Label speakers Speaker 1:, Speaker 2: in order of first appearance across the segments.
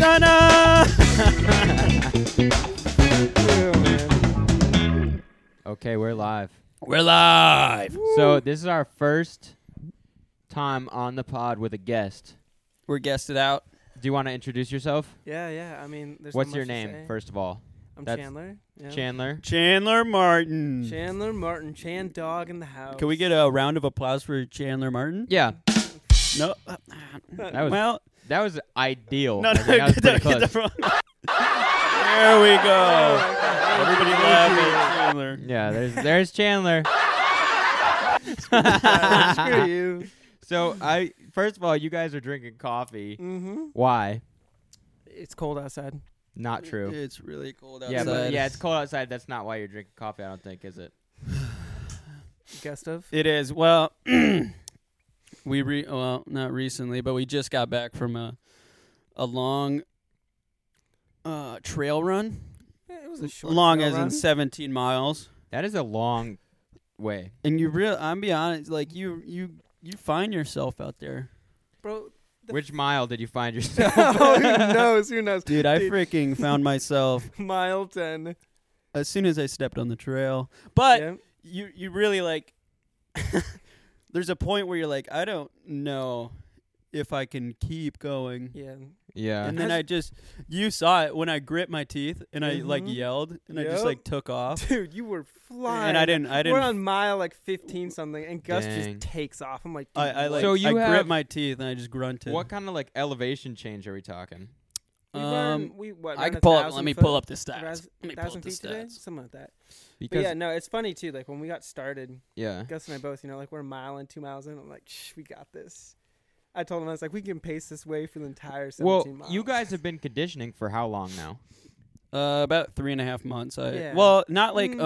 Speaker 1: Donna. okay, we're live.
Speaker 2: We're live.
Speaker 1: So this is our first time on the pod with a guest.
Speaker 2: We're guested out.
Speaker 1: Do you want to introduce yourself?
Speaker 3: Yeah, yeah. I mean, there's not
Speaker 1: What's your
Speaker 3: much to
Speaker 1: name,
Speaker 3: say.
Speaker 1: first of all?
Speaker 3: I'm
Speaker 1: That's-
Speaker 3: Chandler. yeah.
Speaker 1: Chandler.
Speaker 2: Chandler Martin.
Speaker 3: Chandler Martin, Chan Dog in the house.
Speaker 2: Can we get a round of applause for Chandler Martin?
Speaker 1: Yeah,
Speaker 2: No.
Speaker 1: that was
Speaker 2: well,
Speaker 1: that was ideal.
Speaker 2: no,
Speaker 1: I
Speaker 2: no,
Speaker 1: think that was
Speaker 2: get
Speaker 1: pretty
Speaker 2: the-
Speaker 1: close.
Speaker 2: get the wrong- There we go. Everybody laughing at Chandler.
Speaker 1: yeah, there's there's Chandler.
Speaker 3: Uh, screw you?
Speaker 1: So I first of all, you guys are drinking coffee.
Speaker 3: Mm-hmm.
Speaker 1: Why?
Speaker 3: It's cold outside.
Speaker 1: Not true.
Speaker 2: It's really cold outside.
Speaker 1: Yeah, but yeah, it's cold outside. That's not why you're drinking coffee. I don't think, is it?
Speaker 3: Gustav.
Speaker 2: It is. Well, we re well not recently, but we just got back from a a long uh, trail run.
Speaker 3: Eh, It was a short
Speaker 2: long
Speaker 3: trail
Speaker 2: as in
Speaker 3: run.
Speaker 2: 17 miles.
Speaker 1: That is a long way.
Speaker 2: And you real I'm be honest, like you you you find yourself out there.
Speaker 3: Bro. The-
Speaker 1: Which mile did you find yourself?
Speaker 3: who knows? Who knows?
Speaker 2: Oh, Dude, I freaking found myself
Speaker 3: Mile ten.
Speaker 2: as soon as I stepped on the trail. But
Speaker 3: Yeah.
Speaker 2: you you really like there's a point where you're like I don't know if I can keep going.
Speaker 3: yeah.
Speaker 1: yeah.
Speaker 2: And then I just you saw it when I grit my teeth and I like
Speaker 3: Mhm.
Speaker 2: yelled and I just
Speaker 3: Yep.
Speaker 2: like took off.
Speaker 3: Dude, you were flying.
Speaker 2: And I didn't I
Speaker 3: We're
Speaker 2: didn't
Speaker 3: on mile like 15 something, and Gus
Speaker 1: Dang.
Speaker 3: just takes off. I'm like, dude,
Speaker 2: I, I like
Speaker 1: So you
Speaker 2: I
Speaker 1: have-
Speaker 2: grit my teeth and I just grunted.
Speaker 1: What kind of like elevation change are we talking?
Speaker 3: we
Speaker 2: um,
Speaker 3: ran- we, what,
Speaker 2: I
Speaker 3: ran
Speaker 2: can
Speaker 3: a
Speaker 2: pull up. Let
Speaker 3: thousand
Speaker 2: me
Speaker 3: foot-
Speaker 2: pull up the stats.
Speaker 3: raz-
Speaker 2: let me pull
Speaker 3: thousand
Speaker 2: up the
Speaker 3: feet today,
Speaker 2: stats.
Speaker 3: something like that. But
Speaker 1: Because
Speaker 3: yeah, no, it's funny too. Like when we got started,
Speaker 1: yeah.
Speaker 3: Gus and I both, you know, like we're a mile and two miles in. I'm like, Shh, we got this. I told him I was like, we can pace this way for the entire 17
Speaker 1: Well,
Speaker 3: miles.
Speaker 1: you guys have been conditioning for how long now?
Speaker 2: Uh, about three and a half months. I
Speaker 3: Yeah.
Speaker 2: well, not like
Speaker 3: Mm.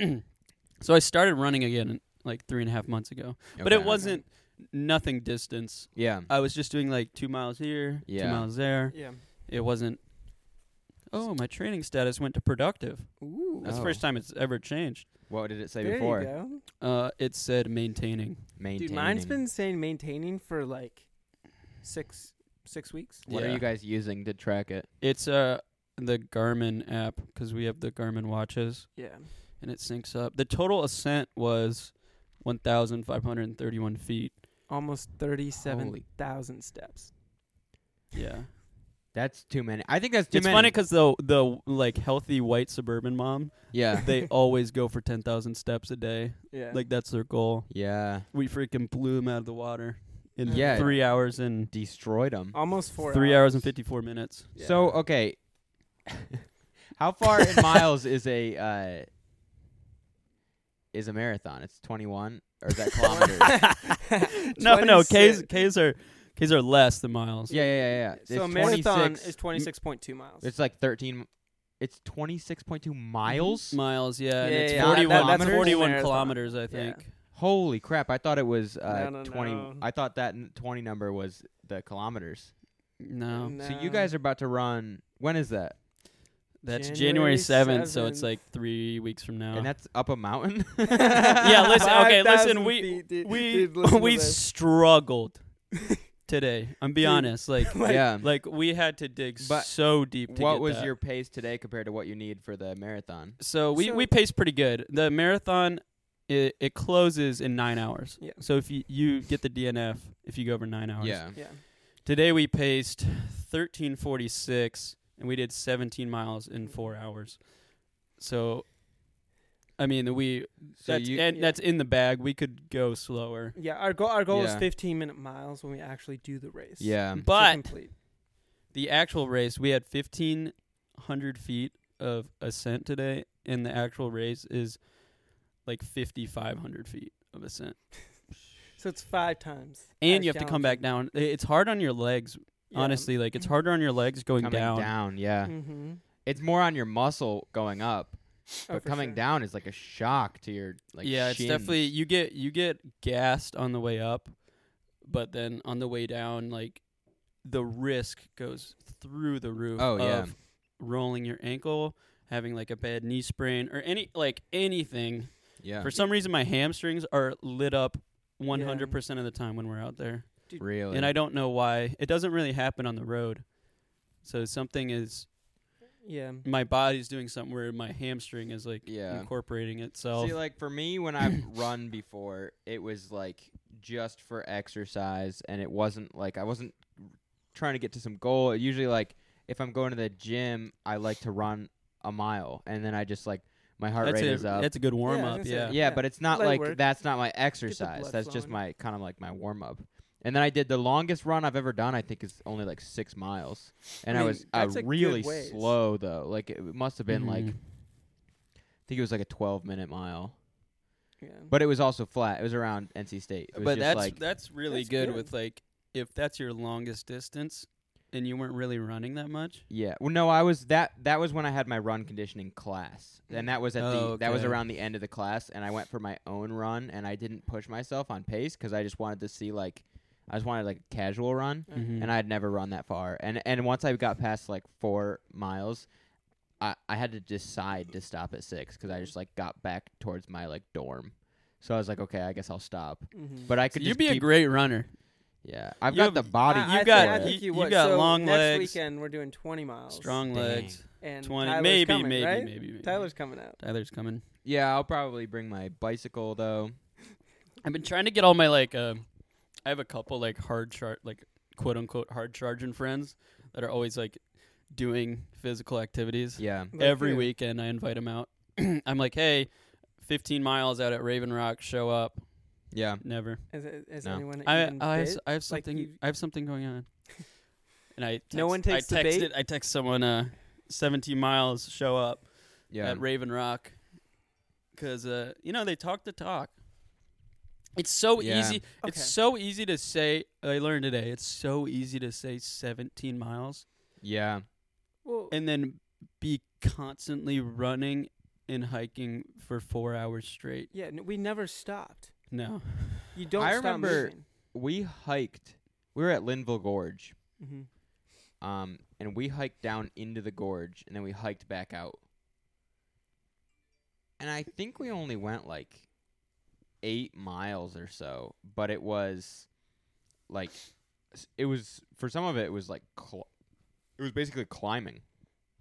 Speaker 2: um. so I started running again like three and a half months ago, but it
Speaker 1: Okay.
Speaker 2: wasn't nothing distance.
Speaker 1: Yeah.
Speaker 2: I was just doing like two miles here, two
Speaker 1: Yeah.
Speaker 2: miles there.
Speaker 3: yeah.
Speaker 2: It wasn't. Oh, my training status went to productive.
Speaker 3: Ooh,
Speaker 2: That's
Speaker 1: Oh.
Speaker 2: the first time it's ever changed.
Speaker 1: What did it say
Speaker 3: there
Speaker 1: before?
Speaker 3: you go,
Speaker 2: Uh, it said maintaining.
Speaker 1: Maintaining.
Speaker 3: dude. Mine's been saying maintaining for like six six weeks.
Speaker 1: What are
Speaker 2: Yeah.
Speaker 1: you guys using to track it?
Speaker 2: It's uh the Garmin app because we have the Garmin watches
Speaker 3: Yeah,
Speaker 2: and it syncs up. The total ascent was one thousand five hundred thirty-one feet.
Speaker 3: almost thirty-seven thousand steps.
Speaker 2: Yeah.
Speaker 1: That's too many. I think that's too
Speaker 2: it's
Speaker 1: many.
Speaker 2: funny 'cause funny because the the like healthy white suburban mom,
Speaker 1: yeah.
Speaker 2: they always go for ten thousand steps a day.
Speaker 3: Yeah,
Speaker 2: Like that's their goal.
Speaker 1: yeah.
Speaker 2: We freaking blew them out of the water in
Speaker 1: Yeah.
Speaker 2: three hours and
Speaker 1: Destroyed them.
Speaker 3: almost four.
Speaker 2: three hours.
Speaker 3: hours.
Speaker 2: and fifty four minutes.
Speaker 3: Oh, Yeah.
Speaker 1: So okay, how far in miles is a uh, is a marathon? It's twenty one, or is that kilometers? yeah,
Speaker 2: No, no, k's
Speaker 3: 26.
Speaker 2: k's are k's are less than miles.
Speaker 1: yeah, yeah, yeah. It's
Speaker 3: So a marathon
Speaker 1: 26
Speaker 3: is twenty-six point two miles.
Speaker 1: It's like thirteen. It's twenty six point two miles.
Speaker 2: Mm-hmm. Miles, yeah, and
Speaker 3: Yeah,
Speaker 2: it's
Speaker 3: yeah, yeah.
Speaker 2: forty
Speaker 3: That-
Speaker 2: one.
Speaker 3: that's
Speaker 2: that's
Speaker 3: full
Speaker 2: forty one
Speaker 3: marathon.
Speaker 2: kilometers, I
Speaker 3: Yeah.
Speaker 2: think.
Speaker 1: Holy crap! I thought it was uh,
Speaker 3: No, no,
Speaker 1: twenty.
Speaker 3: no.
Speaker 1: I thought that n- twenty number was the kilometers.
Speaker 2: No,
Speaker 3: No.
Speaker 1: So you guys are about to run. When is that?
Speaker 2: that's
Speaker 3: January
Speaker 2: January seventh, so it's
Speaker 3: 7th.
Speaker 2: like three weeks from now.
Speaker 1: And that's up a mountain.
Speaker 2: Yeah, listen, okay, listen,
Speaker 3: 5,000
Speaker 2: we-
Speaker 3: feet, dude.
Speaker 2: we
Speaker 3: Dude, listen to
Speaker 2: we
Speaker 3: this.
Speaker 2: struggled today. I'm be
Speaker 3: Dude.
Speaker 2: honest, like
Speaker 3: Like,
Speaker 1: yeah.
Speaker 2: like we had to dig
Speaker 1: But
Speaker 2: so deep. To
Speaker 1: What
Speaker 2: get
Speaker 1: was
Speaker 2: that.
Speaker 1: your pace today compared to what you need for the marathon?
Speaker 2: so we
Speaker 3: So-
Speaker 2: we paced pretty good. The marathon it, it closes in nine hours.
Speaker 3: Yeah.
Speaker 2: So if you you get the DNF if you go over nine hours.
Speaker 1: Yeah.
Speaker 3: yeah.
Speaker 2: Today we paced thirteen forty six and we did seventeen miles in four hours. So. I mean, we
Speaker 1: So
Speaker 2: that's
Speaker 1: you
Speaker 2: and
Speaker 3: Yeah.
Speaker 2: that's in the bag. We could go slower,
Speaker 3: Yeah, our goal our goal
Speaker 1: Yeah.
Speaker 3: is 15 minute miles when we actually do the race.
Speaker 1: yeah.
Speaker 3: To
Speaker 2: but
Speaker 3: complete.
Speaker 2: the actual race we had 1500 feet of ascent today and the actual race is like 5500 feet of ascent
Speaker 3: so it's five times.
Speaker 2: and
Speaker 3: as
Speaker 2: you have to come back down I- it's hard on your legs honestly like it's harder on your legs going
Speaker 1: Coming
Speaker 2: down.
Speaker 1: yeah.
Speaker 3: Mm-hmm.
Speaker 1: It's more on your muscle going up, but coming down is like a shock to your like.
Speaker 2: yeah it's
Speaker 1: shins.
Speaker 2: definitely you get you get gassed on the way up but then on the way down like the risk goes through the roof
Speaker 1: Oh, yeah.
Speaker 2: of rolling your ankle having like a bad knee sprain or any like anything
Speaker 1: yeah.
Speaker 2: For some reason, my hamstrings are lit up 100% of the time when we're out there.
Speaker 1: really.
Speaker 2: And I don't know why. It doesn't really happen on the road. So something is
Speaker 3: Yeah.
Speaker 2: my body's doing something where my hamstring is like
Speaker 1: Yeah.
Speaker 2: incorporating itself.
Speaker 1: See, like for me, when I've run before, it was like just for exercise, and it wasn't like I wasn't trying to get to some goal. It usually, like if I'm going to the gym, I like to run a mile, and then I just like my heart
Speaker 2: that's
Speaker 1: rate
Speaker 2: a
Speaker 1: is up.
Speaker 2: that's a good warm up.
Speaker 3: gonna say,
Speaker 2: Yeah,
Speaker 1: yeah,
Speaker 3: yeah.
Speaker 1: but it's not
Speaker 3: Light
Speaker 1: like
Speaker 3: work.
Speaker 1: that's not my exercise.
Speaker 3: blood
Speaker 1: That's just
Speaker 3: flowing.
Speaker 1: my kind of like my warm up. And then I did the longest run I've ever done. I think is only like six miles, and I,
Speaker 3: mean,
Speaker 1: was I
Speaker 3: that's a good
Speaker 1: really
Speaker 3: ways.
Speaker 1: slow though. Like it must have been like
Speaker 2: Mhm.
Speaker 1: I think it was like a twelve minute mile.
Speaker 3: Yeah.
Speaker 1: But it was also flat. It was around NC State. It was
Speaker 2: but
Speaker 1: just
Speaker 2: that's
Speaker 1: like
Speaker 2: that's really
Speaker 3: That's
Speaker 2: good,
Speaker 3: good.
Speaker 2: with like if that's your longest distance and you weren't really running that much.
Speaker 1: yeah. Well, no, I was that. That was when I had my run conditioning class, and that was at the
Speaker 2: Oh,
Speaker 1: that was
Speaker 2: okay.
Speaker 1: around the end of the class, and I went for my own run, and I didn't push myself on pace because I just wanted to see like I just wanted like a casual run,
Speaker 2: Mm-hmm.
Speaker 1: and I had never run that far, and and once I got past like four miles. I, I had to decide to stop at six because I just like got back towards my like dorm, so I was like, okay, I guess I'll stop.
Speaker 3: Mhm.
Speaker 1: But I could
Speaker 2: you'd
Speaker 1: just
Speaker 2: be a
Speaker 1: keep-
Speaker 2: great runner.
Speaker 1: yeah. I've
Speaker 2: you
Speaker 1: got the
Speaker 2: have-
Speaker 1: body.
Speaker 3: I, I
Speaker 2: you
Speaker 3: think-
Speaker 2: got-
Speaker 3: I think
Speaker 2: you-
Speaker 3: you,
Speaker 2: you
Speaker 3: would.
Speaker 2: got
Speaker 3: so
Speaker 2: long
Speaker 3: next
Speaker 2: legs,
Speaker 3: weekend we're doing 20 miles.
Speaker 2: Strong
Speaker 1: Dang.
Speaker 2: legs.
Speaker 3: And
Speaker 2: 20
Speaker 3: Tyler's
Speaker 2: maybe
Speaker 3: coming,
Speaker 2: maybe,
Speaker 3: right?
Speaker 2: maybe maybe.
Speaker 3: Tyler's coming out.
Speaker 2: Tyler's coming.
Speaker 1: Yeah, I'll probably bring my bicycle though.
Speaker 2: I've been trying to get all my like um I have a couple like hard chart like quote unquote hard charging friends that are always like doing physical activities.
Speaker 1: Yeah.
Speaker 3: Look
Speaker 2: Every
Speaker 3: here.
Speaker 2: weekend I invite them out. I'm like, "Hey, 15 miles out at Raven Rock, show up."
Speaker 1: Yeah.
Speaker 2: Never.
Speaker 3: Has, it- has
Speaker 1: No.
Speaker 3: anyone
Speaker 2: I
Speaker 3: even
Speaker 2: I, have
Speaker 3: bid?
Speaker 2: s- I have something
Speaker 3: you-
Speaker 2: I have something going on. And I text,
Speaker 3: No one takes the
Speaker 2: I
Speaker 3: bait?
Speaker 2: texted I text someone uh 17 miles show up
Speaker 1: Yeah.
Speaker 2: at Raven Rock because uh, you know they talk the talk. It's so
Speaker 1: Yeah.
Speaker 2: easy.
Speaker 3: Okay.
Speaker 2: It's so easy to say. I learned today. It's so easy to say 17 miles
Speaker 1: yeah.
Speaker 3: Well,
Speaker 2: and then be constantly running and hiking for four hours straight.
Speaker 3: yeah, n- we never stopped.
Speaker 2: No,
Speaker 3: You don't
Speaker 1: I
Speaker 3: stop
Speaker 1: remember-
Speaker 3: moving.
Speaker 1: We hiked. We were at Linville Gorge.
Speaker 3: Mhm.
Speaker 1: Um and we hiked down into the gorge and then we hiked back out. And I think we only went like 8 miles or so, but it was like s- it was for some of it it was like cl- it was basically climbing.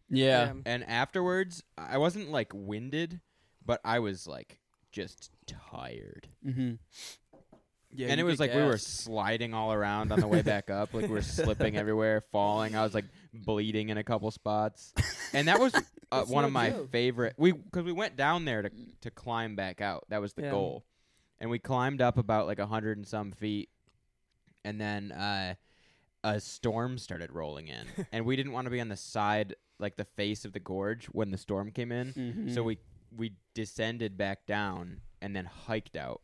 Speaker 2: yeah,
Speaker 1: And afterwards, I wasn't like winded, but I was like just tired.
Speaker 2: mm-hmm. yeah.
Speaker 1: and it
Speaker 2: you
Speaker 1: was
Speaker 2: get
Speaker 1: like we were
Speaker 2: gassed.
Speaker 1: sliding all around on the way back up, like we were slipping everywhere, falling. I was like bleeding in a couple spots, and that was uh,
Speaker 3: That's
Speaker 1: one
Speaker 3: no
Speaker 1: of my
Speaker 3: joke.
Speaker 1: favorite. We because we went down there to to climb back out. That was the
Speaker 3: Yeah.
Speaker 1: goal, and we climbed up about like a hundred and some feet, and then uh, a storm started rolling in, and we didn't want to be on the side like the face of the gorge when the storm came in,
Speaker 2: Mhm.
Speaker 3: Mm.
Speaker 1: so we we descended back down and then hiked out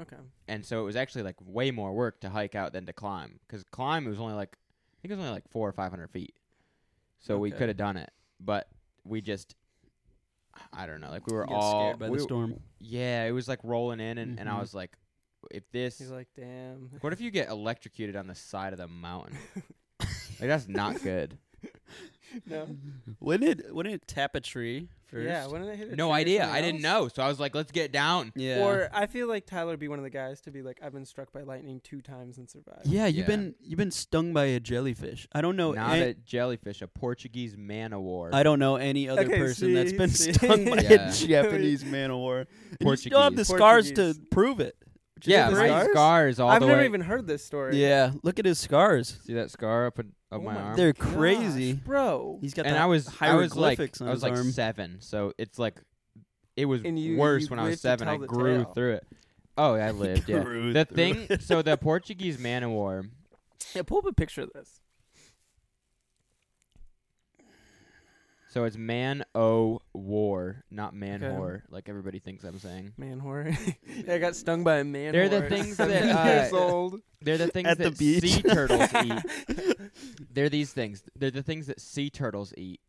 Speaker 3: Okay.
Speaker 1: and so it was actually like way more work to hike out than to climb because climb it was only like I think it was only like four or five hundred feet, so we
Speaker 2: Okay.
Speaker 1: could have done it, but we just I don't know, like we
Speaker 2: You
Speaker 1: were
Speaker 2: got
Speaker 1: all
Speaker 2: scared by
Speaker 1: we-
Speaker 2: the storm.
Speaker 1: yeah, it was like rolling in, and, and I
Speaker 2: Mhm.
Speaker 1: was like, if this,
Speaker 3: He's like, damn.
Speaker 1: what if you get electrocuted on the side of the mountain? like that's not good.
Speaker 3: no.
Speaker 2: Wouldn't it? Wouldn't it tap a tree first?
Speaker 3: Yeah. When did they hit? a
Speaker 1: No
Speaker 3: tree or
Speaker 1: idea.
Speaker 3: something
Speaker 1: I didn't know,
Speaker 3: else?
Speaker 1: so I was like, let's get down.
Speaker 2: yeah.
Speaker 3: Or I feel like Tyler would be one of the guys to be like, I've been struck by lightning two times and survived.
Speaker 2: Yeah, you've
Speaker 1: Yeah.
Speaker 2: been you've been stung by a jellyfish. I don't know.
Speaker 1: not
Speaker 2: an-
Speaker 1: a jellyfish, a Portuguese man o' war.
Speaker 2: I don't know any other
Speaker 3: Okay,
Speaker 2: person that's
Speaker 3: see,
Speaker 2: been
Speaker 3: see.
Speaker 2: stung by
Speaker 1: Yeah.
Speaker 2: a Japanese man o' war. And you still have the
Speaker 1: Portuguese.
Speaker 2: scars to
Speaker 3: Portuguese.
Speaker 2: prove it. which is
Speaker 1: yeah,
Speaker 2: great.
Speaker 1: my
Speaker 3: Scars?
Speaker 1: scars all
Speaker 3: I've
Speaker 1: the
Speaker 3: never
Speaker 1: way.
Speaker 3: even heard this story.
Speaker 2: Yeah, look at his scars.
Speaker 1: See that scar up in, up
Speaker 3: Oh
Speaker 1: my
Speaker 3: my
Speaker 1: arm?
Speaker 2: They're
Speaker 3: Gosh,
Speaker 2: crazy.
Speaker 3: bro.
Speaker 2: He's got
Speaker 1: and
Speaker 2: the
Speaker 1: I was I was like
Speaker 2: hieroglyphics on
Speaker 1: I was
Speaker 2: his
Speaker 1: like
Speaker 2: arm.
Speaker 1: seven, so it's like it was
Speaker 3: And you-
Speaker 1: worse
Speaker 3: you
Speaker 1: when I was
Speaker 3: lived to
Speaker 1: seven.
Speaker 3: tell
Speaker 1: I
Speaker 3: the
Speaker 1: grew
Speaker 3: tale.
Speaker 1: through it. Oh, I lived. yeah,
Speaker 2: Grew
Speaker 1: the
Speaker 2: through
Speaker 1: thing.
Speaker 2: it.
Speaker 1: So the Portuguese man of war.
Speaker 3: Yeah, pull up a picture of this.
Speaker 1: So it's man o war, not man
Speaker 3: Okay.
Speaker 1: whore, like everybody thinks I'm saying.
Speaker 3: Man whore. I got stung by a man.
Speaker 1: They're the
Speaker 3: whore at
Speaker 1: things
Speaker 3: 17
Speaker 1: that, uh,
Speaker 3: years old.
Speaker 1: They're the things
Speaker 2: At the
Speaker 1: that
Speaker 2: beach.
Speaker 1: sea turtles eat. They're these things. They're the things that sea turtles eat,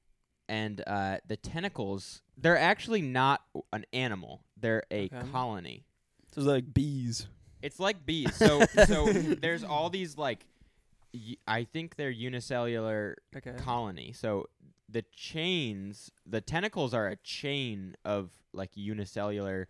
Speaker 1: and uh, the tentacles. They're actually not an animal. They're a
Speaker 3: Okay.
Speaker 1: colony.
Speaker 2: So it's like bees.
Speaker 1: It's like bees. So so there's all these like y- I think they're unicellular
Speaker 3: Okay.
Speaker 1: colony. So the chains, the tentacles are a chain of like unicellular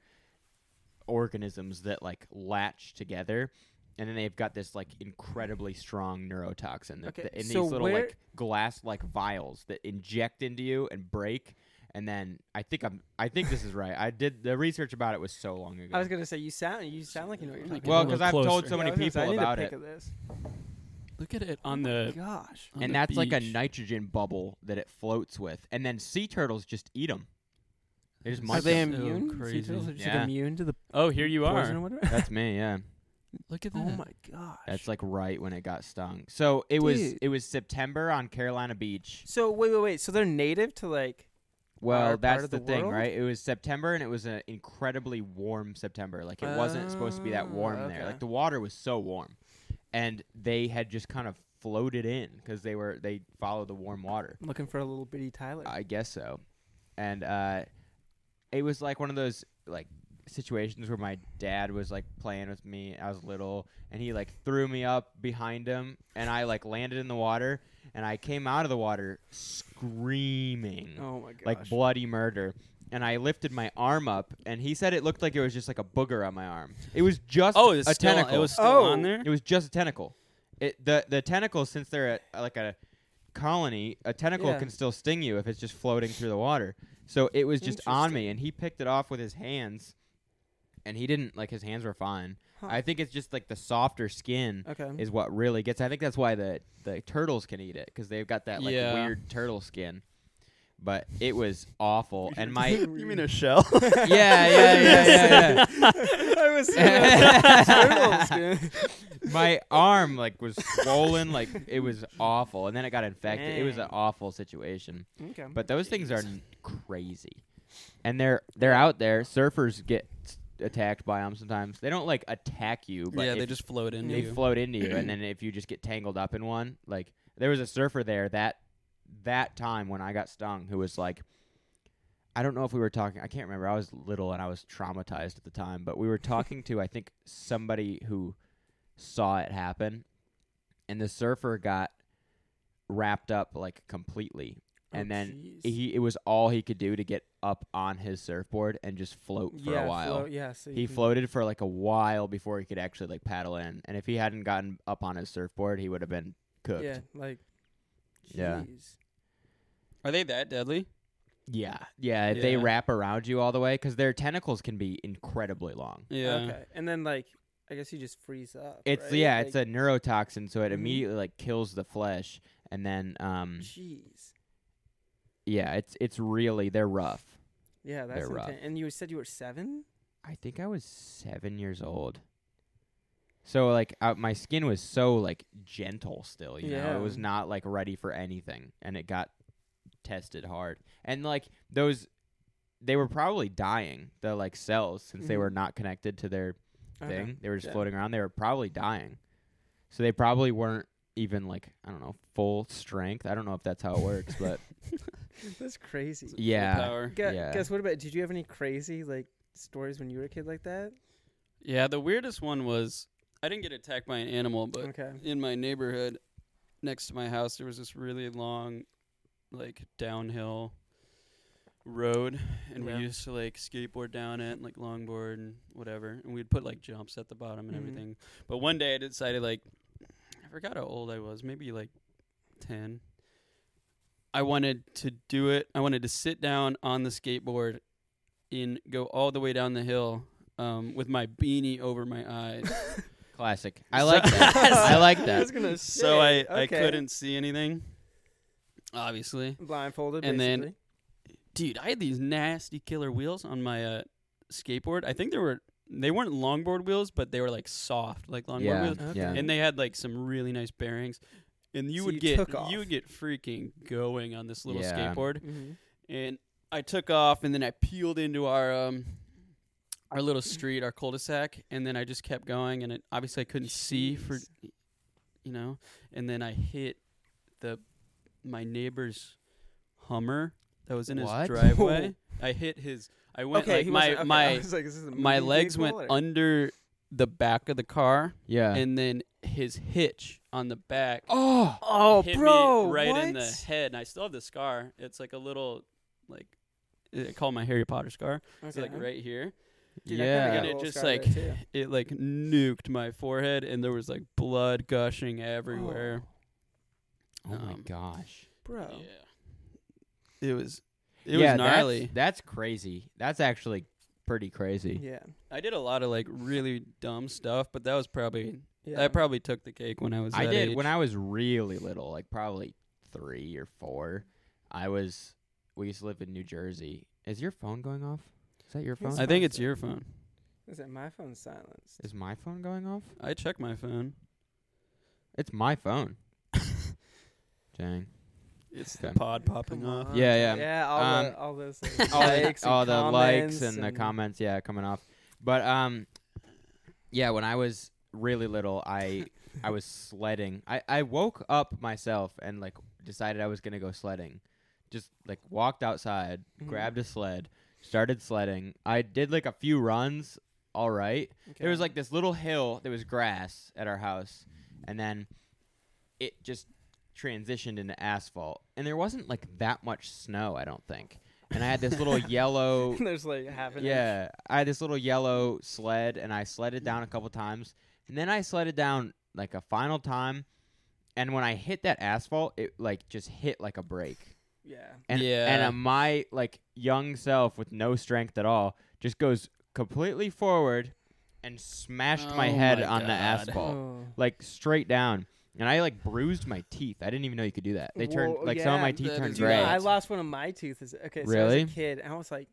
Speaker 1: organisms that like latch together and then they've got this like incredibly strong neurotoxin that,
Speaker 3: Okay,
Speaker 1: that- in
Speaker 3: so
Speaker 1: these little
Speaker 3: where-
Speaker 1: like glass like vials that inject into you and break. And then I think I'm I think this is right. I did the research about it was so long ago.
Speaker 3: I was gonna say you sound you sound like you know what you're talking
Speaker 1: well,
Speaker 2: Get a
Speaker 3: about.
Speaker 1: because
Speaker 2: little
Speaker 1: I've told
Speaker 2: closer.
Speaker 1: so
Speaker 3: Yeah,
Speaker 1: many
Speaker 3: I was gonna say, I
Speaker 1: people
Speaker 3: need a
Speaker 1: about
Speaker 3: pic
Speaker 1: it,
Speaker 3: of this.
Speaker 2: Look at it on the
Speaker 3: Gosh,
Speaker 2: on
Speaker 1: Oh
Speaker 2: the
Speaker 1: and that's like a
Speaker 2: beach.
Speaker 1: nitrogen bubble that it floats with, and then sea turtles just eat them. They just
Speaker 2: Are
Speaker 3: are
Speaker 1: munch
Speaker 3: they
Speaker 2: so
Speaker 1: 'em.
Speaker 3: immune? Sea
Speaker 2: crazy.
Speaker 3: turtles are just, like,
Speaker 1: Yeah.
Speaker 3: immune to the
Speaker 2: Oh, here you
Speaker 3: poison or
Speaker 2: are.
Speaker 3: whatever?
Speaker 1: That's me, yeah.
Speaker 2: Look at that.
Speaker 3: Oh my gosh.
Speaker 1: That's like right when it got stung. So it was
Speaker 3: Dude.
Speaker 1: it was September on Carolina Beach.
Speaker 3: so wait, wait, wait. So they're native to like
Speaker 1: Well,
Speaker 3: Our part
Speaker 1: that's
Speaker 3: of
Speaker 1: the,
Speaker 3: the
Speaker 1: thing,
Speaker 3: world?
Speaker 1: right? It was September and it was an incredibly warm September. Like it wasn't supposed to be that warm
Speaker 3: Oh,
Speaker 1: there.
Speaker 3: okay.
Speaker 1: Like the water was so warm. And they had just kind of floated in cuz they were they followed the warm water.
Speaker 3: looking for a little bitty Tyler.
Speaker 1: I guess so. And uh, it was like one of those like situations where my dad was like playing with me. I was little, and he like threw me up behind him, and I like landed in the water, and I came out of the water screaming
Speaker 3: oh my gosh.
Speaker 1: like bloody murder. And I lifted my arm up, and he said it looked like it was just like a booger on my arm. It was just
Speaker 2: Oh, it's
Speaker 1: a
Speaker 2: still,
Speaker 1: tentacle.
Speaker 2: it was still
Speaker 3: Oh.
Speaker 2: on there.
Speaker 1: It was just a tentacle. It the the tentacles since they're a, like a colony, a tentacle
Speaker 3: Yeah.
Speaker 1: can still sting you if it's just floating through the water. So it was just on me, and he picked it off with his hands, and he didn't like his hands were fine.
Speaker 3: Huh. Mm-hmm.
Speaker 1: I think it's just like the softer skin
Speaker 3: okay.
Speaker 1: is what really gets. I think that's why the the turtles can eat it because they've got that like
Speaker 2: Yeah.
Speaker 1: weird turtle skin. But it was awful, and my
Speaker 2: you mean a shell?
Speaker 1: yeah yeah yeah yeah. yeah.
Speaker 3: I was turtles, dude.
Speaker 1: my arm like was swollen like it was awful and then it got infected it was an
Speaker 3: Dang.
Speaker 1: awful situation
Speaker 3: Okay.
Speaker 1: but those things are n- crazy and they're they're out there surfers get s- attacked by them sometimes they don't like attack you but
Speaker 2: yeah, they
Speaker 1: if
Speaker 2: just float into
Speaker 1: they
Speaker 2: you.
Speaker 1: float into you and then if you just get tangled up in one like there was a surfer there that that time when i got stung who was like i don't know if we were talking i can't remember i was little and i was traumatized at the time but we were talking to i think somebody who saw it happen and the surfer got wrapped up like completely
Speaker 3: Oh,
Speaker 1: and then he it was all he could do to get up on his surfboard and just float for
Speaker 3: yeah,
Speaker 1: a while
Speaker 3: Float, yeah, so you
Speaker 1: he
Speaker 3: can-
Speaker 1: floated for like a while before he could actually like paddle in. And if he hadn't gotten up on his surfboard, he would have been cooked.
Speaker 3: Yeah, like.
Speaker 1: Yeah.
Speaker 3: jeez.
Speaker 2: Are they that deadly?
Speaker 1: yeah, yeah, if They
Speaker 2: Yeah.
Speaker 1: wrap around you all the way because their tentacles can be incredibly long.
Speaker 2: Yeah.
Speaker 3: Okay. And then like, I guess you just freeze up.
Speaker 1: It's
Speaker 3: right?
Speaker 1: yeah,
Speaker 3: like,
Speaker 1: it's a neurotoxin, so it
Speaker 3: Mhm.
Speaker 1: immediately like kills the flesh, and then um,
Speaker 3: Jeez.
Speaker 1: yeah, it's it's really they're rough.
Speaker 3: Yeah, that's
Speaker 1: They're rough.
Speaker 3: intense. And you said you were seven.
Speaker 1: I think I was seven years old. So like uh, my skin was so like gentle still, you know,
Speaker 3: Yeah.
Speaker 1: it was not like ready for anything, and it got tested hard. And like those, they were probably dying. The like cells, since they
Speaker 3: Mhm.
Speaker 1: were not connected to their
Speaker 3: Okay.
Speaker 1: thing, they were just
Speaker 3: Uh-huh. Yeah.
Speaker 1: floating around. They were probably dying, so they probably weren't even like I don't know full strength. I don't know if that's how it works, but
Speaker 3: That's crazy.
Speaker 2: Full
Speaker 1: yeah,
Speaker 2: power.
Speaker 3: Gu-
Speaker 1: Yeah.
Speaker 3: Guess what about? Did you have any crazy like stories when you were a kid like that?
Speaker 2: Yeah. The weirdest one was I didn't get attacked by an animal, but
Speaker 3: okay.
Speaker 2: in my neighborhood next to my house there was this really long like downhill road and
Speaker 3: Yeah.
Speaker 2: we used to like skateboard down it and like longboard and whatever and we'd put like jumps at the bottom and
Speaker 3: Mhm.
Speaker 2: everything but one day i decided like i forgot how old i was maybe like 10 i wanted to do it i wanted to sit down on the skateboard and go all the way down the hill um, with my beanie over my eyes
Speaker 1: classic. I
Speaker 2: So-
Speaker 1: like that. I like
Speaker 3: I
Speaker 1: that.
Speaker 3: was gonna say.
Speaker 2: so I, I
Speaker 3: okay.
Speaker 2: couldn't see anything, obviously.
Speaker 3: blindfolded.
Speaker 2: And then-
Speaker 3: basically.
Speaker 2: Dude, I had these nasty killer wheels on my uh, skateboard. I think they were they weren't longboard wheels, but they were like soft, like longboard
Speaker 1: Yeah,
Speaker 2: wheels,
Speaker 3: Okay.
Speaker 1: yeah.
Speaker 2: and they had like some really nice bearings. And you
Speaker 3: So
Speaker 2: would
Speaker 3: you
Speaker 2: get
Speaker 3: took off.
Speaker 2: you would get freaking going on this little
Speaker 1: Yeah.
Speaker 2: skateboard.
Speaker 3: Mhm.
Speaker 2: And I took off, and then I peeled into our um our little street, our cul-de-sac, and then I just kept going. And it, obviously, I couldn't see for
Speaker 3: Jeez.
Speaker 2: you know and then i hit the my neighbor's hummer that was in
Speaker 1: What?
Speaker 2: his driveway i hit his i went
Speaker 3: okay,
Speaker 2: like
Speaker 3: he
Speaker 2: my
Speaker 3: wasn't- okay, I
Speaker 2: my
Speaker 3: was like, is this a
Speaker 2: my
Speaker 3: movie
Speaker 2: legs went
Speaker 3: vehicle, or-
Speaker 2: under the back of the car
Speaker 1: yeah.
Speaker 2: and then his hitch on the back
Speaker 1: oh.
Speaker 3: Oh,
Speaker 2: hit
Speaker 3: bro!
Speaker 2: me right
Speaker 3: what?
Speaker 2: in the head and i still have the scar it's like a little like i call my harry potter scar it's
Speaker 3: Okay.
Speaker 2: like right here
Speaker 3: Dude, I kinda
Speaker 1: yeah.
Speaker 3: got
Speaker 2: And
Speaker 3: a
Speaker 2: it
Speaker 3: little
Speaker 2: just,
Speaker 3: scar there,
Speaker 2: like,
Speaker 3: too.
Speaker 2: It like nuked my forehead, and there was like blood gushing everywhere.
Speaker 1: Oh my
Speaker 2: Um,
Speaker 1: gosh.
Speaker 3: bro.
Speaker 2: Yeah, it was. It
Speaker 1: yeah,
Speaker 2: was
Speaker 1: that's-
Speaker 2: gnarly.
Speaker 1: That's, crazy. That's actually pretty crazy.
Speaker 3: Yeah.
Speaker 2: I did a lot of like really dumb stuff, but that was probably
Speaker 3: yeah.
Speaker 2: that probably took the cake when I was.
Speaker 1: I
Speaker 2: that
Speaker 1: did
Speaker 2: age.
Speaker 1: when I was really little, like probably three or four. I was we used to live in New Jersey. Is your phone going off? Is that your
Speaker 3: Yes.
Speaker 1: phone?
Speaker 2: I think it's your phone.
Speaker 3: Is it my phone silenced?
Speaker 1: Is my phone going off?
Speaker 2: I check my phone.
Speaker 1: It's my phone. Dang.
Speaker 2: It's
Speaker 1: Okay.
Speaker 2: the pod popping
Speaker 3: Come
Speaker 2: off.
Speaker 3: on.
Speaker 1: Yeah, yeah.
Speaker 3: Yeah, all
Speaker 1: Um,
Speaker 3: the all those
Speaker 1: all the,
Speaker 3: likes, and
Speaker 1: all the likes
Speaker 3: comments
Speaker 1: and, the comments, yeah, coming off. But um, yeah, when I was really little, I I was sledding. I I woke up myself and like decided I was gonna go sledding. Just like walked outside,
Speaker 3: Mhm.
Speaker 1: grabbed a sled, started sledding. I did like a few runs. All right,
Speaker 3: Okay.
Speaker 1: there was like this little hill that was grass at our house, and then it just transitioned into asphalt. And there wasn't like that much snow, I don't think. And I had this little yellow,
Speaker 3: there's like half an inch.
Speaker 1: oh. yeah, I had this little yellow sled, and I sledded down a couple times, and then I sledded down like a final time. And when I hit that asphalt, it like just hit like a brake.
Speaker 3: Yeah.
Speaker 1: And
Speaker 2: Yeah.
Speaker 1: and uh, my like young self with no strength at all just goes completely forward and smashed my
Speaker 2: Oh
Speaker 1: head
Speaker 2: my
Speaker 1: on the
Speaker 2: God.
Speaker 1: asphalt.
Speaker 3: Oh.
Speaker 1: Like straight down. And I like bruised my teeth. I didn't even know you could do that. They turned
Speaker 3: Whoa,
Speaker 1: like some of
Speaker 3: yeah,
Speaker 1: my teeth
Speaker 2: that
Speaker 1: turned
Speaker 2: is
Speaker 3: Dude,
Speaker 1: gray.
Speaker 2: nuts.
Speaker 3: I lost one of my teeth. Is okay. So I
Speaker 1: Really?
Speaker 3: was a kid, and I was like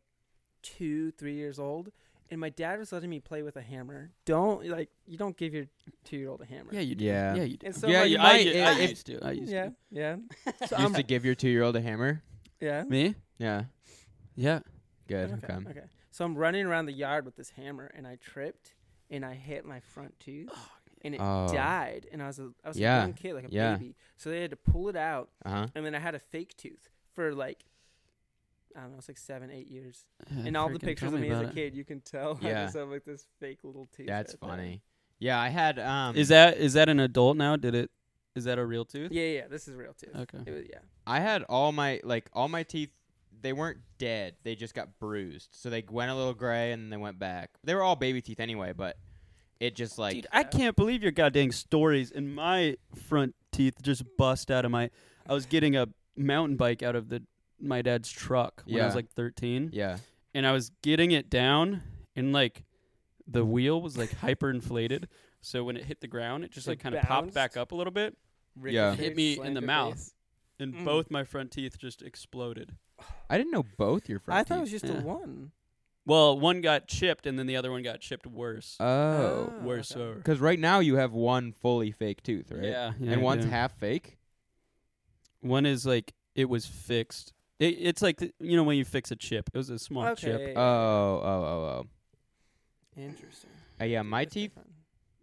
Speaker 3: two, three years old, and my dad was letting me play with a hammer. Don't like you don't give your two year old a hammer.
Speaker 2: Yeah, you do.
Speaker 1: Yeah.
Speaker 2: yeah, you do.
Speaker 3: And so,
Speaker 2: yeah,
Speaker 3: like,
Speaker 2: you,
Speaker 1: you
Speaker 2: I,
Speaker 1: might-
Speaker 2: u- I
Speaker 1: if-
Speaker 2: used to. I used
Speaker 3: yeah, yeah,
Speaker 2: to.
Speaker 3: So
Speaker 1: You
Speaker 3: I'm-
Speaker 1: used to give your two year old a hammer?
Speaker 3: yeah.
Speaker 2: Me?
Speaker 1: Yeah.
Speaker 2: Yeah.
Speaker 1: Good.
Speaker 3: Okay,
Speaker 1: Okay.
Speaker 3: okay. So I'm running around the yard with this hammer, and I tripped, and I hit my front tooth, and it
Speaker 1: Oh.
Speaker 3: died. And I was a, I was
Speaker 1: Yeah,
Speaker 3: a young kid, like a
Speaker 1: yeah.
Speaker 3: baby. So they had to pull it out,
Speaker 1: Uh huh.
Speaker 3: and then I had a fake tooth for like. I don't know, it's like seven, eight years.
Speaker 1: Uh,
Speaker 3: And all the
Speaker 2: Freaking tell
Speaker 3: pictures of me as
Speaker 2: about
Speaker 3: a
Speaker 2: it.
Speaker 3: kid, you can tell I
Speaker 1: Yeah.
Speaker 3: just have like this fake little tooth.
Speaker 1: That's
Speaker 3: right there.
Speaker 1: funny. Yeah, I had um
Speaker 2: Is that is that an adult now? Did it? Is that a real tooth?
Speaker 3: Yeah, yeah, this is real tooth.
Speaker 2: Okay.
Speaker 3: It was, yeah.
Speaker 1: I had all my like all my teeth. They weren't dead. They just got bruised. So they went a little gray and they went back. They were all baby teeth anyway, but it just like
Speaker 2: Dude, I can't believe your goddamn stories. And my front teeth just bust out of my. I was getting a mountain bike out of the my dad's truck when I was
Speaker 1: Yeah.
Speaker 2: like 13,
Speaker 1: yeah.
Speaker 2: and I was getting it down, and like the wheel was like hyperinflated. So when it hit the ground, it just
Speaker 3: It
Speaker 2: like kind of popped
Speaker 3: bounced?
Speaker 2: back up a little bit,
Speaker 1: Yeah.
Speaker 3: Ricocheted,
Speaker 2: Hit me in
Speaker 3: slammed
Speaker 2: the
Speaker 3: your
Speaker 2: mouth.
Speaker 3: face.
Speaker 2: and
Speaker 3: Mm.
Speaker 2: both my front teeth just exploded.
Speaker 1: I didn't know both your front
Speaker 3: I thought it was
Speaker 1: teeth.
Speaker 3: just
Speaker 2: Yeah.
Speaker 3: the one.
Speaker 2: Well, one got chipped, and then the other one got chipped worse.
Speaker 1: oh,
Speaker 3: Ah,
Speaker 2: worse.
Speaker 3: okay.
Speaker 2: or-
Speaker 1: because right now you have one fully fake tooth, right?
Speaker 2: Yeah, yeah,
Speaker 1: and one's
Speaker 2: yeah.
Speaker 1: half fake.
Speaker 2: One is like it was fixed. It, it's like the, you know when you fix a chip. It was a small chip.
Speaker 3: Okay.
Speaker 1: Oh, oh, oh,
Speaker 3: Interesting.
Speaker 1: oh. Uh, yeah, my
Speaker 3: That's
Speaker 1: teeth,
Speaker 3: different.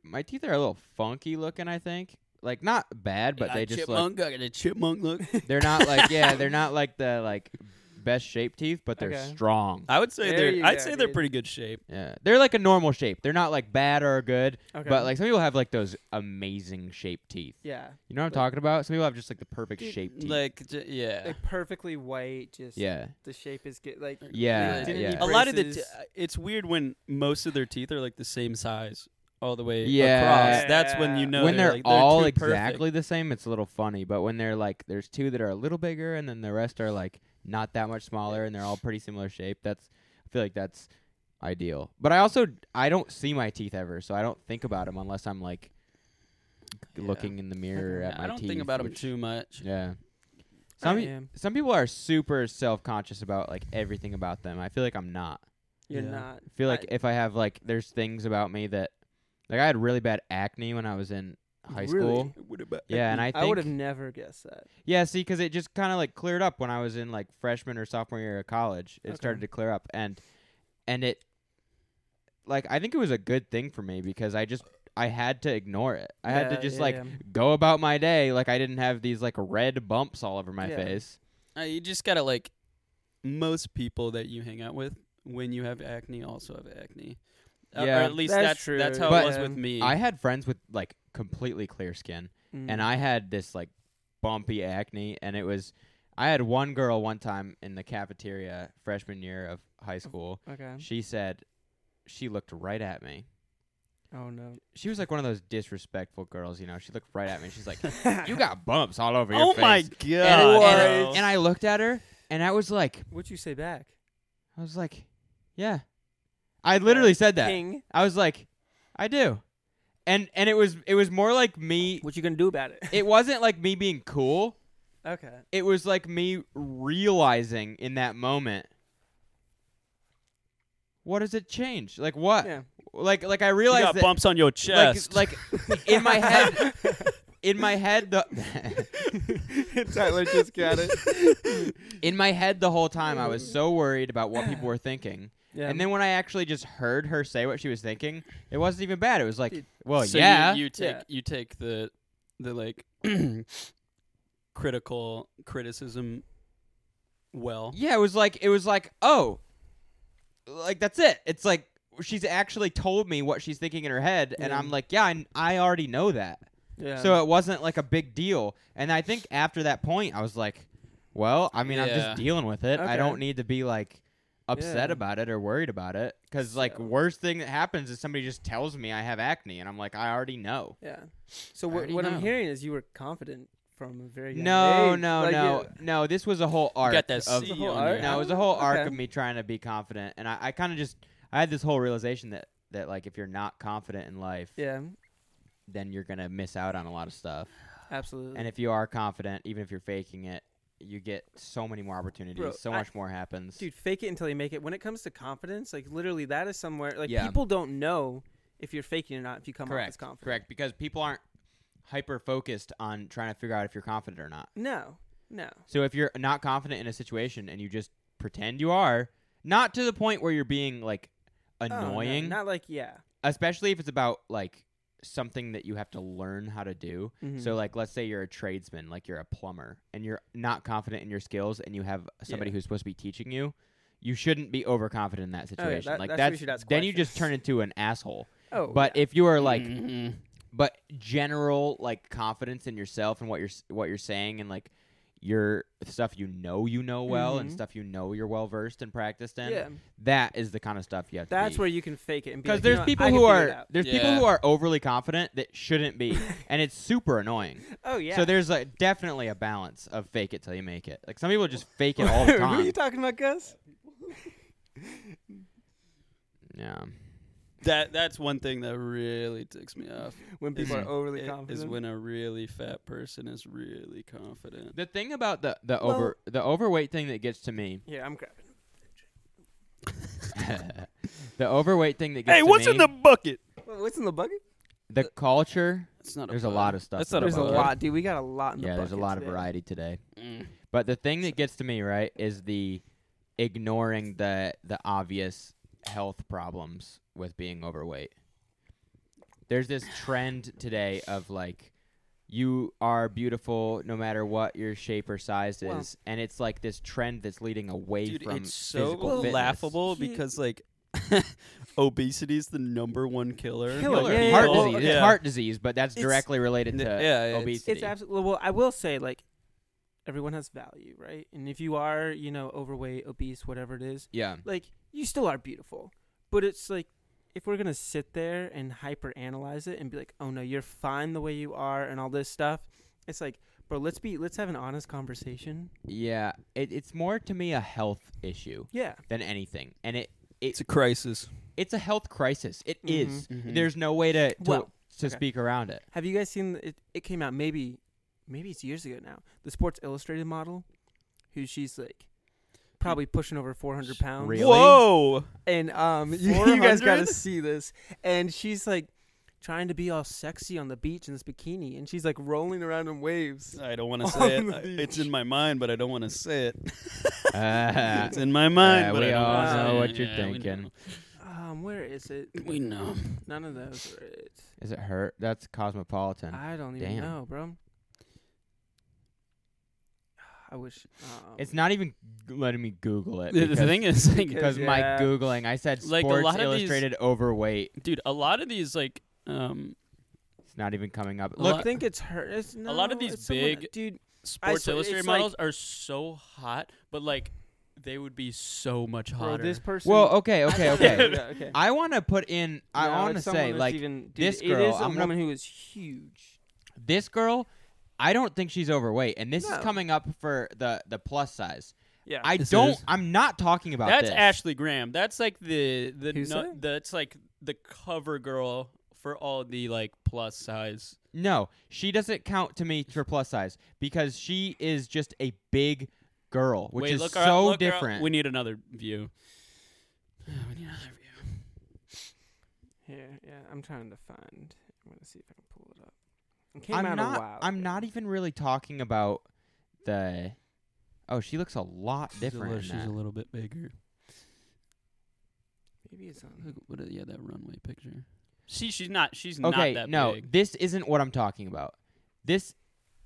Speaker 1: my teeth are a little funky looking. I think like not bad, but they just look.
Speaker 2: I got a chipmunk look.
Speaker 1: They're not like yeah, they're not like the like best shaped teeth, but they're
Speaker 3: Okay.
Speaker 1: strong.
Speaker 2: I would say
Speaker 3: There you
Speaker 2: they're. I'd
Speaker 3: go,
Speaker 2: say they're
Speaker 3: dude.
Speaker 2: pretty good shape.
Speaker 1: Yeah, they're like a normal shape. They're not like bad or good,
Speaker 3: Okay.
Speaker 1: but like some people have like those amazing shaped teeth.
Speaker 3: yeah,
Speaker 1: You know what I'm
Speaker 3: Like-
Speaker 1: talking about? Some people have just like the perfect
Speaker 3: Dude,
Speaker 1: shaped teeth.
Speaker 2: Like j- yeah,
Speaker 3: like perfectly white. Just
Speaker 1: yeah,
Speaker 3: the shape is good. Like
Speaker 1: yeah,
Speaker 3: didn't
Speaker 1: yeah.
Speaker 3: need
Speaker 2: a lot of the. T-
Speaker 3: braces.
Speaker 2: it's weird when most of their teeth are like the same size all the way
Speaker 1: Yeah.
Speaker 2: across. That's when you know
Speaker 1: when
Speaker 2: they're,
Speaker 1: they're,
Speaker 2: like,
Speaker 1: all
Speaker 2: too perfect.
Speaker 1: exactly the same, it's a little funny. But when they're like, there's two that are a little bigger, and then the rest are like not that much smaller, and they're all pretty similar shape. That's I feel like that's ideal. But I also I don't see my teeth ever, so I don't think about them unless I'm like
Speaker 2: Yeah.
Speaker 1: looking in the mirror
Speaker 2: Yeah,
Speaker 1: at my
Speaker 2: I don't
Speaker 1: teeth.
Speaker 2: think about them
Speaker 1: which-
Speaker 2: too much.
Speaker 1: Yeah. Some
Speaker 3: I am.
Speaker 1: some people are super self conscious about like everything about them. I feel like I'm not.
Speaker 3: You're
Speaker 2: Yeah.
Speaker 3: not.
Speaker 1: I feel like
Speaker 3: I-
Speaker 1: if I have like there's things about me that like I had really bad acne when I was in high
Speaker 3: Really?
Speaker 1: school.
Speaker 2: What about
Speaker 1: Yeah, and I
Speaker 3: I
Speaker 1: think
Speaker 3: would have never guessed that.
Speaker 1: yeah, see, because it just kind of like cleared up when I was in like freshman or sophomore year of college. It
Speaker 3: Okay.
Speaker 1: started to clear up, and and it like I think it was a good thing for me because I just I had to ignore it. I had to
Speaker 3: Yeah,
Speaker 1: just
Speaker 3: yeah,
Speaker 1: like
Speaker 3: yeah.
Speaker 1: go about my day like I didn't have these like red bumps all over my
Speaker 3: Yeah.
Speaker 1: face.
Speaker 2: Uh, you just gotta like most people that you hang out with when you have acne also have acne. Uh, or
Speaker 1: Yeah.
Speaker 2: at least
Speaker 3: That's
Speaker 2: that's
Speaker 3: true.
Speaker 2: That's how
Speaker 1: But-
Speaker 2: it was with me.
Speaker 1: I had friends with like completely clear skin. and
Speaker 2: Mm.
Speaker 3: Mm.
Speaker 1: I had this like bumpy acne, and it was I had one girl one time in the cafeteria freshman year of high school.
Speaker 3: okay.
Speaker 1: She said, she looked right at me.
Speaker 3: Oh no.
Speaker 1: She was like one of those disrespectful girls, you know. She looked right at me. and She's like, "You got bumps all over your
Speaker 2: oh
Speaker 1: face."
Speaker 2: my god!
Speaker 1: And, and-
Speaker 2: bro.
Speaker 1: and I looked at her, and I was like,
Speaker 3: What'd you say back?
Speaker 1: I was like, "Yeah." I literally said that.
Speaker 3: King.
Speaker 1: I was like, "I do," and and it was it was more like me.
Speaker 3: What you gonna do about it?
Speaker 1: It wasn't like me being cool.
Speaker 3: okay.
Speaker 1: It was like me realizing in that moment. What does it change? Like what?
Speaker 3: Yeah.
Speaker 1: Like like I
Speaker 2: you
Speaker 1: realized
Speaker 2: got
Speaker 1: that,
Speaker 2: bumps on your chest.
Speaker 1: like like in my head in my head the
Speaker 3: Tyler just got it.
Speaker 1: in my head the whole time I was so worried about what people were thinking.
Speaker 3: Yeah.
Speaker 1: And then when I actually just heard her say what she was thinking, it wasn't even bad. It was like,
Speaker 3: Dude.
Speaker 1: well,
Speaker 2: so you-
Speaker 1: yeah.
Speaker 2: You, take
Speaker 3: Yeah.
Speaker 2: you take the the like critical criticism well.
Speaker 1: Yeah, it was like it was like, oh, like that's it. It's like she's actually told me what she's thinking in her head, and
Speaker 3: Yeah.
Speaker 1: I'm like, yeah, I, I already know that.
Speaker 3: Mm. yeah.
Speaker 1: So it wasn't like a big deal. And I think after that point, I was like, well, I mean, I'm
Speaker 2: Yeah.
Speaker 1: just dealing with it. I
Speaker 3: Okay.
Speaker 1: don't need to be like upset
Speaker 3: Yeah.
Speaker 1: about it or worried about it because like
Speaker 3: So-
Speaker 1: worst thing that happens is somebody just tells me I have acne, and I'm like, I already know.
Speaker 3: yeah. So
Speaker 1: I
Speaker 3: what,
Speaker 1: already
Speaker 3: what
Speaker 1: know.
Speaker 3: I'm hearing is you were confident from a very young
Speaker 1: No,
Speaker 3: age.
Speaker 1: no,
Speaker 3: Like,
Speaker 1: no,
Speaker 3: you-
Speaker 1: no. This was a whole arc.
Speaker 2: got that
Speaker 1: of,
Speaker 2: C
Speaker 3: The whole
Speaker 2: on
Speaker 3: arc?
Speaker 2: your-
Speaker 1: No, it was a whole arc
Speaker 3: Okay.
Speaker 1: of me trying to be confident, and I, I kind of just I had this whole realization that that like if you're not confident in life,
Speaker 3: Yeah.
Speaker 1: then you're gonna miss out on a lot of stuff.
Speaker 3: Absolutely.
Speaker 1: And if you are confident, even if you're faking it, you get so many more opportunities.
Speaker 3: Bro,
Speaker 1: so
Speaker 3: I-
Speaker 1: much more happens.
Speaker 3: Dude, fake it until you make it. When it comes to confidence, like literally, that is somewhere like
Speaker 1: Yeah.
Speaker 3: people don't know if you're faking or not. If you come off as
Speaker 1: correct,
Speaker 3: confident,
Speaker 1: correct, because people aren't hyper focused on trying to figure out if you're confident or not.
Speaker 3: No, no.
Speaker 1: So if you're not confident in a situation and you just pretend you are, not to the point where you're being like
Speaker 3: Oh, no,
Speaker 1: annoying,
Speaker 3: not like yeah.
Speaker 1: especially if it's about like something that you have to learn how to do.
Speaker 3: Mm-hmm. Hmm.
Speaker 1: So like let's say you're a tradesman, like you're a plumber and you're not confident in your skills and you have somebody
Speaker 3: Yeah. Oh,
Speaker 1: who's supposed to be teaching you, you shouldn't be overconfident in that
Speaker 3: yeah,
Speaker 1: situation.
Speaker 3: that-
Speaker 1: like
Speaker 3: that's where you
Speaker 1: that's,
Speaker 3: should ask
Speaker 1: then you just
Speaker 3: questions.
Speaker 1: turn into an asshole.
Speaker 3: oh, Mm-hmm.
Speaker 1: but if you are like
Speaker 2: Mhm.
Speaker 1: but general like confidence in yourself and what you're s- what you're saying and like your stuff you know you know well and
Speaker 3: Mhm.
Speaker 1: stuff you know you're well versed and practiced in.
Speaker 3: yeah,
Speaker 1: That is the kind of stuff you have to
Speaker 3: that's
Speaker 1: be
Speaker 3: where you can fake it and be
Speaker 1: because
Speaker 3: like, you
Speaker 1: there's
Speaker 3: know what,
Speaker 1: people
Speaker 3: I
Speaker 1: who
Speaker 3: can figure it
Speaker 1: are
Speaker 3: out.
Speaker 1: there's people
Speaker 2: Yeah.
Speaker 1: who are overly confident that shouldn't be, and it's super annoying.
Speaker 3: Oh yeah.
Speaker 1: So there's like definitely a balance of fake it till you make it. Like some people just fake it all the
Speaker 3: Who are you
Speaker 1: time.
Speaker 3: talking about, Gus?
Speaker 1: yeah,
Speaker 2: That that's one thing that really ticks me off.
Speaker 3: When people
Speaker 1: Mhm.
Speaker 3: are overly
Speaker 2: It-
Speaker 3: confident.
Speaker 2: Is when a really fat person is really confident.
Speaker 1: the thing about the the
Speaker 3: Well-
Speaker 1: over the overweight thing that gets to me,
Speaker 3: yeah, I'm grabbing.
Speaker 1: the overweight thing that gets to me,
Speaker 2: bucket?
Speaker 3: Wha- What's in the bucket?
Speaker 1: the culture.
Speaker 2: It's not.
Speaker 1: There's a lot of stuff.
Speaker 2: That's not
Speaker 1: in
Speaker 2: a
Speaker 1: the
Speaker 3: There's a
Speaker 1: culture.
Speaker 3: lot, dude. We got a lot in the
Speaker 1: Yeah, there's a
Speaker 3: bucket
Speaker 1: lot of
Speaker 3: today.
Speaker 1: variety today.
Speaker 2: Mm.
Speaker 1: But the thing that gets to me right is the ignoring the the obvious health problems with being overweight. There's this trend today of like you are beautiful no matter what your shape or size
Speaker 3: Well-
Speaker 1: is, and it's like this trend that's leading away
Speaker 2: Dude,
Speaker 1: from
Speaker 2: it's so
Speaker 1: physical fitness.
Speaker 2: laughable
Speaker 3: He-
Speaker 2: because like obesity is the number one killer.
Speaker 3: Killer,
Speaker 2: Like,
Speaker 3: yeah, yeah,
Speaker 1: Heart
Speaker 3: well,
Speaker 2: people-
Speaker 1: disease.
Speaker 2: yeah.
Speaker 1: It's heart disease, but that's
Speaker 3: It's-
Speaker 1: directly related to
Speaker 2: Yeah, yeah, it's-
Speaker 1: obesity.
Speaker 3: It's absolutely well. I will say, like, everyone has value, right? And if you are, you know, overweight, obese, whatever it is,
Speaker 1: yeah.
Speaker 3: like, you still are beautiful. But it's like, if we're gonna sit there and hyper analyze it and be like, oh no, you're fine the way you are, and all this stuff, it's like, bro, let's be, let's have an honest conversation.
Speaker 1: Yeah. It, it's more to me a health issue
Speaker 3: Yeah,
Speaker 1: than anything. And it
Speaker 2: It's a crisis.
Speaker 1: it's a health crisis. It
Speaker 3: Mhm.
Speaker 1: is.
Speaker 2: Mhm.
Speaker 1: There's no way to to,
Speaker 3: Well,
Speaker 1: to
Speaker 3: okay.
Speaker 1: speak around it.
Speaker 3: Have you guys seen it? It came out maybe, maybe it's years ago now. The Sports Illustrated model, who she's like, probably pushing over 400 pounds.
Speaker 1: Really?
Speaker 2: Whoa!
Speaker 3: And um, you, you guys got to
Speaker 2: 400?
Speaker 3: see this. And she's like, trying to be all sexy on the beach in this bikini, and she's like rolling around in waves.
Speaker 2: I don't want to
Speaker 3: On
Speaker 2: say it.
Speaker 3: the
Speaker 2: I-
Speaker 3: beach.
Speaker 2: It's in my mind, but I don't want to say it.
Speaker 1: Uh,
Speaker 2: It's in my mind,
Speaker 1: uh,
Speaker 2: but
Speaker 1: we
Speaker 2: I don't
Speaker 1: all
Speaker 2: wanna say
Speaker 1: know
Speaker 2: it.
Speaker 1: what you're
Speaker 2: Yeah, we
Speaker 1: thinking.
Speaker 3: Um, where is it?
Speaker 2: know. We know.
Speaker 3: None of those are it.
Speaker 1: Is it hurt? That's cosmopolitan.
Speaker 3: I don't even
Speaker 1: Damn.
Speaker 3: know, bro. I wish. Um,
Speaker 1: it's not even g- letting me Google it.
Speaker 2: The, the
Speaker 1: because-
Speaker 2: thing is, like,
Speaker 1: because my
Speaker 3: Yeah.
Speaker 1: googling, I said
Speaker 2: Like, a
Speaker 1: Sports
Speaker 2: lot of these-
Speaker 1: Illustrated overweight.
Speaker 2: dude, a lot of these, like, um,
Speaker 1: It's not even coming up.
Speaker 2: A
Speaker 3: Look,
Speaker 1: Look,
Speaker 3: I think it's her. It's, no,
Speaker 2: lot of these
Speaker 3: it's someone-
Speaker 2: big-
Speaker 3: dude.
Speaker 2: Sports
Speaker 3: saw-
Speaker 2: Illustrated
Speaker 3: it's like-
Speaker 2: models are so hot, but like they would be so much
Speaker 3: Bro,
Speaker 2: hotter.
Speaker 3: this person.
Speaker 1: Well, okay, okay,
Speaker 3: I-
Speaker 1: okay.
Speaker 3: yeah, okay.
Speaker 1: I want to put in. I
Speaker 3: No,
Speaker 1: want to
Speaker 3: it's someone
Speaker 1: say
Speaker 3: that's
Speaker 1: like
Speaker 3: even, dude,
Speaker 1: this
Speaker 3: It
Speaker 1: girl,
Speaker 3: is a
Speaker 1: I'm gonna-
Speaker 3: woman who is huge.
Speaker 1: this girl. I don't think she's overweight, and this
Speaker 3: No.
Speaker 1: is coming up for the the plus size.
Speaker 3: Yeah.
Speaker 1: I
Speaker 2: This
Speaker 1: don't.
Speaker 2: is-
Speaker 1: I'm not talking about
Speaker 2: that's
Speaker 1: this.
Speaker 2: Ashley Graham. That's like the the
Speaker 3: Who's
Speaker 2: nu-
Speaker 3: that?
Speaker 2: that's like the cover girl for all the like plus size.
Speaker 1: No, she doesn't count to me for plus size because she is just a big girl, which
Speaker 2: Wait,
Speaker 1: is
Speaker 2: look her up,
Speaker 1: so
Speaker 2: look her up.
Speaker 1: different.
Speaker 2: We need another view. We need another view.
Speaker 3: Here, yeah, I'm trying to find. I'm gonna see if I can pull it up. It came
Speaker 1: I'm
Speaker 3: out
Speaker 1: not.
Speaker 3: a while.
Speaker 1: I'm
Speaker 3: ago.
Speaker 1: not even really talking about the. Oh, she looks a lot different. in that.
Speaker 2: little bit bigger.
Speaker 3: Maybe it's on.
Speaker 1: e-,
Speaker 2: Look, what, yeah, that runway picture. See, she's not. She's
Speaker 1: okay,
Speaker 2: not that
Speaker 1: no,
Speaker 2: big.
Speaker 1: this isn't what I'm talking about. This,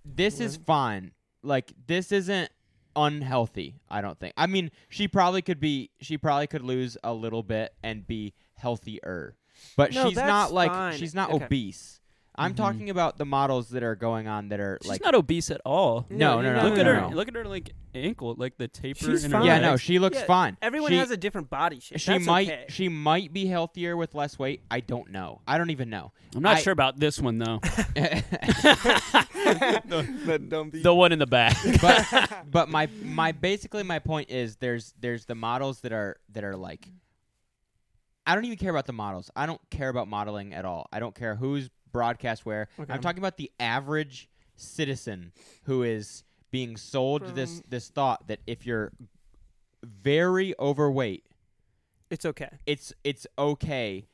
Speaker 1: this is
Speaker 3: What?
Speaker 1: fine. Like this isn't unhealthy. I don't think. I mean, she probably could be. She probably could lose a little bit and be healthier. But
Speaker 3: No,
Speaker 1: she's
Speaker 3: that's
Speaker 1: not like
Speaker 3: fine.
Speaker 1: she's not
Speaker 3: Okay. Mm-hmm.
Speaker 1: obese. I'm
Speaker 2: Mhm.
Speaker 1: talking about the models that are going on that are
Speaker 2: She's
Speaker 1: like.
Speaker 2: not obese at all.
Speaker 1: No, no, no,
Speaker 2: look
Speaker 1: no,
Speaker 2: at
Speaker 1: no,
Speaker 2: her.
Speaker 1: no.
Speaker 2: Look at her like ankle, like the taper.
Speaker 3: She's
Speaker 2: in her
Speaker 3: fine.
Speaker 1: yeah, no,
Speaker 2: legs.
Speaker 1: she looks
Speaker 3: Yeah,
Speaker 1: fine.
Speaker 3: Everyone
Speaker 1: She-
Speaker 3: has a different body shape.
Speaker 1: she
Speaker 3: That's
Speaker 1: might
Speaker 3: okay.
Speaker 1: she might be healthier with less weight. I don't know. I don't even know.
Speaker 2: I'm not
Speaker 1: I-
Speaker 2: sure about this one though.
Speaker 3: But don't be.
Speaker 2: the one in the back.
Speaker 1: but but my my basically my point is there's there's the models that are that are like I don't even care about the models. I don't care about modeling at all. I don't care who's broadcast where.
Speaker 3: Okay.
Speaker 1: I'm talking about the average citizen who is being sold this this thought that if you're very overweight,
Speaker 3: It's okay.
Speaker 1: it's it's okay.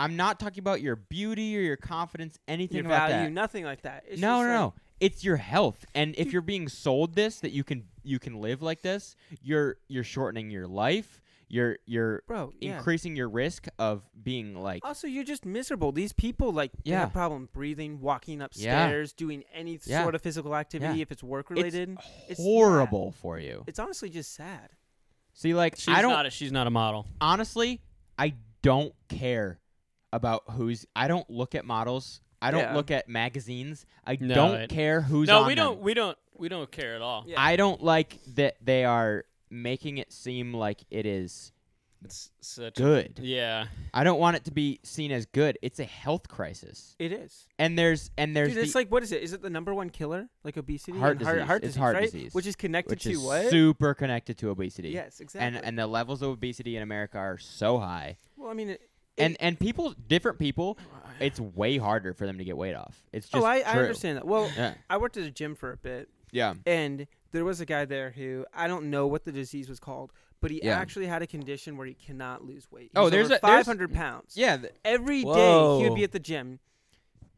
Speaker 1: I'm not talking about your beauty or your confidence, anything
Speaker 3: Your
Speaker 1: about
Speaker 3: value,
Speaker 1: that.
Speaker 3: nothing like that. It's
Speaker 1: no,
Speaker 3: just
Speaker 1: no,
Speaker 3: like,
Speaker 1: no. It's your health, and if you're being sold this that you can you can live like this, you're you're shortening your life. You're you're
Speaker 3: bro. Yeah.
Speaker 1: increasing your risk of being like
Speaker 3: Also, you're just miserable. These people, like, they
Speaker 1: Yeah.
Speaker 3: have problem breathing, walking
Speaker 1: Yeah.
Speaker 3: upstairs, doing any
Speaker 1: Yeah.
Speaker 3: sort of physical activity
Speaker 1: Yeah.
Speaker 3: if it's work related.
Speaker 1: it's
Speaker 3: yeah.
Speaker 1: horrible for you.
Speaker 3: It's honestly just sad.
Speaker 1: See, like
Speaker 2: she's
Speaker 1: I don't
Speaker 2: not. A, she's not a model.
Speaker 1: honestly, I don't care about who's. I don't look at models. I don't
Speaker 3: Yeah.
Speaker 1: look at magazines. I
Speaker 2: No,
Speaker 1: don't
Speaker 2: it-
Speaker 1: care who's.
Speaker 2: no,
Speaker 1: on
Speaker 2: we
Speaker 1: them.
Speaker 2: don't. We don't. We don't care at all.
Speaker 3: Yeah.
Speaker 1: I don't like that they are making it seem like it is
Speaker 2: It's such.
Speaker 1: good.
Speaker 2: yeah.
Speaker 1: I don't want it to be seen as good. It's a health crisis,
Speaker 3: It is.
Speaker 1: and there's and there's
Speaker 3: Dude, it's
Speaker 1: the,
Speaker 3: like what is it? Is it the number one killer, like obesity,
Speaker 1: Heart
Speaker 3: and heart,
Speaker 1: disease.
Speaker 3: heart
Speaker 1: It's
Speaker 3: disease,
Speaker 1: heart
Speaker 3: right?
Speaker 1: disease.
Speaker 3: Which is connected
Speaker 1: which
Speaker 3: to
Speaker 1: is
Speaker 3: what?
Speaker 1: super connected to obesity.
Speaker 3: Yes, exactly.
Speaker 1: And and the levels of obesity in America are so high,
Speaker 3: well, I mean, it,
Speaker 1: and and people, different people, it's way harder for them to get weight off. It's just
Speaker 3: oh, I, I
Speaker 1: true.
Speaker 3: understand that. Well,
Speaker 1: Yeah.
Speaker 3: I worked at a gym for a bit,
Speaker 1: Yeah.
Speaker 3: and there was a guy there who I don't know what the disease was called, but he
Speaker 1: Yeah.
Speaker 3: actually had a condition where he cannot lose weight. He
Speaker 1: Oh,
Speaker 3: was
Speaker 1: there's
Speaker 3: over
Speaker 1: a- there's-
Speaker 3: 500 pounds.
Speaker 1: Yeah. th-
Speaker 3: Every day he
Speaker 2: Whoa.
Speaker 3: would be at the gym.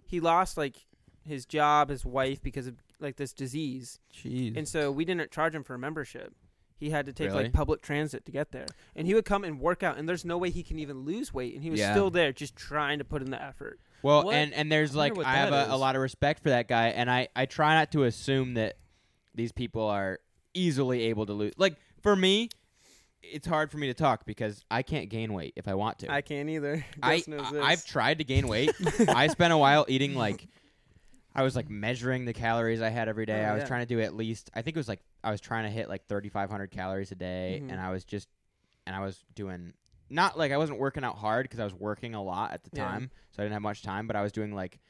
Speaker 3: He lost like his job, his wife because of like this disease,
Speaker 2: Jeez.
Speaker 3: and so we didn't charge him for a membership. He had to take
Speaker 1: Really?
Speaker 3: like public transit to get there, and he would come and work out, and there's no way he can even lose weight, and he was
Speaker 1: Yeah.
Speaker 3: still there just trying to put in the effort.
Speaker 1: Well,
Speaker 2: What?
Speaker 1: and and there's
Speaker 2: I
Speaker 1: like
Speaker 2: wonder what
Speaker 1: I have
Speaker 2: that
Speaker 1: a, a
Speaker 2: is.
Speaker 1: lot of respect for that guy, and I I try not to assume that these people are easily able to lose. Like for me, it's hard for me to talk because I can't gain weight if I want to.
Speaker 3: I can't either.
Speaker 1: I, I have tried to gain weight. I spent a while eating like I was like measuring the calories I had every day.
Speaker 3: Oh,
Speaker 1: I was
Speaker 3: yeah.
Speaker 1: trying to do at least I think it was like I was trying to hit like 3500 calories a day
Speaker 3: Mhm.
Speaker 1: and I was just and I was doing not like I wasn't working out hard cuz I was working a lot at the
Speaker 3: Yeah.
Speaker 1: time. So I didn't have much time, but I was doing like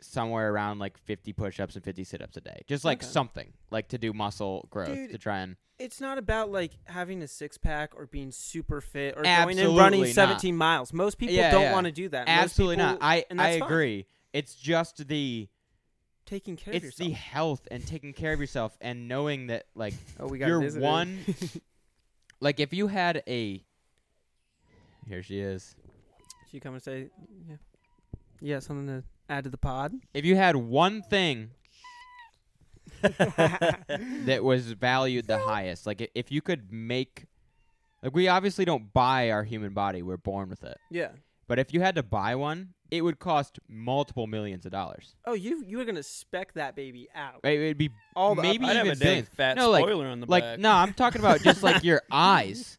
Speaker 1: somewhere around like 50 push-ups and 50 sit-ups a day. Just like
Speaker 3: Okay.
Speaker 1: something like to do muscle growth
Speaker 3: Dude,
Speaker 1: to try and
Speaker 3: it's not about like having a six pack or being super fit or going and
Speaker 1: Absolutely
Speaker 3: running
Speaker 1: not.
Speaker 3: 17 miles. Most people
Speaker 1: Yeah,
Speaker 3: don't
Speaker 1: yeah.
Speaker 3: want to do that. Most
Speaker 1: Absolutely not.
Speaker 3: people-
Speaker 1: I
Speaker 3: and
Speaker 1: I
Speaker 3: that's fine.
Speaker 1: agree. It's just the
Speaker 3: Taking care
Speaker 1: it's
Speaker 3: of yourself.
Speaker 1: the health and taking care of yourself and knowing that like
Speaker 3: oh, we got
Speaker 1: you're
Speaker 3: visitors.
Speaker 1: one like if you had a here she is
Speaker 3: She come and say, yeah, yeah, something to add to the pod.
Speaker 1: if you had one thing that was valued the highest like i- if you could make like we obviously don't buy our human body we're born with it
Speaker 3: Yeah.
Speaker 1: but if you had to buy one it would cost multiple millions of dollars
Speaker 3: Oh, you you were gonna spec that baby out.
Speaker 1: it would be
Speaker 3: All the
Speaker 1: maybe
Speaker 2: I'd have
Speaker 1: even
Speaker 2: a damn
Speaker 1: billions.
Speaker 2: fat
Speaker 1: No, like-
Speaker 2: spoiler on the
Speaker 1: like
Speaker 2: back.
Speaker 1: no i'm talking about just like your eyes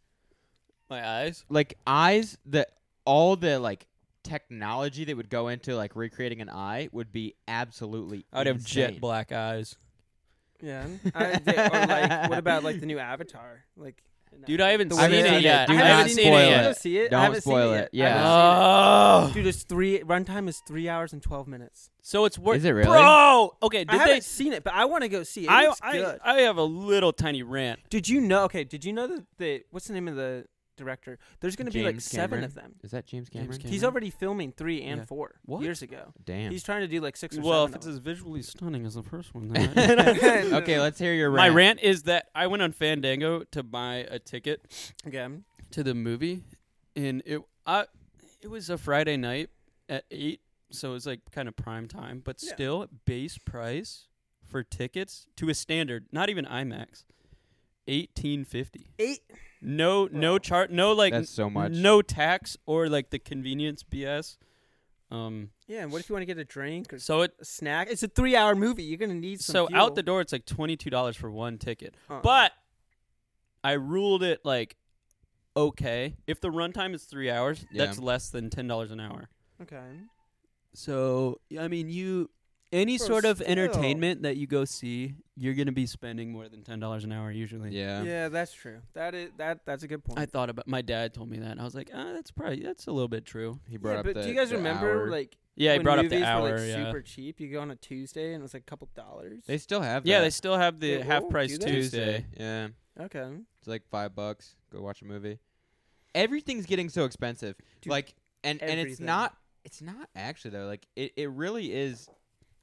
Speaker 2: My eyes.
Speaker 1: like eyes that all the like technology that would go into like recreating an eye would be absolutely
Speaker 2: I would have
Speaker 1: insane.
Speaker 2: jet black eyes.
Speaker 3: Yeah. I, they, or like, what about like the new Avatar? Like
Speaker 2: Dude, I haven't
Speaker 3: The
Speaker 2: seen
Speaker 3: way they
Speaker 2: it
Speaker 3: did
Speaker 2: yet.
Speaker 1: it, do
Speaker 2: I
Speaker 1: not
Speaker 2: haven't seen
Speaker 1: spoil
Speaker 2: it
Speaker 3: I
Speaker 2: yet.
Speaker 1: it.
Speaker 3: see it. I
Speaker 1: Don't
Speaker 3: haven't seen
Speaker 1: spoil
Speaker 3: it.
Speaker 1: it,
Speaker 3: yet.
Speaker 1: yeah.
Speaker 3: I haven't
Speaker 2: Oh.
Speaker 3: seen it. Dude, it's three. Runtime is three hours and twelve minutes.
Speaker 2: So it's worth
Speaker 1: Is it really?
Speaker 2: Bro. Okay,
Speaker 3: I
Speaker 2: did
Speaker 3: haven't
Speaker 2: they
Speaker 3: seen it, but I want to go see it. It
Speaker 2: I
Speaker 3: looks
Speaker 2: I,
Speaker 3: good.
Speaker 2: I have a little tiny rant.
Speaker 3: Did you know? Okay, did you know that the what's the name of the director? There's going to be like
Speaker 1: James
Speaker 3: seven
Speaker 1: Cameron?
Speaker 3: of them.
Speaker 1: Is that
Speaker 2: James
Speaker 1: James Cameron?
Speaker 2: Cameron.
Speaker 3: He's already filming three and
Speaker 2: Yeah.
Speaker 3: four
Speaker 2: What?
Speaker 3: years ago.
Speaker 1: Damn.
Speaker 3: He's trying to do like six or
Speaker 2: Well, if
Speaker 3: seven.
Speaker 2: it's
Speaker 3: of
Speaker 2: as visually stunning as the first one, then I-
Speaker 3: them.
Speaker 1: okay, let's hear your
Speaker 2: my
Speaker 1: rant.
Speaker 2: rant is that I went on Fandango to buy a ticket
Speaker 3: Okay.
Speaker 2: to the movie, and it I it was a Friday night at eight, so it was like kind of prime time, but
Speaker 3: Yeah.
Speaker 2: still base price for tickets to a standard, not even IMAX, eighteen fifty.
Speaker 3: Eight.
Speaker 2: No, no
Speaker 3: Wow.
Speaker 2: chart, no like
Speaker 1: That's so much.
Speaker 2: no tax or like the convenience BS. Um,
Speaker 3: Yeah, and what if you want to get a drink or
Speaker 2: so it
Speaker 3: a snack? It's a three-hour movie. You're gonna need some.
Speaker 2: so out the
Speaker 3: fuel.
Speaker 2: door it's like twenty two dollars for one ticket.
Speaker 3: Uh-uh.
Speaker 2: But I ruled it like okay. If the runtime is three hours,
Speaker 1: Yeah.
Speaker 2: that's less than ten dollars an hour.
Speaker 3: okay,
Speaker 2: So I mean, you any
Speaker 3: Bro,
Speaker 2: sort of
Speaker 3: still.
Speaker 2: entertainment that you go see, you're gonna be spending more than ten dollars an hour usually.
Speaker 1: Yeah.
Speaker 3: yeah, that's true. That is that. That's a good point.
Speaker 2: I thought about my dad told me that. And I was like, ah, that's probably that's a little bit true.
Speaker 1: He brought
Speaker 3: yeah,
Speaker 1: up
Speaker 3: but
Speaker 1: the
Speaker 3: do you guys
Speaker 1: the
Speaker 3: remember
Speaker 1: hour.
Speaker 3: like
Speaker 2: Yeah, he
Speaker 3: when
Speaker 2: brought up
Speaker 3: movies
Speaker 2: the hour.
Speaker 3: were like
Speaker 2: yeah,
Speaker 3: super cheap? You go on a Tuesday and it was like a couple dollars.
Speaker 1: they still have
Speaker 2: yeah,
Speaker 1: that.
Speaker 2: they still have the
Speaker 3: Wait, what?
Speaker 2: half price
Speaker 3: Do they?
Speaker 2: Tuesday.
Speaker 1: Yeah.
Speaker 3: okay,
Speaker 1: It's like 5 bucks, go watch a movie. Everything's getting so expensive.
Speaker 3: Dude,
Speaker 1: like and and it's
Speaker 3: everything.
Speaker 1: not it's not actually though. Like it, it really is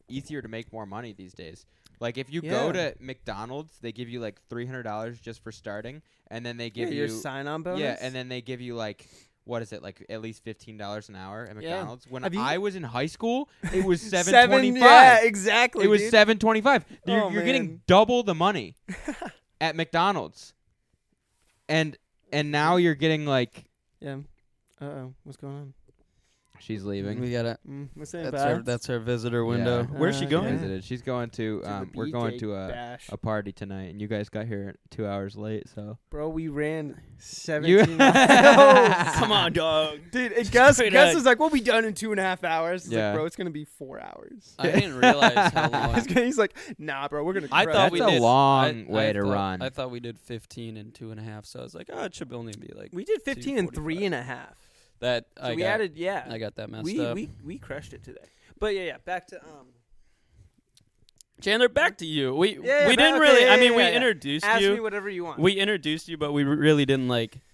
Speaker 1: easier to make more money these days. Like if you go
Speaker 3: Yeah.
Speaker 1: to McDonald's, they give you like $300 just for starting and then they give
Speaker 3: yeah,
Speaker 1: you
Speaker 3: your sign-on bonus.
Speaker 1: Yeah, and then they give you like what is it like at least fifteen dollars an hour at
Speaker 3: Yeah.
Speaker 1: McDonald's? When
Speaker 3: Have you- e
Speaker 1: I was in high school, it was seven
Speaker 3: seven.
Speaker 1: twenty
Speaker 3: Yeah,
Speaker 1: five.
Speaker 3: exactly.
Speaker 1: It was
Speaker 3: dude.
Speaker 1: seven twenty five. You're,
Speaker 3: Oh,
Speaker 1: you're getting
Speaker 3: man.
Speaker 1: double the money at McDonald's, and and now you're getting like
Speaker 3: Yeah. Uh oh, what's going on?
Speaker 1: she's leaving.
Speaker 2: We got a
Speaker 3: Mm, what's that
Speaker 2: that's our, that's our visitor window.
Speaker 1: Yeah.
Speaker 2: Where's she
Speaker 3: Uh,
Speaker 2: going?
Speaker 3: yeah.
Speaker 1: Visited. She's going to. Um, we're going to a a party tonight, and you guys got here two hours late, so
Speaker 3: Bro, we ran
Speaker 1: you.
Speaker 3: 17 miles.
Speaker 2: Come on, dog.
Speaker 3: Dude, and Gus,
Speaker 2: Straight
Speaker 3: Gus
Speaker 2: up.
Speaker 3: was like, we'll be done in two and a half hours. It's
Speaker 1: Yeah.
Speaker 3: like, bro, it's going to be four hours.
Speaker 2: I didn't realize how
Speaker 1: I
Speaker 2: long.
Speaker 3: He's gonna- He's like, nah, bro, we're going to
Speaker 2: I thought
Speaker 1: That's
Speaker 2: we
Speaker 1: a
Speaker 2: did,
Speaker 1: long
Speaker 2: I-
Speaker 1: way
Speaker 2: I
Speaker 1: to
Speaker 2: thought-
Speaker 1: run.
Speaker 2: I thought we did 15 and two and a half, so I was like, oh, it should only be like
Speaker 3: We did 15 and
Speaker 2: 245.
Speaker 3: three and a half.
Speaker 2: that.
Speaker 3: So
Speaker 2: I
Speaker 3: we
Speaker 2: got,
Speaker 3: added, yeah.
Speaker 2: I got that messed
Speaker 3: we,
Speaker 2: up.
Speaker 3: we we crushed it today. But yeah, yeah, back to um
Speaker 2: Chandler, back to you. We
Speaker 3: Yeah,
Speaker 2: we
Speaker 3: back-
Speaker 2: didn't
Speaker 3: okay,
Speaker 2: really.
Speaker 3: yeah,
Speaker 2: I mean,
Speaker 3: yeah,
Speaker 2: we
Speaker 3: yeah.
Speaker 2: introduced
Speaker 3: ask me
Speaker 2: you.
Speaker 3: whatever you want.
Speaker 2: We introduced you, but we re- really didn't like.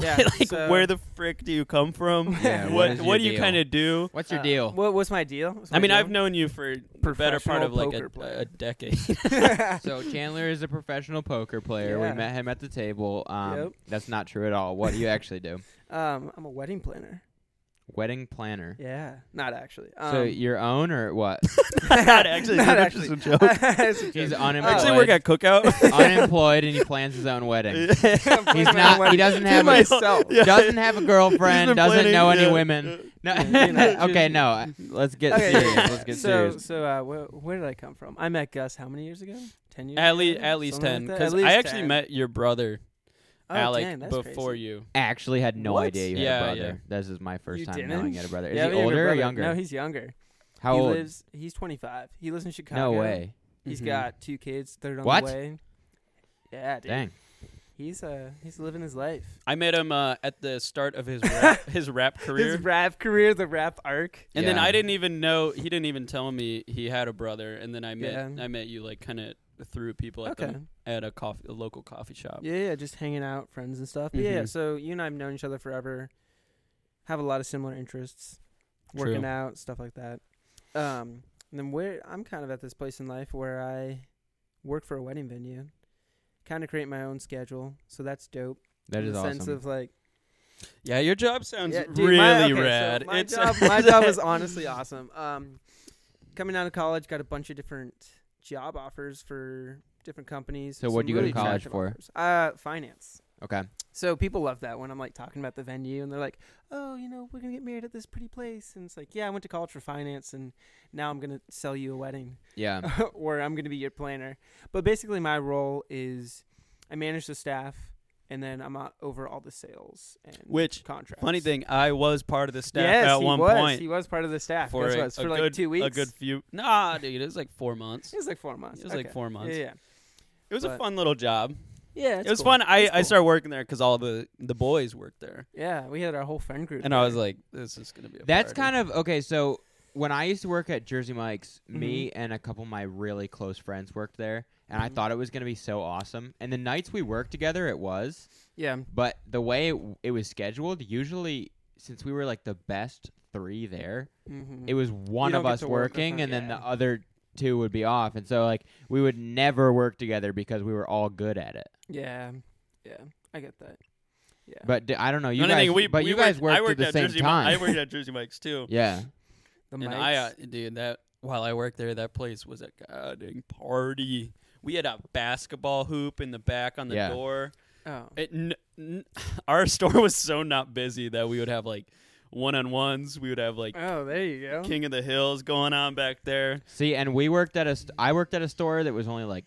Speaker 3: Yeah,
Speaker 2: like
Speaker 3: so-
Speaker 2: where the frick do you come from?
Speaker 3: Yeah,
Speaker 2: what
Speaker 3: what
Speaker 2: what,
Speaker 1: is
Speaker 2: do
Speaker 1: your
Speaker 2: you
Speaker 1: deal?
Speaker 2: kind of do?
Speaker 1: What's
Speaker 3: Uh, What what's my deal? What's
Speaker 2: I
Speaker 3: my
Speaker 2: mean,
Speaker 3: deal?
Speaker 2: I've known you for the better part
Speaker 3: Professional
Speaker 2: of like a,
Speaker 3: poker player.
Speaker 2: a decade.
Speaker 1: So Chandler is a professional poker player.
Speaker 3: Yeah.
Speaker 1: We met him at the table. Um,
Speaker 3: Yep.
Speaker 1: That's not true at all. What do you actually do?
Speaker 3: um I'm a wedding planner.
Speaker 1: Wedding planner.
Speaker 3: Yeah, not actually. Um,
Speaker 1: so your own or what?
Speaker 2: Not actually,
Speaker 3: Not
Speaker 2: dude, that's
Speaker 3: actually. Oh,
Speaker 2: just a joke.
Speaker 3: It's a
Speaker 1: He's
Speaker 3: joke.
Speaker 2: I
Speaker 1: unemployed.
Speaker 2: actually work at Cookout.
Speaker 1: Unemployed and he plans his own wedding.
Speaker 3: I'm planning
Speaker 1: He's
Speaker 3: my
Speaker 1: not.
Speaker 3: wedding
Speaker 1: He doesn't
Speaker 3: to
Speaker 1: have. A,
Speaker 3: myself.
Speaker 1: doesn't have a girlfriend.
Speaker 2: been
Speaker 1: Doesn't
Speaker 2: planning,
Speaker 1: know any
Speaker 2: yeah,
Speaker 1: women. No.
Speaker 3: Yeah, you know,
Speaker 1: okay,
Speaker 3: just-
Speaker 1: no. I- Let's get
Speaker 3: Okay,
Speaker 1: serious.
Speaker 3: yeah.
Speaker 1: Let's get
Speaker 3: so,
Speaker 1: serious.
Speaker 3: So, uh, where, where did I come from? I met Gus how many years ago? Ten years.
Speaker 2: At
Speaker 3: ago?
Speaker 2: least, at least ten,
Speaker 3: Something like that?
Speaker 2: because
Speaker 3: At least
Speaker 2: I actually
Speaker 3: 10.
Speaker 2: met your brother
Speaker 3: oh,
Speaker 2: Alec
Speaker 3: dang, that's
Speaker 2: before
Speaker 3: crazy.
Speaker 2: you.
Speaker 1: Actually, had no
Speaker 3: What?
Speaker 1: idea you had
Speaker 2: Yeah,
Speaker 1: a brother. This is my first
Speaker 3: You
Speaker 1: time
Speaker 3: didn't?
Speaker 1: knowing you had a brother. Is
Speaker 3: Yeah,
Speaker 1: he
Speaker 3: but your
Speaker 1: older or
Speaker 3: brother-
Speaker 1: younger?
Speaker 3: No, he's younger.
Speaker 1: How
Speaker 3: he
Speaker 1: old?
Speaker 3: lives. He's 25. He lives in Chicago.
Speaker 1: no way. Mm-hmm.
Speaker 3: He's
Speaker 2: Mhm.
Speaker 3: got two kids, third on
Speaker 1: What?
Speaker 3: the way. Yeah, dude.
Speaker 1: Dang.
Speaker 3: He's uh he's living his life.
Speaker 2: I met him uh, at the start of his rap, his rap career,
Speaker 3: His rap career, the rap arc.
Speaker 2: and then
Speaker 1: Yeah.
Speaker 2: I didn't even know he didn't even tell me he had a brother. And then I met
Speaker 3: Yeah.
Speaker 2: I met you like kind of through people at, the-
Speaker 3: Okay.
Speaker 2: at a coffee a local coffee shop.
Speaker 3: Yeah, yeah, just hanging out, friends and stuff. But yeah,
Speaker 1: Mm-hmm.
Speaker 2: Mhm.
Speaker 3: so you and I have known each other forever. Have a lot of similar interests, working
Speaker 2: True.
Speaker 3: out, stuff like that. Um, and then where I'm kind of at this place in life where I work for a wedding venue, kind of create my own schedule. So that's dope.
Speaker 1: That
Speaker 3: in
Speaker 1: is
Speaker 3: the
Speaker 1: awesome.
Speaker 3: sense of like
Speaker 2: Yeah, your job sounds
Speaker 3: Yeah, dude,
Speaker 2: really
Speaker 3: my, okay, so
Speaker 2: rad.
Speaker 3: my
Speaker 2: it's
Speaker 3: job, my job is honestly awesome. Um, coming out of college, got a bunch of different job offers for different companies.
Speaker 1: So what'd
Speaker 3: some
Speaker 1: you go to
Speaker 3: really
Speaker 1: college
Speaker 3: attractive
Speaker 1: for?
Speaker 3: offers. Uh, finance.
Speaker 1: okay.
Speaker 3: So people love that when I'm like talking about the venue and they're like, "Oh, you know, we're gonna get married at this pretty place," and it's like, "Yeah, I went to college for finance, and now I'm gonna sell you a wedding,
Speaker 1: Yeah.
Speaker 2: Um,
Speaker 3: or I'm gonna be your planner." But basically, my role is I manage the staff, and then I'm uh, over all the sales and
Speaker 2: which
Speaker 3: contracts.
Speaker 2: funny thing. I was part of the staff
Speaker 3: yes,
Speaker 2: at
Speaker 3: he
Speaker 2: one
Speaker 3: was.
Speaker 2: point
Speaker 3: He was part of the staff.
Speaker 2: for,
Speaker 3: Guess
Speaker 2: a,
Speaker 3: what? It's
Speaker 2: a
Speaker 3: for
Speaker 2: good,
Speaker 3: like two weeks.
Speaker 2: a good few. Nah, dude, it was like four months.
Speaker 3: It was like four months.
Speaker 2: It was like
Speaker 3: Okay.
Speaker 2: four months.
Speaker 3: Yeah, yeah.
Speaker 2: It was a
Speaker 3: But-
Speaker 2: fun little job.
Speaker 3: Yeah,
Speaker 2: it was fun. I, I started working there because all the the boys worked there,
Speaker 3: Yeah, we had our whole friend group.
Speaker 2: and I was like, this is gonna be. A
Speaker 1: That's
Speaker 2: party.
Speaker 1: kind of okay. So when I used to work at Jersey Mike's, me
Speaker 3: Mm-hmm.
Speaker 1: and a couple of my really close friends worked there, and I
Speaker 3: Mhm.
Speaker 1: thought it was gonna be so awesome. And the nights we worked together, it was.
Speaker 3: yeah,
Speaker 1: But the way it, it was scheduled, usually since we were like the best three there,
Speaker 3: mm-hmm.
Speaker 1: it was one
Speaker 3: don't
Speaker 1: of
Speaker 3: get
Speaker 1: us
Speaker 3: to work the
Speaker 1: working,
Speaker 3: fir-
Speaker 1: and then the
Speaker 3: yeah.
Speaker 1: other two would be off. And so like we would never work together because we were all good at it.
Speaker 3: yeah, yeah. I get that. Yeah,
Speaker 1: But d- I don't know you
Speaker 2: The only
Speaker 1: guys.
Speaker 2: thing we-
Speaker 1: but
Speaker 2: we
Speaker 1: you guys
Speaker 2: worked, I
Speaker 1: worked at the same
Speaker 2: Jersey Mi-
Speaker 1: time.
Speaker 2: I worked at Jersey Mike's too.
Speaker 1: yeah.
Speaker 3: the
Speaker 2: and I, uh,
Speaker 3: mics.
Speaker 2: dude, that while I worked there, that place was a goddamn party. We had a basketball hoop in the back on the
Speaker 1: Yeah.
Speaker 2: door.
Speaker 3: oh,
Speaker 2: It, n- n- our store was so not busy that we would have like one on ones. We would have like
Speaker 3: oh, there you
Speaker 1: Uh-huh.
Speaker 3: go.
Speaker 2: King of the Hills going on back there.
Speaker 1: See, and we worked at a. St- I worked at a store that was only like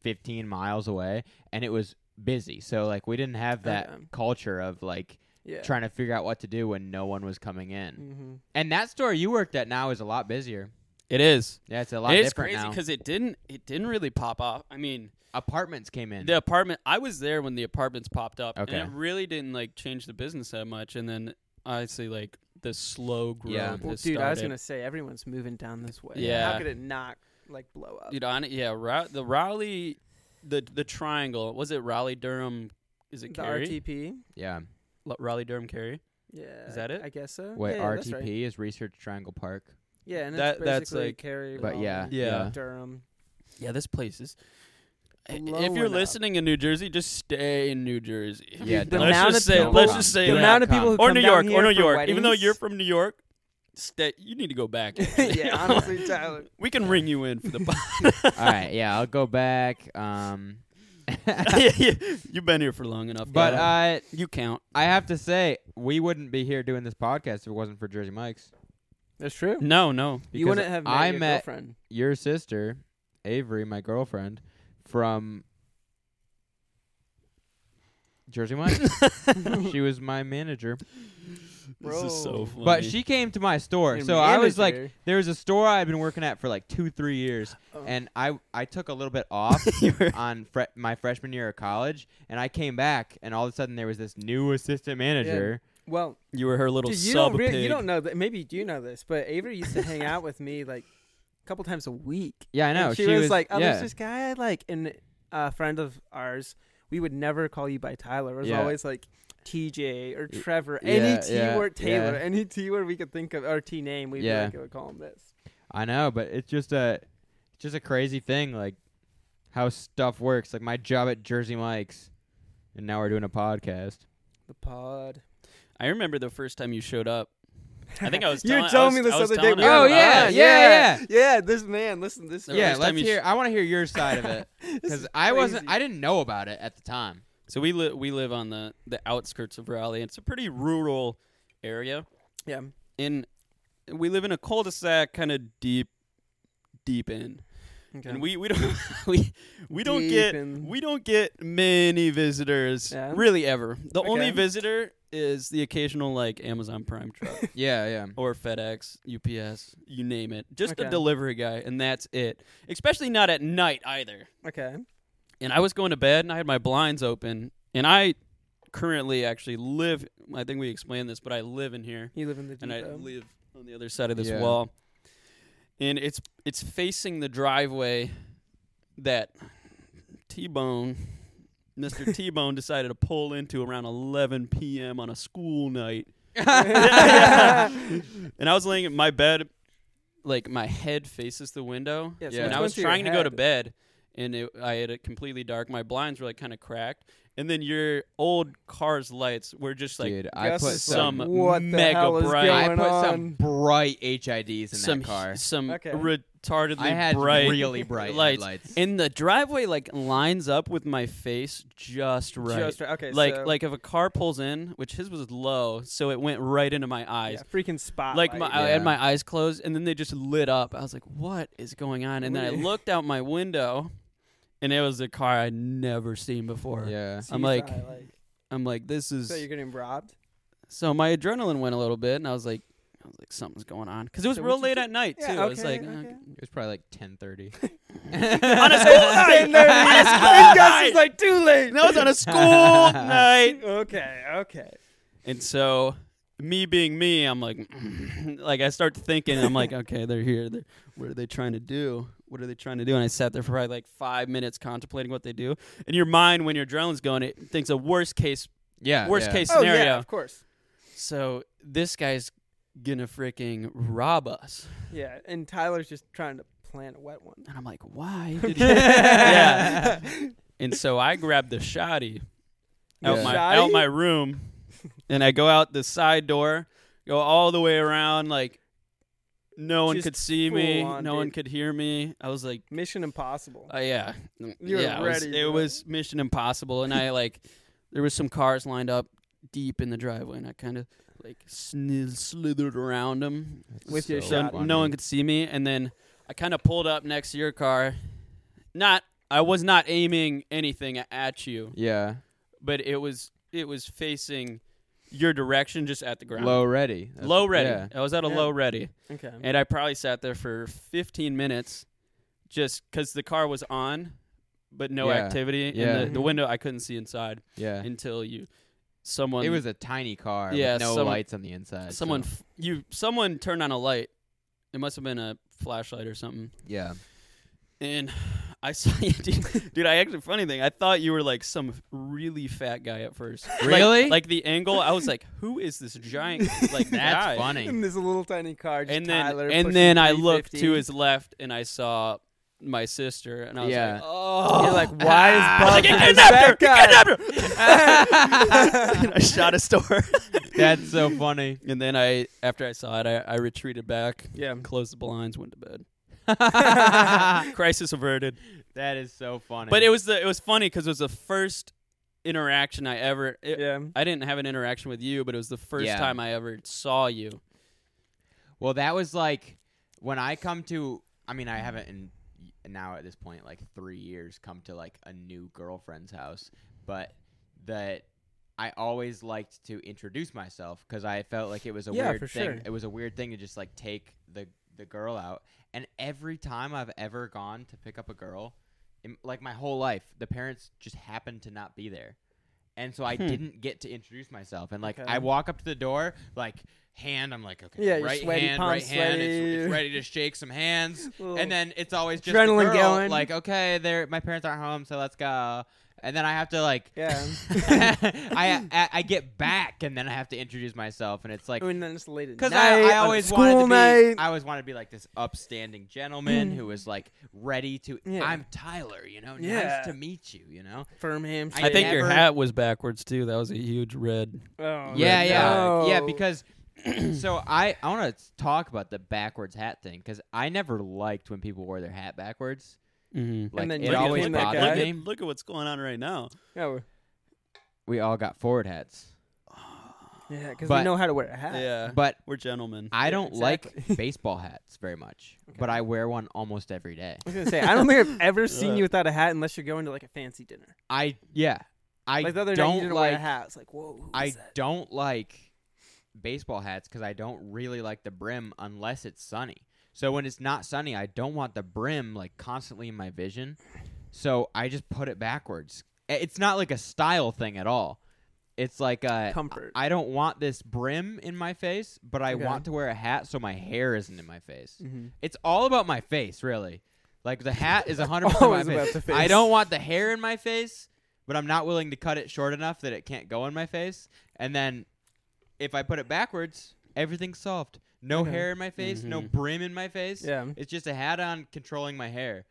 Speaker 1: 15 miles away, and it was busy. So like we didn't have that
Speaker 3: Okay.
Speaker 1: culture of like
Speaker 3: Oh, Yeah.
Speaker 1: trying to figure out what to do when no one was coming in.
Speaker 3: mm-hmm.
Speaker 1: And that store you worked at now is a lot busier.
Speaker 2: It is.
Speaker 1: Yeah, it's a lot
Speaker 2: It's
Speaker 1: different
Speaker 2: crazy
Speaker 1: now.
Speaker 2: because it didn't. It didn't really pop off. I mean,
Speaker 1: Apartments came in.
Speaker 2: the apartment. I was there when the apartments popped up,
Speaker 1: Okay.
Speaker 2: and it really didn't like change the business that much. And then obviously, like the slow growth.
Speaker 1: Yeah.
Speaker 2: has
Speaker 3: Well, dude, I was
Speaker 2: started.
Speaker 3: gonna say everyone's moving down this way.
Speaker 2: Yeah.
Speaker 3: how could it not like blow up?
Speaker 2: Dude, on it, yeah, Row- the Raleigh, the the triangle was it Raleigh Durham? Is
Speaker 3: the
Speaker 2: it Cary?
Speaker 3: RTP.
Speaker 1: yeah.
Speaker 2: L- Raleigh Durham Cary.
Speaker 3: Yeah,
Speaker 2: that it?
Speaker 3: I guess so.
Speaker 1: Wait,
Speaker 3: yeah,
Speaker 1: RTP
Speaker 3: That's right.
Speaker 1: is Research Triangle Park.
Speaker 3: Yeah, and
Speaker 2: That-
Speaker 3: it's
Speaker 2: that's
Speaker 3: basically
Speaker 2: like-
Speaker 3: Cary,
Speaker 1: but yeah,
Speaker 3: Raleigh,
Speaker 2: yeah.
Speaker 3: Durham.
Speaker 2: Yeah, this place is. I- if
Speaker 3: Blowing
Speaker 2: you're
Speaker 3: up.
Speaker 2: listening in New Jersey, just stay in New Jersey.
Speaker 1: Yeah,
Speaker 3: the
Speaker 1: don't-
Speaker 2: let's
Speaker 3: amount
Speaker 2: just
Speaker 3: of
Speaker 2: say,
Speaker 3: people-
Speaker 2: let's just say,
Speaker 1: Do
Speaker 3: the
Speaker 1: not
Speaker 2: that.
Speaker 3: amount of people
Speaker 1: come.
Speaker 3: who
Speaker 2: or
Speaker 3: come
Speaker 2: New
Speaker 3: down
Speaker 2: York,
Speaker 3: here
Speaker 2: or New
Speaker 3: for
Speaker 2: York. Even though
Speaker 3: weddings-
Speaker 2: you're from New York, stay. You need to go back.
Speaker 3: yeah, honestly, Tyler.
Speaker 2: we can ring you in for the.
Speaker 1: All right. Yeah, I'll go back. Um,
Speaker 2: yeah, yeah. You've been here for long enough.
Speaker 1: but
Speaker 2: yeah.
Speaker 1: uh,
Speaker 2: you count.
Speaker 1: I have to say we wouldn't be here doing this podcast if it wasn't for Jersey Mike's.
Speaker 3: That's true.
Speaker 2: No, no.
Speaker 3: You
Speaker 1: Because
Speaker 3: wouldn't have met
Speaker 1: I
Speaker 3: your
Speaker 1: met-
Speaker 3: girlfriend.
Speaker 1: your sister, Avery, my girlfriend, from Jersey Mike. she was my manager,
Speaker 2: This is so
Speaker 3: Bro.
Speaker 2: funny.
Speaker 1: but she came to my store.
Speaker 3: Your
Speaker 1: so I was like,
Speaker 3: manager.
Speaker 1: there was a store I'd been working at for like two, three years,
Speaker 3: Oh.
Speaker 1: and I I took a little bit off
Speaker 2: You were-
Speaker 1: on fre- my freshman year of college, and I came back, and all of a sudden there was this new assistant manager.
Speaker 3: well,
Speaker 2: you were her little
Speaker 3: dude, you
Speaker 2: sub
Speaker 3: don't really,
Speaker 2: pig.
Speaker 3: you don't know that. Maybe you do know this, but Avery used to hang out with me like a couple times a week.
Speaker 1: Yeah, I know.
Speaker 3: And she, was, like, "Oh,
Speaker 1: yeah.
Speaker 3: there's this guy I like," and a friend of ours. We would never call you by Tyler. It was
Speaker 1: Yeah.
Speaker 3: always like TJ or
Speaker 1: Y-
Speaker 3: Trevor.
Speaker 1: yeah,
Speaker 3: any T
Speaker 1: yeah,
Speaker 3: word Taylor,
Speaker 1: yeah.
Speaker 3: any T word we could think of, or T name, we'd
Speaker 1: Yeah.
Speaker 3: be like, "We'll call him this."
Speaker 1: I know, but it's just a it's just a crazy thing like how stuff works. Like my job at Jersey Mike's and now we're doing a podcast.
Speaker 3: The pod.
Speaker 2: I remember the first time you showed up. I think I was.
Speaker 3: You
Speaker 2: telling,
Speaker 3: told
Speaker 2: I was,
Speaker 3: me this
Speaker 2: I was
Speaker 3: other day.
Speaker 2: telling
Speaker 3: We
Speaker 2: her
Speaker 1: Oh,
Speaker 3: were-
Speaker 2: about
Speaker 1: yeah,
Speaker 2: it.
Speaker 1: yeah,
Speaker 3: yeah, yeah. This man, listen, this.
Speaker 2: The
Speaker 3: man.
Speaker 1: yeah,
Speaker 2: first
Speaker 1: let's
Speaker 2: time you
Speaker 1: hear
Speaker 2: sh-
Speaker 1: I want to hear your side of it
Speaker 3: This
Speaker 1: cuz
Speaker 3: is
Speaker 1: I wasn't
Speaker 3: crazy.
Speaker 1: I didn't know about it at the time.
Speaker 2: So we live we live on the the outskirts of Raleigh. It's a pretty rural area,
Speaker 3: Yeah.
Speaker 2: and we live in a cul-de-sac, kind of deep, deep in.
Speaker 3: Okay.
Speaker 2: And we we don't we we don't
Speaker 3: Deep
Speaker 2: get
Speaker 3: in.
Speaker 2: we don't get many visitors
Speaker 3: Yeah.
Speaker 2: really ever. The only
Speaker 3: Okay.
Speaker 2: visitor is the occasional like Amazon Prime truck
Speaker 1: Yeah, yeah.
Speaker 2: or FedEx, UPS, you name it. Just a
Speaker 3: Okay.
Speaker 2: delivery guy, and that's it. Especially not at night either.
Speaker 3: okay.
Speaker 2: and I was going to bed and I had my blinds open and I currently actually live I think we explained this but I live in here
Speaker 3: You live in the
Speaker 2: and I
Speaker 3: depot.
Speaker 2: live on the other side of this
Speaker 1: Yeah.
Speaker 2: wall and it's it's facing the driveway that T-Bone Mr. T-Bone decided to pull into around 11 p.m. on a school night and I was laying in my bed like my head faces the window
Speaker 3: yeah,
Speaker 1: Yeah.
Speaker 3: so it's
Speaker 2: and I
Speaker 3: going
Speaker 2: was
Speaker 3: through your
Speaker 2: trying to go to
Speaker 3: head.
Speaker 2: bed, and it, I had it completely dark. My blinds were like kind of cracked, and then your old car's lights were just like
Speaker 1: Dude, I
Speaker 3: Gus
Speaker 1: put
Speaker 3: is
Speaker 2: some
Speaker 1: some,
Speaker 3: like, "What the
Speaker 2: mega
Speaker 3: hell is
Speaker 2: bright,
Speaker 1: I
Speaker 3: going
Speaker 1: put some
Speaker 3: on?"
Speaker 1: bright HIDs in
Speaker 2: some
Speaker 1: that car.
Speaker 2: some
Speaker 3: Okay.
Speaker 2: retardedly
Speaker 1: I had
Speaker 2: bright
Speaker 1: really bright
Speaker 2: lights.
Speaker 1: lights.
Speaker 2: And the driveway like lines up with my face just right.
Speaker 3: Just right- okay,
Speaker 2: like
Speaker 3: so,
Speaker 2: like if a car pulls in, which his was low, so it went right into my
Speaker 3: yeah,
Speaker 2: eyes.
Speaker 3: freaking spot.
Speaker 2: like my I
Speaker 1: Yeah.
Speaker 2: had my eyes closed and then they just lit up. I was like, "What is going on?" And then I
Speaker 3: Weird.
Speaker 2: looked out my window and it was a car I'd never seen before.
Speaker 1: yeah.
Speaker 2: I'm like- I'm like, "This is
Speaker 3: so you're getting robbed.
Speaker 2: So my adrenaline went a little bit and I was like, I was like, something's going on because it was
Speaker 3: So
Speaker 2: real
Speaker 3: what'd
Speaker 2: late
Speaker 3: you do?
Speaker 2: at night too.
Speaker 3: Yeah,
Speaker 2: I was
Speaker 3: okay,
Speaker 2: like, uh,
Speaker 3: okay.
Speaker 1: It was probably like ten thirty.
Speaker 2: on a school night.
Speaker 3: Same there.
Speaker 2: On a school
Speaker 3: Gus
Speaker 2: night.
Speaker 3: is like too late.
Speaker 2: That was on a school night.
Speaker 3: Okay, okay.
Speaker 2: And so, me being me, I'm like, like I start thinking, I'm like, okay, they're here. They're, what are they trying to do? What are they trying to do? And I sat there for probably like five minutes contemplating what they do. And your mind, when your adrenaline's going, it thinks a worst case.
Speaker 1: yeah.
Speaker 2: Worst
Speaker 1: yeah.
Speaker 2: case-
Speaker 3: Oh
Speaker 2: Scenario.
Speaker 3: yeah, of course.
Speaker 2: So this guy's gonna freaking rob us.
Speaker 3: Yeah, and Tyler's just trying to plan a wet one.
Speaker 2: And I'm like, why? Did you? yeah. And so I grabbed the shoddy out
Speaker 1: The
Speaker 2: my
Speaker 3: shoddy?
Speaker 2: out my room, and I go out the side door, go all the way around like. No one
Speaker 3: Just
Speaker 2: could see me.
Speaker 3: full on,
Speaker 2: no one
Speaker 3: dude.
Speaker 2: could hear me. I was like,
Speaker 3: Mission Impossible.
Speaker 2: oh yeah,
Speaker 3: You're
Speaker 2: yeah. it was-
Speaker 3: ready,
Speaker 2: it
Speaker 3: bro.
Speaker 2: was Mission Impossible, and I like, there was some cars lined up deep in the driveway, and I kind of like sni- slithered around them,
Speaker 1: That's
Speaker 3: With your
Speaker 2: so
Speaker 3: shot.
Speaker 1: funny.
Speaker 2: no one could see me. And then I kind of pulled up next to your car. Not, I was not aiming anything at you,
Speaker 1: Yeah.
Speaker 2: but it was it was facing your direction, just at the ground,
Speaker 1: Low ready. That's-
Speaker 2: Low ready.
Speaker 1: Yeah.
Speaker 2: I was at a
Speaker 3: Yeah.
Speaker 2: low ready,
Speaker 3: Okay.
Speaker 2: and I probably sat there for 15 minutes, just because the car was on, but no
Speaker 1: Yeah.
Speaker 2: activity.
Speaker 1: Yeah.
Speaker 2: And the, the
Speaker 3: Mhm.
Speaker 2: window I couldn't see inside
Speaker 1: Yeah.
Speaker 2: until you, someone.
Speaker 1: It was a tiny car
Speaker 2: Yeah,
Speaker 1: with no
Speaker 2: someone-
Speaker 1: lights on the inside.
Speaker 2: someone.
Speaker 1: so-
Speaker 2: F- you someone turned on a light. It must have been a flashlight or something.
Speaker 1: yeah.
Speaker 2: And I saw you, dude. dude, I actually, funny thing, I thought you were like some really fat guy at first. Like-
Speaker 1: Really?
Speaker 2: Like, the angle, I was like, who is this giant like
Speaker 1: That's
Speaker 2: guy?
Speaker 1: funny.
Speaker 3: And there's a little tiny car. Just
Speaker 2: And then,
Speaker 3: Tyler
Speaker 2: and
Speaker 3: pushing
Speaker 2: then I looked to
Speaker 3: 350.
Speaker 2: his left and I saw my sister, and I was
Speaker 1: Yeah.
Speaker 2: like, oh,
Speaker 3: You're like, why is
Speaker 2: I was like,
Speaker 3: Bob
Speaker 2: he
Speaker 3: such a
Speaker 2: kidnapped her!
Speaker 3: fat
Speaker 2: He kidnapped her! and I shot a store.
Speaker 1: That's so funny.
Speaker 2: and then I, after I saw it, I, I retreated back,
Speaker 3: Yeah.
Speaker 2: closed the blinds, went to bed.
Speaker 1: that
Speaker 2: Crisis averted.
Speaker 1: is so funny.
Speaker 2: But it was the it was funny because it was the first interaction I ever. It,
Speaker 3: Yeah.
Speaker 2: I didn't have an interaction with you, but it was the first
Speaker 1: Yeah.
Speaker 2: time I ever saw you.
Speaker 1: Well, that was like when I come to. I mean, I haven't in now at this point like three years come to like a new girlfriend's house, but that I always liked to introduce myself because I felt like it was a
Speaker 3: Yeah,
Speaker 1: weird
Speaker 3: for
Speaker 1: thing.
Speaker 3: sure.
Speaker 1: It was a weird thing to just like take the the girl out, and every time I've ever gone to pick up a girl, in, like my whole life, the parents just happened to not be there. And so I
Speaker 2: Hmm.
Speaker 1: didn't get to introduce myself, and like
Speaker 3: Okay.
Speaker 1: I walk up to the door, like hand, I'm like, okay,
Speaker 3: Yeah, you're
Speaker 1: right
Speaker 3: sweaty,
Speaker 1: hand,
Speaker 3: palms
Speaker 1: right hand. It's, it's
Speaker 3: sweaty.
Speaker 1: ready to shake some hands,
Speaker 3: Little-
Speaker 1: and then it's always just the
Speaker 3: Adrenaline
Speaker 1: girl,
Speaker 3: going.
Speaker 1: Like, okay, there, my parents aren't home, so let's go. And then I have to like,
Speaker 3: Yeah.
Speaker 1: I, I I get back, and then I have to introduce myself, and it's like.
Speaker 3: and then it's late at
Speaker 1: Because
Speaker 3: night,
Speaker 1: I, I
Speaker 3: on a
Speaker 1: always
Speaker 3: school
Speaker 1: wanted to be,
Speaker 3: night.
Speaker 1: I always wanted to be like this upstanding gentleman who was like ready to.
Speaker 3: Mm. Yeah.
Speaker 1: I'm Tyler, you know.
Speaker 3: Yeah.
Speaker 1: Nice to meet you, you know.
Speaker 3: firm ham.
Speaker 1: I
Speaker 2: I, think your
Speaker 1: never-
Speaker 2: hat was backwards too. That was a huge red.
Speaker 3: Oh,
Speaker 1: yeah,
Speaker 2: red
Speaker 1: yeah,
Speaker 3: no.
Speaker 1: yeah. Because so I I want to talk about the backwards hat thing because I never liked when people wore their hat backwards.
Speaker 2: Mm-hmm.
Speaker 1: Like
Speaker 3: then
Speaker 1: it
Speaker 3: you
Speaker 1: always
Speaker 3: became that
Speaker 1: bothered
Speaker 3: guy.
Speaker 2: look,
Speaker 1: me.
Speaker 2: at, look at what's going on right now.
Speaker 3: yeah, we-
Speaker 1: We all got forward hats,
Speaker 3: yeah, because
Speaker 1: But-
Speaker 3: we know how to wear a hat.
Speaker 2: Yeah,
Speaker 1: but
Speaker 2: we're gentlemen.
Speaker 1: I don't
Speaker 3: exactly.
Speaker 1: like baseball hats very much.
Speaker 3: Okay.
Speaker 1: But I wear one almost every day.
Speaker 3: I was gonna say, I don't think I've ever seen
Speaker 2: Yeah.
Speaker 3: you without a hat unless you're going to like a fancy dinner.
Speaker 1: I yeah, I
Speaker 3: like the other
Speaker 1: don't
Speaker 3: night, you didn't
Speaker 1: like
Speaker 3: wear a hat. It's like, whoa, who
Speaker 1: I
Speaker 3: is that?
Speaker 1: don't like baseball hats because I don't really like the brim unless it's sunny. So when it's not sunny, I don't want the brim like constantly in my vision. So I just put it backwards. I- It's not like a style thing at all. It's like a
Speaker 3: Comfort.
Speaker 1: I don't want this brim in my face, but I
Speaker 3: Okay.
Speaker 1: want to wear a hat so my hair isn't in my face.
Speaker 3: Mhm.
Speaker 1: It's all about my face, really. Like the hat is 100% my
Speaker 3: Always
Speaker 1: face.
Speaker 3: about the face.
Speaker 1: I don't want the hair in my face, but I'm not willing to cut it short enough that it can't go in my face. And then if I put it backwards, everything's solved. No
Speaker 3: Okay.
Speaker 1: hair in my face, no
Speaker 2: Mhm.
Speaker 1: brim in my face.
Speaker 3: Yeah.
Speaker 1: It's just a hat on controlling my hair.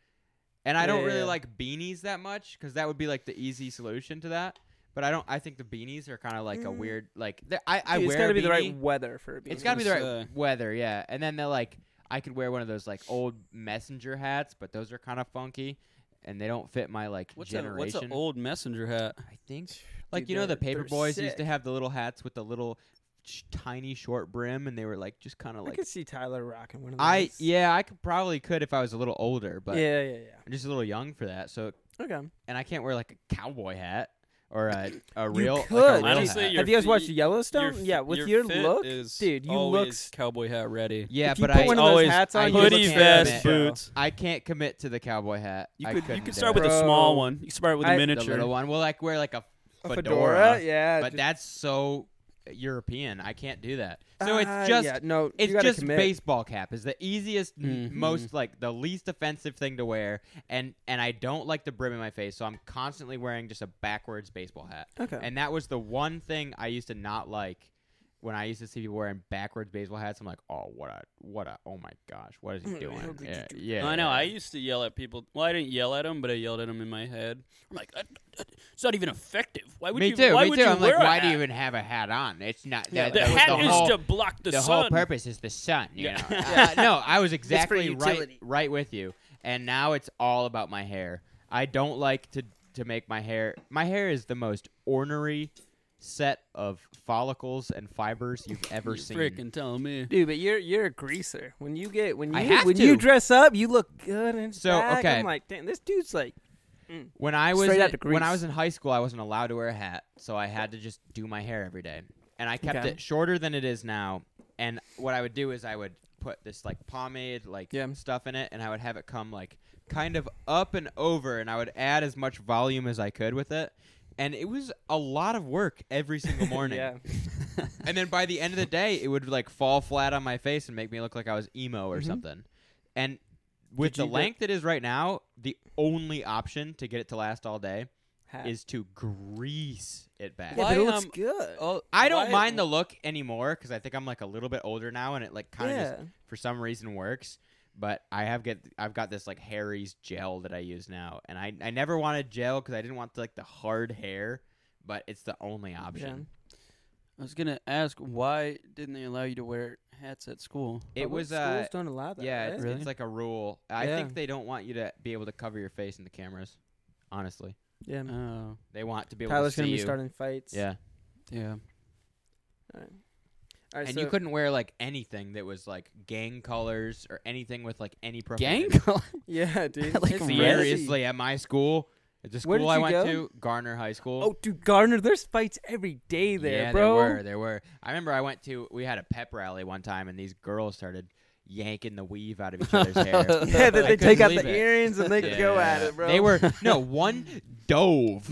Speaker 1: And I don't
Speaker 3: Yeah,
Speaker 1: really
Speaker 3: yeah.
Speaker 1: like beanies that much cuz that would be like the easy solution to that. But I don't I think the beanies are kind of like a
Speaker 3: Mm.
Speaker 1: weird like they're- I I
Speaker 3: Dude,
Speaker 1: wear
Speaker 3: it's gotta
Speaker 1: a
Speaker 3: be the
Speaker 1: beanie.
Speaker 3: right weather for a beanie.
Speaker 1: It's got to be the right
Speaker 2: Because, uh,
Speaker 1: weather, yeah. And then they're like, I could wear one of those like old messenger hats, but those are kind of funky, and they don't fit my like
Speaker 2: What's a what's
Speaker 1: generation.
Speaker 2: an old messenger hat?
Speaker 1: I think like
Speaker 3: Dude,
Speaker 1: you know the
Speaker 3: they're-
Speaker 1: paper
Speaker 3: they're
Speaker 1: boys used to
Speaker 3: sick.
Speaker 1: have the little hats with the little sh- tiny short brim, and they were like just kind of
Speaker 3: I
Speaker 1: like
Speaker 3: could see Tyler rocking one of those.
Speaker 1: I yeah I could probably could if I was a little older, but
Speaker 3: yeah, yeah, yeah.
Speaker 1: I'm just a little young for that. So
Speaker 3: Okay.
Speaker 1: and I can't wear like a cowboy hat. or a, a real. Like
Speaker 3: could.
Speaker 1: a real
Speaker 2: Honestly,
Speaker 1: hat.
Speaker 2: Your
Speaker 3: Have you guys watched
Speaker 2: feet-
Speaker 3: Yellowstone? yeah, with your, look,
Speaker 2: is
Speaker 3: dude, you look
Speaker 2: always
Speaker 3: s-
Speaker 2: cowboy hat ready.
Speaker 1: yeah,
Speaker 3: if you
Speaker 1: but
Speaker 3: put
Speaker 1: I
Speaker 3: one of those
Speaker 2: always
Speaker 3: hats
Speaker 1: I
Speaker 3: on, you
Speaker 1: just
Speaker 3: look
Speaker 2: hoodie,
Speaker 1: can't
Speaker 3: terrible.
Speaker 2: vest,
Speaker 1: commit.
Speaker 2: boots.
Speaker 1: I can't commit to the cowboy hat.
Speaker 2: You
Speaker 1: I
Speaker 2: could you
Speaker 1: couldn't
Speaker 2: could
Speaker 1: do
Speaker 2: start
Speaker 1: it.
Speaker 2: with a
Speaker 3: Bro.
Speaker 2: small one. You start with a
Speaker 3: I- the
Speaker 1: the little
Speaker 2: miniature.
Speaker 1: one. We'll like wear like a
Speaker 3: A
Speaker 1: fedora,
Speaker 3: fedora, yeah.
Speaker 1: but
Speaker 3: just-
Speaker 1: that's so European. I can't do that. So
Speaker 3: Ah,
Speaker 1: it's just
Speaker 3: yeah, no,
Speaker 1: It's
Speaker 3: you gotta
Speaker 1: just
Speaker 3: commit. Mm-hmm.
Speaker 1: baseball cap is the easiest,
Speaker 2: Mhm.
Speaker 1: n- most like the least offensive thing to wear, and and I don't like the brim in my face, so I'm constantly wearing just a backwards baseball hat.
Speaker 3: Okay.
Speaker 1: And that was the one thing I used to not like when I used to see people wearing backwards baseball hats. I'm like, oh, what a what a oh my gosh, what is he
Speaker 3: How
Speaker 1: doing?
Speaker 3: could Mm, you
Speaker 1: Yeah,
Speaker 3: do
Speaker 1: yeah,
Speaker 2: I know.
Speaker 1: yeah.
Speaker 2: I used to yell at people. Well, I didn't yell at them, but I yelled at them in my head. I'm like, "Uh, uh, it's not even effective. Why would
Speaker 1: me
Speaker 2: you?
Speaker 1: too.
Speaker 2: Why
Speaker 1: me
Speaker 2: would
Speaker 1: too.
Speaker 2: you
Speaker 1: I'm
Speaker 2: wear
Speaker 1: like,
Speaker 2: a
Speaker 1: why do
Speaker 2: hat?
Speaker 1: you even have a hat on? It's not
Speaker 3: Yeah,
Speaker 1: that-
Speaker 2: The
Speaker 1: that was
Speaker 2: hat
Speaker 1: the
Speaker 2: is
Speaker 1: whole,
Speaker 2: to block the,
Speaker 1: the
Speaker 2: sun.
Speaker 1: whole purpose is the sun. You
Speaker 2: Yeah.
Speaker 1: know?
Speaker 2: Yeah.
Speaker 1: Uh, no, I was exactly right,
Speaker 3: utility.
Speaker 1: right with you. And now it's all about my hair. I don't like to to make my hair. My hair is the most ornery set of follicles and fibers you've ever
Speaker 2: You
Speaker 1: seen.
Speaker 2: freaking tell me.
Speaker 3: Dude, but you're you're a greaser. When you get when you
Speaker 1: I have
Speaker 3: when you
Speaker 1: to.
Speaker 3: dress up, you look good and
Speaker 1: So,
Speaker 3: back.
Speaker 1: okay.
Speaker 3: I'm like, damn, this dude's like
Speaker 1: When I was
Speaker 3: Straight
Speaker 1: in,
Speaker 3: out to
Speaker 1: when I
Speaker 3: Greece.
Speaker 1: was in high school, I wasn't allowed to wear a hat, so I had to just do my hair every day, and I kept
Speaker 3: Okay.
Speaker 1: it shorter than it is now. And what I would do is I would put this like pomade like
Speaker 3: Yeah.
Speaker 1: stuff in it, and I would have it come like kind of up and over, and I would add as much volume as I could with it. And it was a lot of work every single morning.
Speaker 3: Yeah.
Speaker 1: And then by the end of the day, it would like fall flat on my face and make me look like I was emo or
Speaker 3: Mhm.
Speaker 1: something. And with
Speaker 3: Did
Speaker 1: the
Speaker 3: you get-
Speaker 1: length it is right now, the only option to get it to last all day
Speaker 3: Hat.
Speaker 1: is to grease it back.
Speaker 3: yeah, but
Speaker 2: Why,
Speaker 3: it looks
Speaker 2: um,
Speaker 3: good.
Speaker 2: Oh,
Speaker 1: I don't
Speaker 2: why-
Speaker 1: mind the look anymore because I think I'm like a little bit older now, and it like kind of
Speaker 3: yeah.
Speaker 1: just for some reason works. But I have get I've got this like Harry's gel that I use now, and I I never wanted gel because I didn't want like the hard hair, but it's the only option.
Speaker 2: I was gonna ask why didn't they allow you to wear hats at school?
Speaker 1: It
Speaker 3: Public
Speaker 1: was uh
Speaker 3: schools don't allow that.
Speaker 1: Yeah,
Speaker 3: right?
Speaker 1: it's,
Speaker 2: Really?
Speaker 1: it's like a rule. I
Speaker 3: Yeah.
Speaker 1: think they don't want you to be able to cover your face in the cameras. Honestly,
Speaker 3: yeah.
Speaker 2: Oh,
Speaker 1: they want to be able
Speaker 3: Tyler's
Speaker 1: to see
Speaker 3: gonna be
Speaker 1: you.
Speaker 3: starting fights.
Speaker 1: yeah,
Speaker 2: yeah.
Speaker 3: All right. All right,
Speaker 1: and
Speaker 3: so,
Speaker 1: you couldn't wear like anything that was like gang colors or anything with like any
Speaker 2: Gang
Speaker 1: profanity.
Speaker 2: color.
Speaker 3: Yeah, dude.
Speaker 2: Like,
Speaker 3: it's
Speaker 2: red?
Speaker 1: Seriously, at my school, at the
Speaker 3: Where
Speaker 1: school
Speaker 3: did
Speaker 1: I
Speaker 3: you
Speaker 1: went
Speaker 3: go?
Speaker 1: to, Garner High School.
Speaker 3: Oh, dude, Gardner, there's fights every day there,
Speaker 1: yeah,
Speaker 3: bro.
Speaker 1: there were, there were. I remember I went to we had a pep rally one time, and these girls started yanking the weave out of each other's hair. I
Speaker 3: Yeah, that they
Speaker 1: couldn't
Speaker 3: take out
Speaker 1: believe
Speaker 3: the
Speaker 1: it.
Speaker 3: earrings and they go at
Speaker 1: Yeah.
Speaker 3: it, bro.
Speaker 1: They were no one dove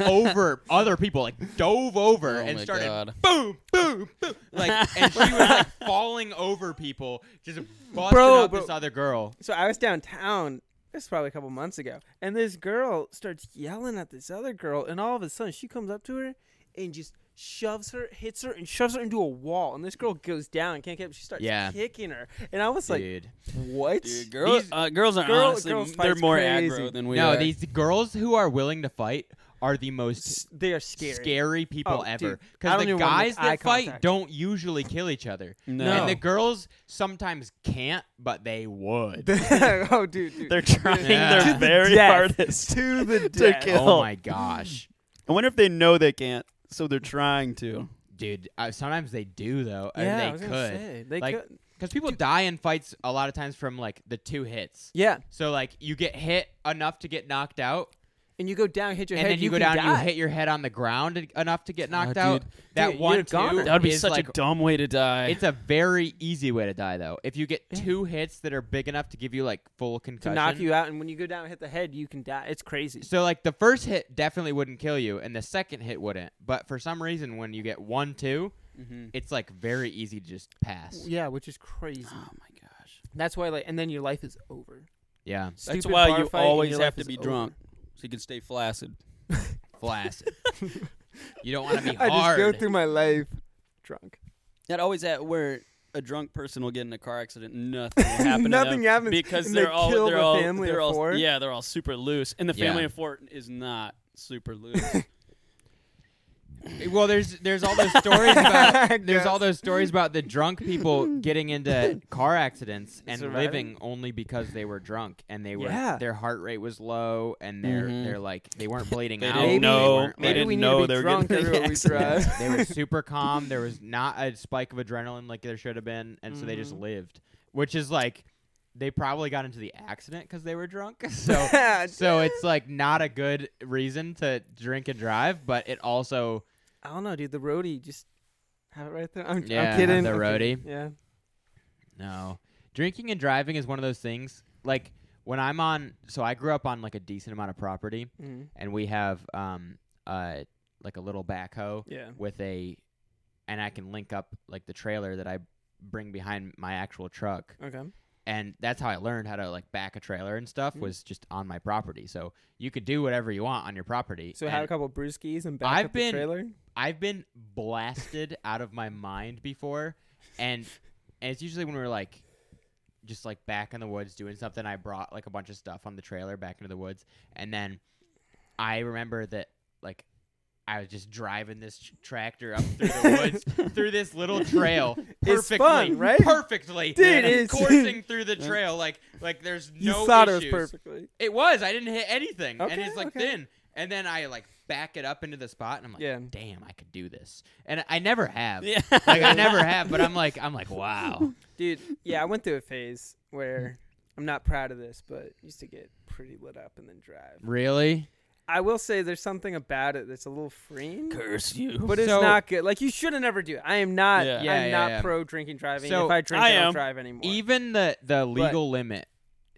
Speaker 1: over other people, like dove over
Speaker 2: Oh
Speaker 1: and
Speaker 2: my
Speaker 1: started
Speaker 2: God.
Speaker 1: boom, boom, boom, like, and she was like falling over people, just busting
Speaker 3: Bro,
Speaker 1: up
Speaker 3: bro.
Speaker 1: this other girl.
Speaker 3: so I was downtown. This is probably a couple months ago, and this girl starts yelling at this other girl, and all of a sudden she comes up to her and just shoves her, hits her, and shoves her into a wall, and this girl goes down, can't get up. She starts
Speaker 1: Yeah.
Speaker 3: kicking her, and I was like,
Speaker 1: Dude,
Speaker 3: "What?"
Speaker 2: Dude, girls,
Speaker 1: These-
Speaker 2: uh, girls are
Speaker 3: girl-
Speaker 2: honestly
Speaker 3: girls
Speaker 2: they're
Speaker 3: fights
Speaker 2: more
Speaker 3: crazy.
Speaker 2: aggro than we
Speaker 1: no,
Speaker 2: are.
Speaker 1: these girls who are willing to fight are the most
Speaker 3: S- They are scary.
Speaker 1: people
Speaker 3: Oh,
Speaker 1: ever.
Speaker 3: dude, I don't
Speaker 1: the
Speaker 3: even wanna make
Speaker 1: guys
Speaker 3: eye
Speaker 1: that fight
Speaker 3: contact.
Speaker 1: don't usually kill each other,
Speaker 2: No.
Speaker 1: and the girls sometimes can't, but they would.
Speaker 3: oh, dude, dude.
Speaker 2: They're trying
Speaker 1: Yeah.
Speaker 2: their
Speaker 1: To the
Speaker 2: very
Speaker 3: death.
Speaker 2: hardest
Speaker 3: to the
Speaker 2: to
Speaker 3: death.
Speaker 2: kill.
Speaker 1: oh my gosh.
Speaker 2: I wonder if they know they can't, so they're trying to.
Speaker 1: Dude, uh, sometimes they do though. or
Speaker 3: Yeah, I was
Speaker 1: they
Speaker 3: gonna
Speaker 1: could.
Speaker 3: say, they
Speaker 1: Like-
Speaker 3: could.
Speaker 1: Because people die in fights a lot of times from like the two hits.
Speaker 3: Yeah,
Speaker 1: So like you get hit enough to get knocked out,
Speaker 3: and you go down, hit your
Speaker 1: and
Speaker 3: head,
Speaker 1: then you, go
Speaker 3: can
Speaker 1: down, and you
Speaker 3: die.
Speaker 1: hit your head on the ground en- enough to get knocked
Speaker 2: dude.
Speaker 1: out. That
Speaker 3: Dude,
Speaker 1: one
Speaker 3: you're gone.
Speaker 1: two
Speaker 3: That
Speaker 2: That would be
Speaker 1: is,
Speaker 2: such
Speaker 1: like,
Speaker 2: a dumb way to die.
Speaker 1: It's a very easy way to die though. If you get two hits that are big enough to give you like full
Speaker 3: to
Speaker 1: concussion,
Speaker 3: knock you out, and when you go down and hit the head, you can die. It's crazy.
Speaker 1: So like the first hit definitely wouldn't kill you, and the second hit wouldn't. But for some reason, when you get one two,
Speaker 2: Mm-hmm.
Speaker 1: it's like very easy to just pass.
Speaker 3: Yeah, which is crazy.
Speaker 2: Oh my gosh.
Speaker 3: That's why, like, and then your life is over.
Speaker 1: Yeah,
Speaker 2: That's
Speaker 3: Stupid
Speaker 2: why
Speaker 3: bar
Speaker 2: you
Speaker 3: fight, and
Speaker 2: always
Speaker 3: your
Speaker 2: have
Speaker 3: life
Speaker 2: to
Speaker 3: is
Speaker 2: be
Speaker 3: over.
Speaker 2: drunk, so you can stay flaccid.
Speaker 1: flaccid. you don't want to be
Speaker 3: I
Speaker 1: hard.
Speaker 3: just go through my life drunk.
Speaker 2: That always at where a drunk person will get in a car accident, and nothing will happen. to
Speaker 3: Nothing
Speaker 2: them
Speaker 3: happens,
Speaker 2: because
Speaker 3: and
Speaker 2: they're
Speaker 3: they
Speaker 2: all
Speaker 3: kill
Speaker 2: they're
Speaker 3: the
Speaker 2: all
Speaker 3: family
Speaker 2: they're
Speaker 3: of
Speaker 2: all
Speaker 3: four.
Speaker 2: yeah they're all super loose, and the
Speaker 1: Yeah.
Speaker 2: family of four is not super loose.
Speaker 1: Well, there's there's all those stories about there's all those stories about the drunk people getting into car accidents and
Speaker 3: Surviving.
Speaker 1: living only because they were drunk and they were
Speaker 3: Yeah.
Speaker 1: their heart rate was low and they're
Speaker 2: Mhm.
Speaker 1: they're like they weren't bleeding
Speaker 2: They
Speaker 1: out.
Speaker 2: didn't
Speaker 1: they
Speaker 2: know.
Speaker 1: weren't,
Speaker 2: They
Speaker 1: like-
Speaker 3: Maybe
Speaker 2: didn't
Speaker 3: we need
Speaker 2: know
Speaker 3: to
Speaker 2: they
Speaker 3: be
Speaker 2: were
Speaker 3: drunk
Speaker 2: getting in
Speaker 3: everywhere
Speaker 2: an
Speaker 3: we
Speaker 2: accident.
Speaker 3: drive.
Speaker 1: they were super calm. There was not a spike of adrenaline like there should have been, and so they just lived, which is like they probably got into the accident because they were drunk. So so it's like not a good reason to drink and drive, but it also
Speaker 3: I don't know, dude. The roadie just have it right there. I'm,
Speaker 1: Yeah,
Speaker 3: I'm
Speaker 1: have
Speaker 3: kidding.
Speaker 1: the
Speaker 3: I'm kidding.
Speaker 1: roadie.
Speaker 3: Yeah.
Speaker 1: No. Drinking and driving is one of those things. Like when I'm on so I grew up on like a decent amount of property
Speaker 3: Mm-hmm.
Speaker 1: and we have um uh like a little backhoe
Speaker 3: Yeah.
Speaker 1: with a and I can link up like the trailer that I bring behind my actual truck.
Speaker 3: Okay.
Speaker 1: And that's how I learned how to like back a trailer and stuff
Speaker 3: Mm.
Speaker 1: was just on my property. So you could do whatever you want on your property.
Speaker 3: So had
Speaker 1: And-
Speaker 3: a couple brewskis and back
Speaker 1: I've
Speaker 3: up
Speaker 1: been-
Speaker 3: the trailer.
Speaker 1: I've been blasted out of my mind before, and, and it's usually when we're like, just like back in the woods doing something. I brought like a bunch of stuff on the trailer back into the woods, and then I remember that like I was just driving this tr- tractor up through the woods through this little trail
Speaker 3: It's
Speaker 1: perfectly,
Speaker 3: fun, right?
Speaker 1: Perfectly,
Speaker 3: Dude,
Speaker 1: and
Speaker 3: it's-
Speaker 1: coursing through the trail like like there's
Speaker 3: You
Speaker 1: no
Speaker 3: thought
Speaker 1: issues.
Speaker 3: it was perfectly.
Speaker 1: It was. I didn't hit anything, and
Speaker 3: Okay,
Speaker 1: it's like
Speaker 3: okay.
Speaker 1: thin. And then I like back it up into the spot, and I'm like,
Speaker 3: Yeah.
Speaker 1: damn, I could do this. And I never have.
Speaker 2: Yeah.
Speaker 1: Like I never have, but I'm like, I'm like, wow.
Speaker 3: Dude, yeah, I went through a phase where I'm not proud of this, but used to get pretty lit up and then drive.
Speaker 1: Really?
Speaker 3: I will say there's something about it that's a little freeing,
Speaker 2: curse you.
Speaker 3: but it's
Speaker 1: So-
Speaker 3: not good. Like you shouldn't ever do it. I am not.
Speaker 2: Yeah.
Speaker 3: I'm
Speaker 1: Yeah, yeah,
Speaker 3: not
Speaker 1: yeah.
Speaker 3: pro drinking driving.
Speaker 1: So,
Speaker 3: if I drink,
Speaker 2: I
Speaker 3: I, don't
Speaker 2: am.
Speaker 3: drive anymore.
Speaker 1: Even the the legal limit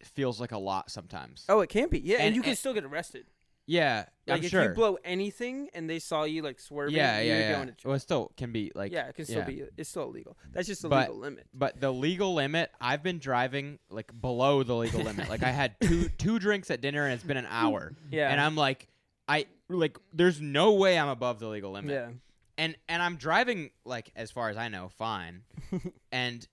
Speaker 1: feels like a lot sometimes.
Speaker 3: oh, it can be. Yeah, and,
Speaker 1: And-
Speaker 3: you can
Speaker 1: and-
Speaker 3: still get arrested.
Speaker 1: Yeah,
Speaker 3: Like
Speaker 1: I'm
Speaker 3: if
Speaker 1: sure.
Speaker 3: you blow anything and they saw you like swerving,
Speaker 1: yeah, yeah,
Speaker 3: you're
Speaker 1: yeah.
Speaker 3: going to jail.
Speaker 1: Well, it still can be like.
Speaker 3: yeah, it can still
Speaker 1: yeah.
Speaker 3: be. It's still illegal. That's just the
Speaker 1: But-
Speaker 3: legal limit.
Speaker 1: But the legal limit, I've been driving like below the legal limit. Like I had two two drinks at dinner and it's been an hour,
Speaker 3: Yeah,
Speaker 1: and I'm like, I like, there's no way I'm above the legal limit.
Speaker 3: yeah.
Speaker 1: and and I'm driving like as far as I know fine, and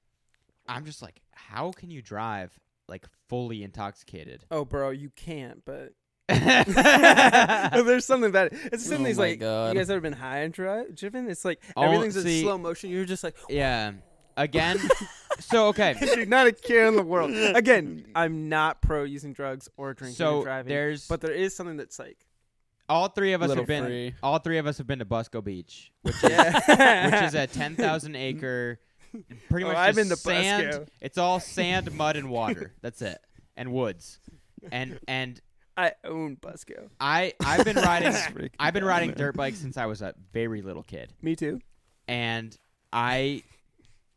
Speaker 1: I'm just like, how can you drive like fully intoxicated?
Speaker 3: Oh, bro, you can't. But
Speaker 1: oh,
Speaker 3: There's something about it. It's
Speaker 2: Oh
Speaker 3: something these
Speaker 2: my
Speaker 3: like
Speaker 2: God.
Speaker 3: you guys ever been high and dri- driven? It's like
Speaker 1: Oh,
Speaker 3: everything's in
Speaker 1: see-
Speaker 3: slow motion. You're just like
Speaker 1: yeah, again. so okay,
Speaker 3: you're not a care in the world. Again, I'm not pro using drugs or drinking and
Speaker 1: so
Speaker 3: driving.
Speaker 1: there's
Speaker 3: but there is something that's like
Speaker 1: all three of us
Speaker 2: Little
Speaker 1: have been
Speaker 2: free.
Speaker 1: all three of us have been to Busco Beach, which is
Speaker 3: yeah.
Speaker 1: which is a ten thousand acre. Pretty
Speaker 3: Oh,
Speaker 1: much
Speaker 3: I've
Speaker 1: just
Speaker 3: been to
Speaker 1: sand.
Speaker 3: Busco.
Speaker 1: It's all sand, mud, and water. That's it, and woods, and and
Speaker 3: I own Busco.
Speaker 1: I I've been riding
Speaker 2: freaking
Speaker 1: I've been
Speaker 2: down
Speaker 1: riding
Speaker 2: there.
Speaker 1: dirt bikes since I was a very little kid,
Speaker 3: Me too.
Speaker 1: and I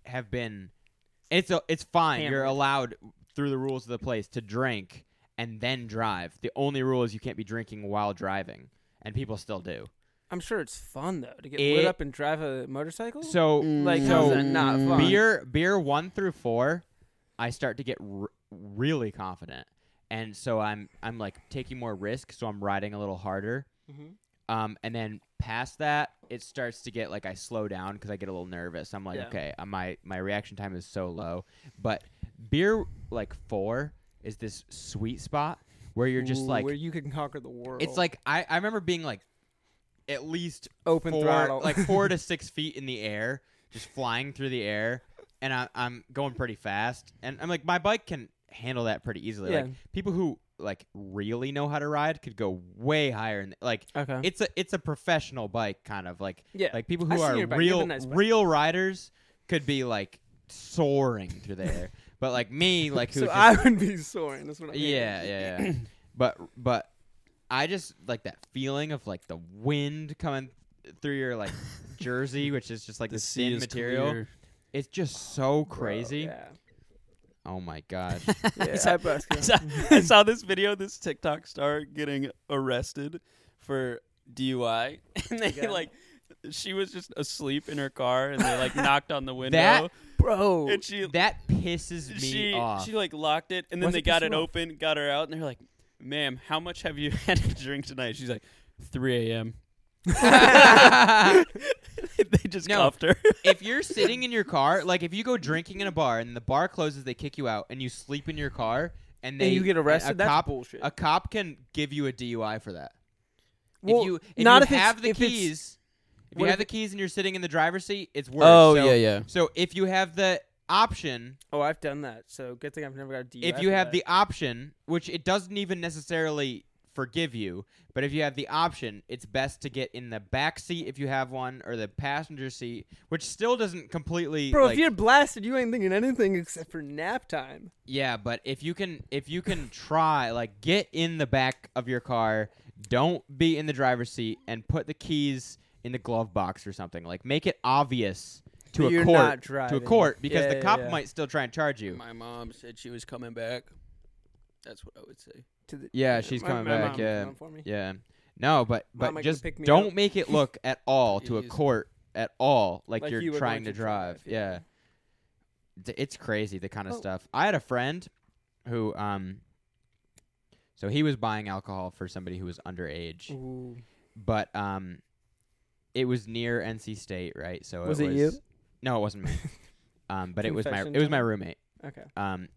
Speaker 1: have been. It's a, it's fine. You're
Speaker 3: Hammered.
Speaker 1: allowed through the rules of the place to drink and then drive. The only rule is you can't be drinking while driving, and people still do.
Speaker 3: I'm sure it's fun though to get
Speaker 1: It-
Speaker 3: lit up and drive a motorcycle.
Speaker 1: So
Speaker 3: like
Speaker 1: so
Speaker 3: how's that not fun?
Speaker 1: beer beer one through four, I start to get r- really confident, and so I'm I'm like taking more risk. So I'm riding a little harder.
Speaker 3: Mhm.
Speaker 1: Um, and then past that, it starts to get like I slow down because I get a little nervous. I'm like,
Speaker 3: Yeah.
Speaker 1: okay, uh, my my reaction time is so low. But beer like four is this sweet spot where you're just
Speaker 3: Ooh,
Speaker 1: like,
Speaker 3: where you can conquer the world.
Speaker 1: it's like I I remember being like, at least
Speaker 3: open
Speaker 1: four
Speaker 3: throttle.
Speaker 1: like four to six feet in the air, just flying through the air, and I, I'm going pretty fast, and I'm like, my bike can handle that pretty easily.
Speaker 3: Yeah.
Speaker 1: Like people who like really know how to ride could go way higher, and like
Speaker 3: okay.
Speaker 1: it's a it's a professional bike kind of like
Speaker 3: yeah.
Speaker 1: like people
Speaker 3: I've
Speaker 1: who
Speaker 3: seen
Speaker 1: are
Speaker 3: your bike. You have
Speaker 1: real
Speaker 3: a nice bike.
Speaker 1: real riders could be like soaring through the air, but like me like who
Speaker 3: so
Speaker 1: just,
Speaker 3: I would be soaring. That's what I mean.
Speaker 1: yeah yeah yeah, but but I just like that feeling of like the wind coming through your like jersey, which is just like
Speaker 2: the
Speaker 1: the
Speaker 2: sea
Speaker 1: thin
Speaker 2: is
Speaker 1: material.
Speaker 2: clear.
Speaker 1: It's just so
Speaker 3: Bro,
Speaker 1: crazy.
Speaker 3: yeah.
Speaker 1: Oh my god.
Speaker 3: Yeah,
Speaker 2: So-
Speaker 3: I Busco.
Speaker 2: I saw, I saw this video, this TikTok star getting arrested for DUI, and they
Speaker 3: Yeah.
Speaker 2: like, she was just asleep in her car, and they like knocked on the window,
Speaker 1: That-
Speaker 3: bro.
Speaker 2: and she
Speaker 1: that pisses me
Speaker 2: she
Speaker 1: off.
Speaker 2: she like locked it, and then
Speaker 3: Why's
Speaker 2: they
Speaker 3: it
Speaker 2: got
Speaker 3: piss
Speaker 2: it
Speaker 3: you off?
Speaker 2: open, got her out, and they're like, "Ma'am, how much have you had to drink tonight?" She's like, "3 a.m." they just
Speaker 1: No.
Speaker 2: cuffed her.
Speaker 1: if you're sitting in your car, like if you go drinking in a bar and the bar closes, they kick you out, and you sleep in your car, and they
Speaker 3: and you get
Speaker 1: a-
Speaker 3: arrested.
Speaker 1: A
Speaker 3: that's
Speaker 1: cop,
Speaker 3: bullshit.
Speaker 1: a cop can give you a DUI for that.
Speaker 3: Well,
Speaker 1: if you if you
Speaker 3: not if it's-
Speaker 1: have the
Speaker 3: if it's-
Speaker 1: keys, if you
Speaker 3: what
Speaker 1: have
Speaker 3: if
Speaker 1: the keys and you're sitting in the driver's seat, it's worse. so,
Speaker 2: yeah.
Speaker 1: So if you have the option,
Speaker 3: oh, I've done that. So good thing I've never got a DUI.
Speaker 1: if you
Speaker 3: for
Speaker 1: have
Speaker 3: that.
Speaker 1: the option, which it doesn't even necessarily forgive you. But if you have the option, it's best to get in the back seat if you have one, or the passenger seat, which still doesn't completely.
Speaker 3: Bro,
Speaker 1: like-
Speaker 3: if you're blasted, you ain't thinking anything except for nap time.
Speaker 1: yeah, but if you can, if you can try, like, get in the back of your car. Don't be in the driver's seat and put the keys in the glove box or something. Like, make it obvious to
Speaker 3: That
Speaker 1: a
Speaker 3: you're
Speaker 1: court.
Speaker 3: not
Speaker 1: to a
Speaker 3: driving.
Speaker 1: court because
Speaker 3: Yeah,
Speaker 1: the
Speaker 3: yeah,
Speaker 1: cop
Speaker 3: yeah.
Speaker 1: might still try and charge you.
Speaker 2: My mom said she was coming back. That's what I would say.
Speaker 3: To the,
Speaker 1: Yeah, she's
Speaker 3: my-
Speaker 1: coming
Speaker 3: my
Speaker 1: back.
Speaker 3: mom
Speaker 1: Yeah,
Speaker 3: come for me.
Speaker 1: yeah. No, but but
Speaker 3: Mama, come
Speaker 1: just
Speaker 3: pick me
Speaker 1: don't
Speaker 3: up.
Speaker 1: make it look at all to a
Speaker 2: Jeez.
Speaker 1: court at all like,
Speaker 3: Like
Speaker 1: you're
Speaker 3: you were
Speaker 1: trying
Speaker 3: going
Speaker 1: to
Speaker 3: to drive, Oh.
Speaker 1: drive. Yeah. D- It's crazy the kind of stuff. I had a friend who um so he was buying alcohol for somebody who was underage,
Speaker 3: Ooh.
Speaker 1: but um it was near NC State, right? So
Speaker 3: Was
Speaker 1: it
Speaker 3: it
Speaker 1: was
Speaker 3: you?
Speaker 1: No, it wasn't me. um but it was my
Speaker 3: Confession
Speaker 1: it was my
Speaker 3: time.
Speaker 1: roommate
Speaker 3: Okay.
Speaker 1: um,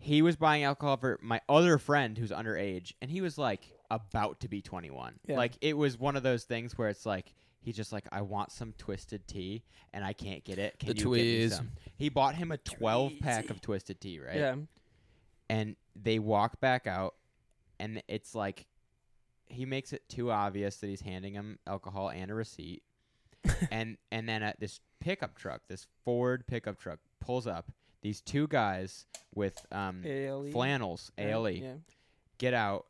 Speaker 1: he was buying alcohol for my other friend who's underage, and he was like about to be 21.
Speaker 3: Yeah.
Speaker 1: Like it was one of those things where it's like he's just like, I want some twisted tea, and I can't get it. Can
Speaker 2: The
Speaker 1: you give me
Speaker 2: Tweez.
Speaker 1: some? He bought him a 12 pack of twisted tea, right? Mm.
Speaker 3: Yeah.
Speaker 1: And they walk back out, and it's like he makes it too obvious that he's handing him alcohol and a receipt. and and then uh, this pickup truck, this Ford pickup truck, pulls up. These two guys with um,
Speaker 3: ALE.
Speaker 1: flannels,
Speaker 3: right?
Speaker 1: ALE,
Speaker 3: E. Yeah.
Speaker 1: get out,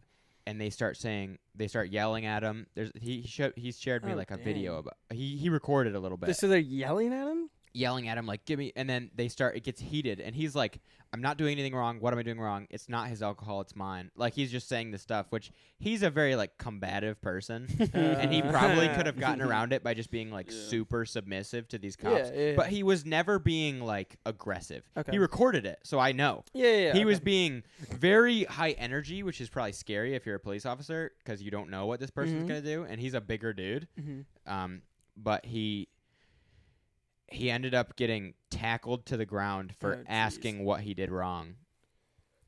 Speaker 1: and they start saying, they start yelling at him. There's he he sho- he's shared me
Speaker 3: Oh,
Speaker 1: like a
Speaker 3: dang.
Speaker 1: video about he he recorded a little bit
Speaker 3: So they're yelling at him?
Speaker 1: yelling at him like give me and then they start it gets heated and he's like i'm not doing anything wrong what am i doing wrong it's not his alcohol it's mine like he's just saying this stuff which he's a very like combative person
Speaker 2: Uh,
Speaker 1: and he probably could have gotten around it by just being like
Speaker 2: Yeah.
Speaker 1: super submissive to these cops
Speaker 3: Yeah, yeah,
Speaker 1: but he was never being like aggressive
Speaker 3: Okay.
Speaker 1: he recorded it so i know
Speaker 3: Yeah, yeah.
Speaker 1: he
Speaker 3: okay.
Speaker 1: was being very high energy, which is probably scary if you're a police officer because you don't know what this person's
Speaker 3: Mhm.
Speaker 1: gonna do, and he's a bigger dude.
Speaker 3: Mhm.
Speaker 1: Um, but he he ended up getting tackled to the ground for
Speaker 2: Oh, jeez.
Speaker 1: asking what he did wrong,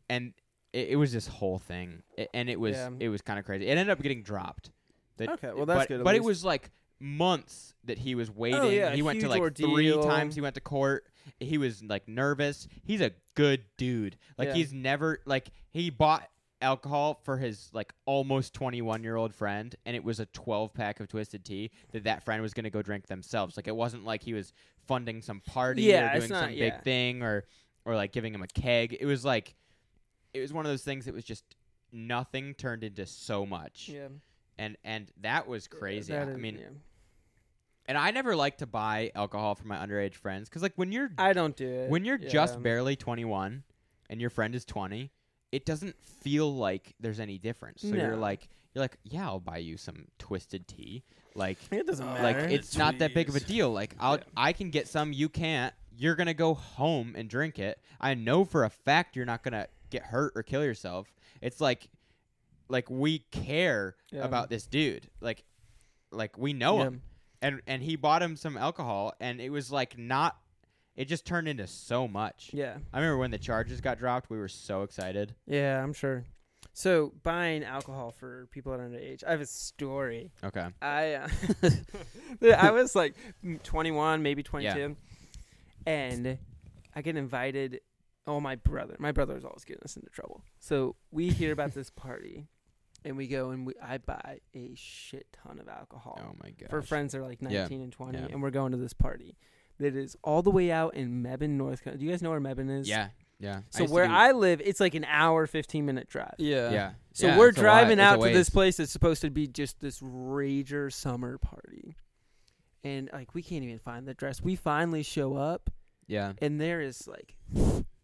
Speaker 1: and it, it was this whole thing, A- and it was
Speaker 3: Yeah.
Speaker 1: it was kind of crazy. It ended up getting dropped. That-
Speaker 3: Okay, well, that's
Speaker 1: but,
Speaker 3: good, at
Speaker 1: But it
Speaker 3: least. Oh,
Speaker 1: was like months that he was waiting.
Speaker 3: yeah,
Speaker 1: he went to
Speaker 3: huge
Speaker 1: like three
Speaker 3: ordeal.
Speaker 1: times. He went to court. He was like nervous. He's a good dude. Like
Speaker 3: Yeah.
Speaker 1: he's never like he bought alcohol for his like almost 21 year old friend and it was a 12 pack of twisted tea that that friend was going to go drink themselves like it wasn't like he was funding some party
Speaker 3: Yeah,
Speaker 1: or
Speaker 3: it's
Speaker 1: doing
Speaker 3: not-
Speaker 1: some
Speaker 3: yeah.
Speaker 1: big thing or or like giving him a keg it was like it was one of those things that was just nothing turned into so much
Speaker 3: Yeah.
Speaker 1: and and that was crazy
Speaker 3: That
Speaker 1: i
Speaker 3: is-
Speaker 1: mean
Speaker 3: yeah.
Speaker 1: and i never like to buy alcohol for my underage friends because like when you're
Speaker 3: I don't do it.
Speaker 1: when you're
Speaker 3: yeah.
Speaker 1: just barely 21 and your friend is 20 it doesn't feel like there's any difference so you're
Speaker 3: No.
Speaker 1: like you're like yeah i'll buy you some twisted tea like
Speaker 3: It doesn't
Speaker 2: Oh,
Speaker 3: matter.
Speaker 1: like
Speaker 2: Matter.
Speaker 1: it's not that big of a
Speaker 2: Tweez.
Speaker 1: deal like i'll
Speaker 2: Yeah.
Speaker 1: i can get some you can't you're gonna go home and drink it i know for a fact you're not gonna get hurt or kill yourself it's like like we care
Speaker 3: Yeah.
Speaker 1: about this dude like like we know
Speaker 3: Yeah.
Speaker 1: him and and he bought him some alcohol and it was like not it just turned into so much
Speaker 3: yeah.
Speaker 1: i remember when the charges got dropped we were so excited
Speaker 3: Yeah, I'm sure. So buying alcohol for people that are underage. I have a story.
Speaker 1: okay
Speaker 3: I uh, yeah, I was like mm, 21, maybe 22, and I get invited. Oh, my brother! My brother was always getting us into trouble. So we hear about this party, and we go and we I buy a shit ton of alcohol
Speaker 1: oh my god
Speaker 3: for friends that are like 19
Speaker 1: Yeah.
Speaker 3: and 20,
Speaker 1: Yeah.
Speaker 3: and we're going to this party that is all the way out in Mebane, North Carolina. Do you guys know where Mebane is?
Speaker 1: yeah yeah
Speaker 3: So
Speaker 1: used to
Speaker 3: where
Speaker 1: be-
Speaker 3: I live, it's like an hour, 15 minute drive.
Speaker 2: Yeah.
Speaker 1: yeah
Speaker 3: So
Speaker 1: yeah,
Speaker 3: we're
Speaker 1: it's a lot-
Speaker 3: driving
Speaker 1: it's a
Speaker 3: out to this
Speaker 1: ways.
Speaker 3: place that's supposed to be just this rager summer party. And like we can't even find the dress. We finally show up
Speaker 1: yeah
Speaker 3: and there is like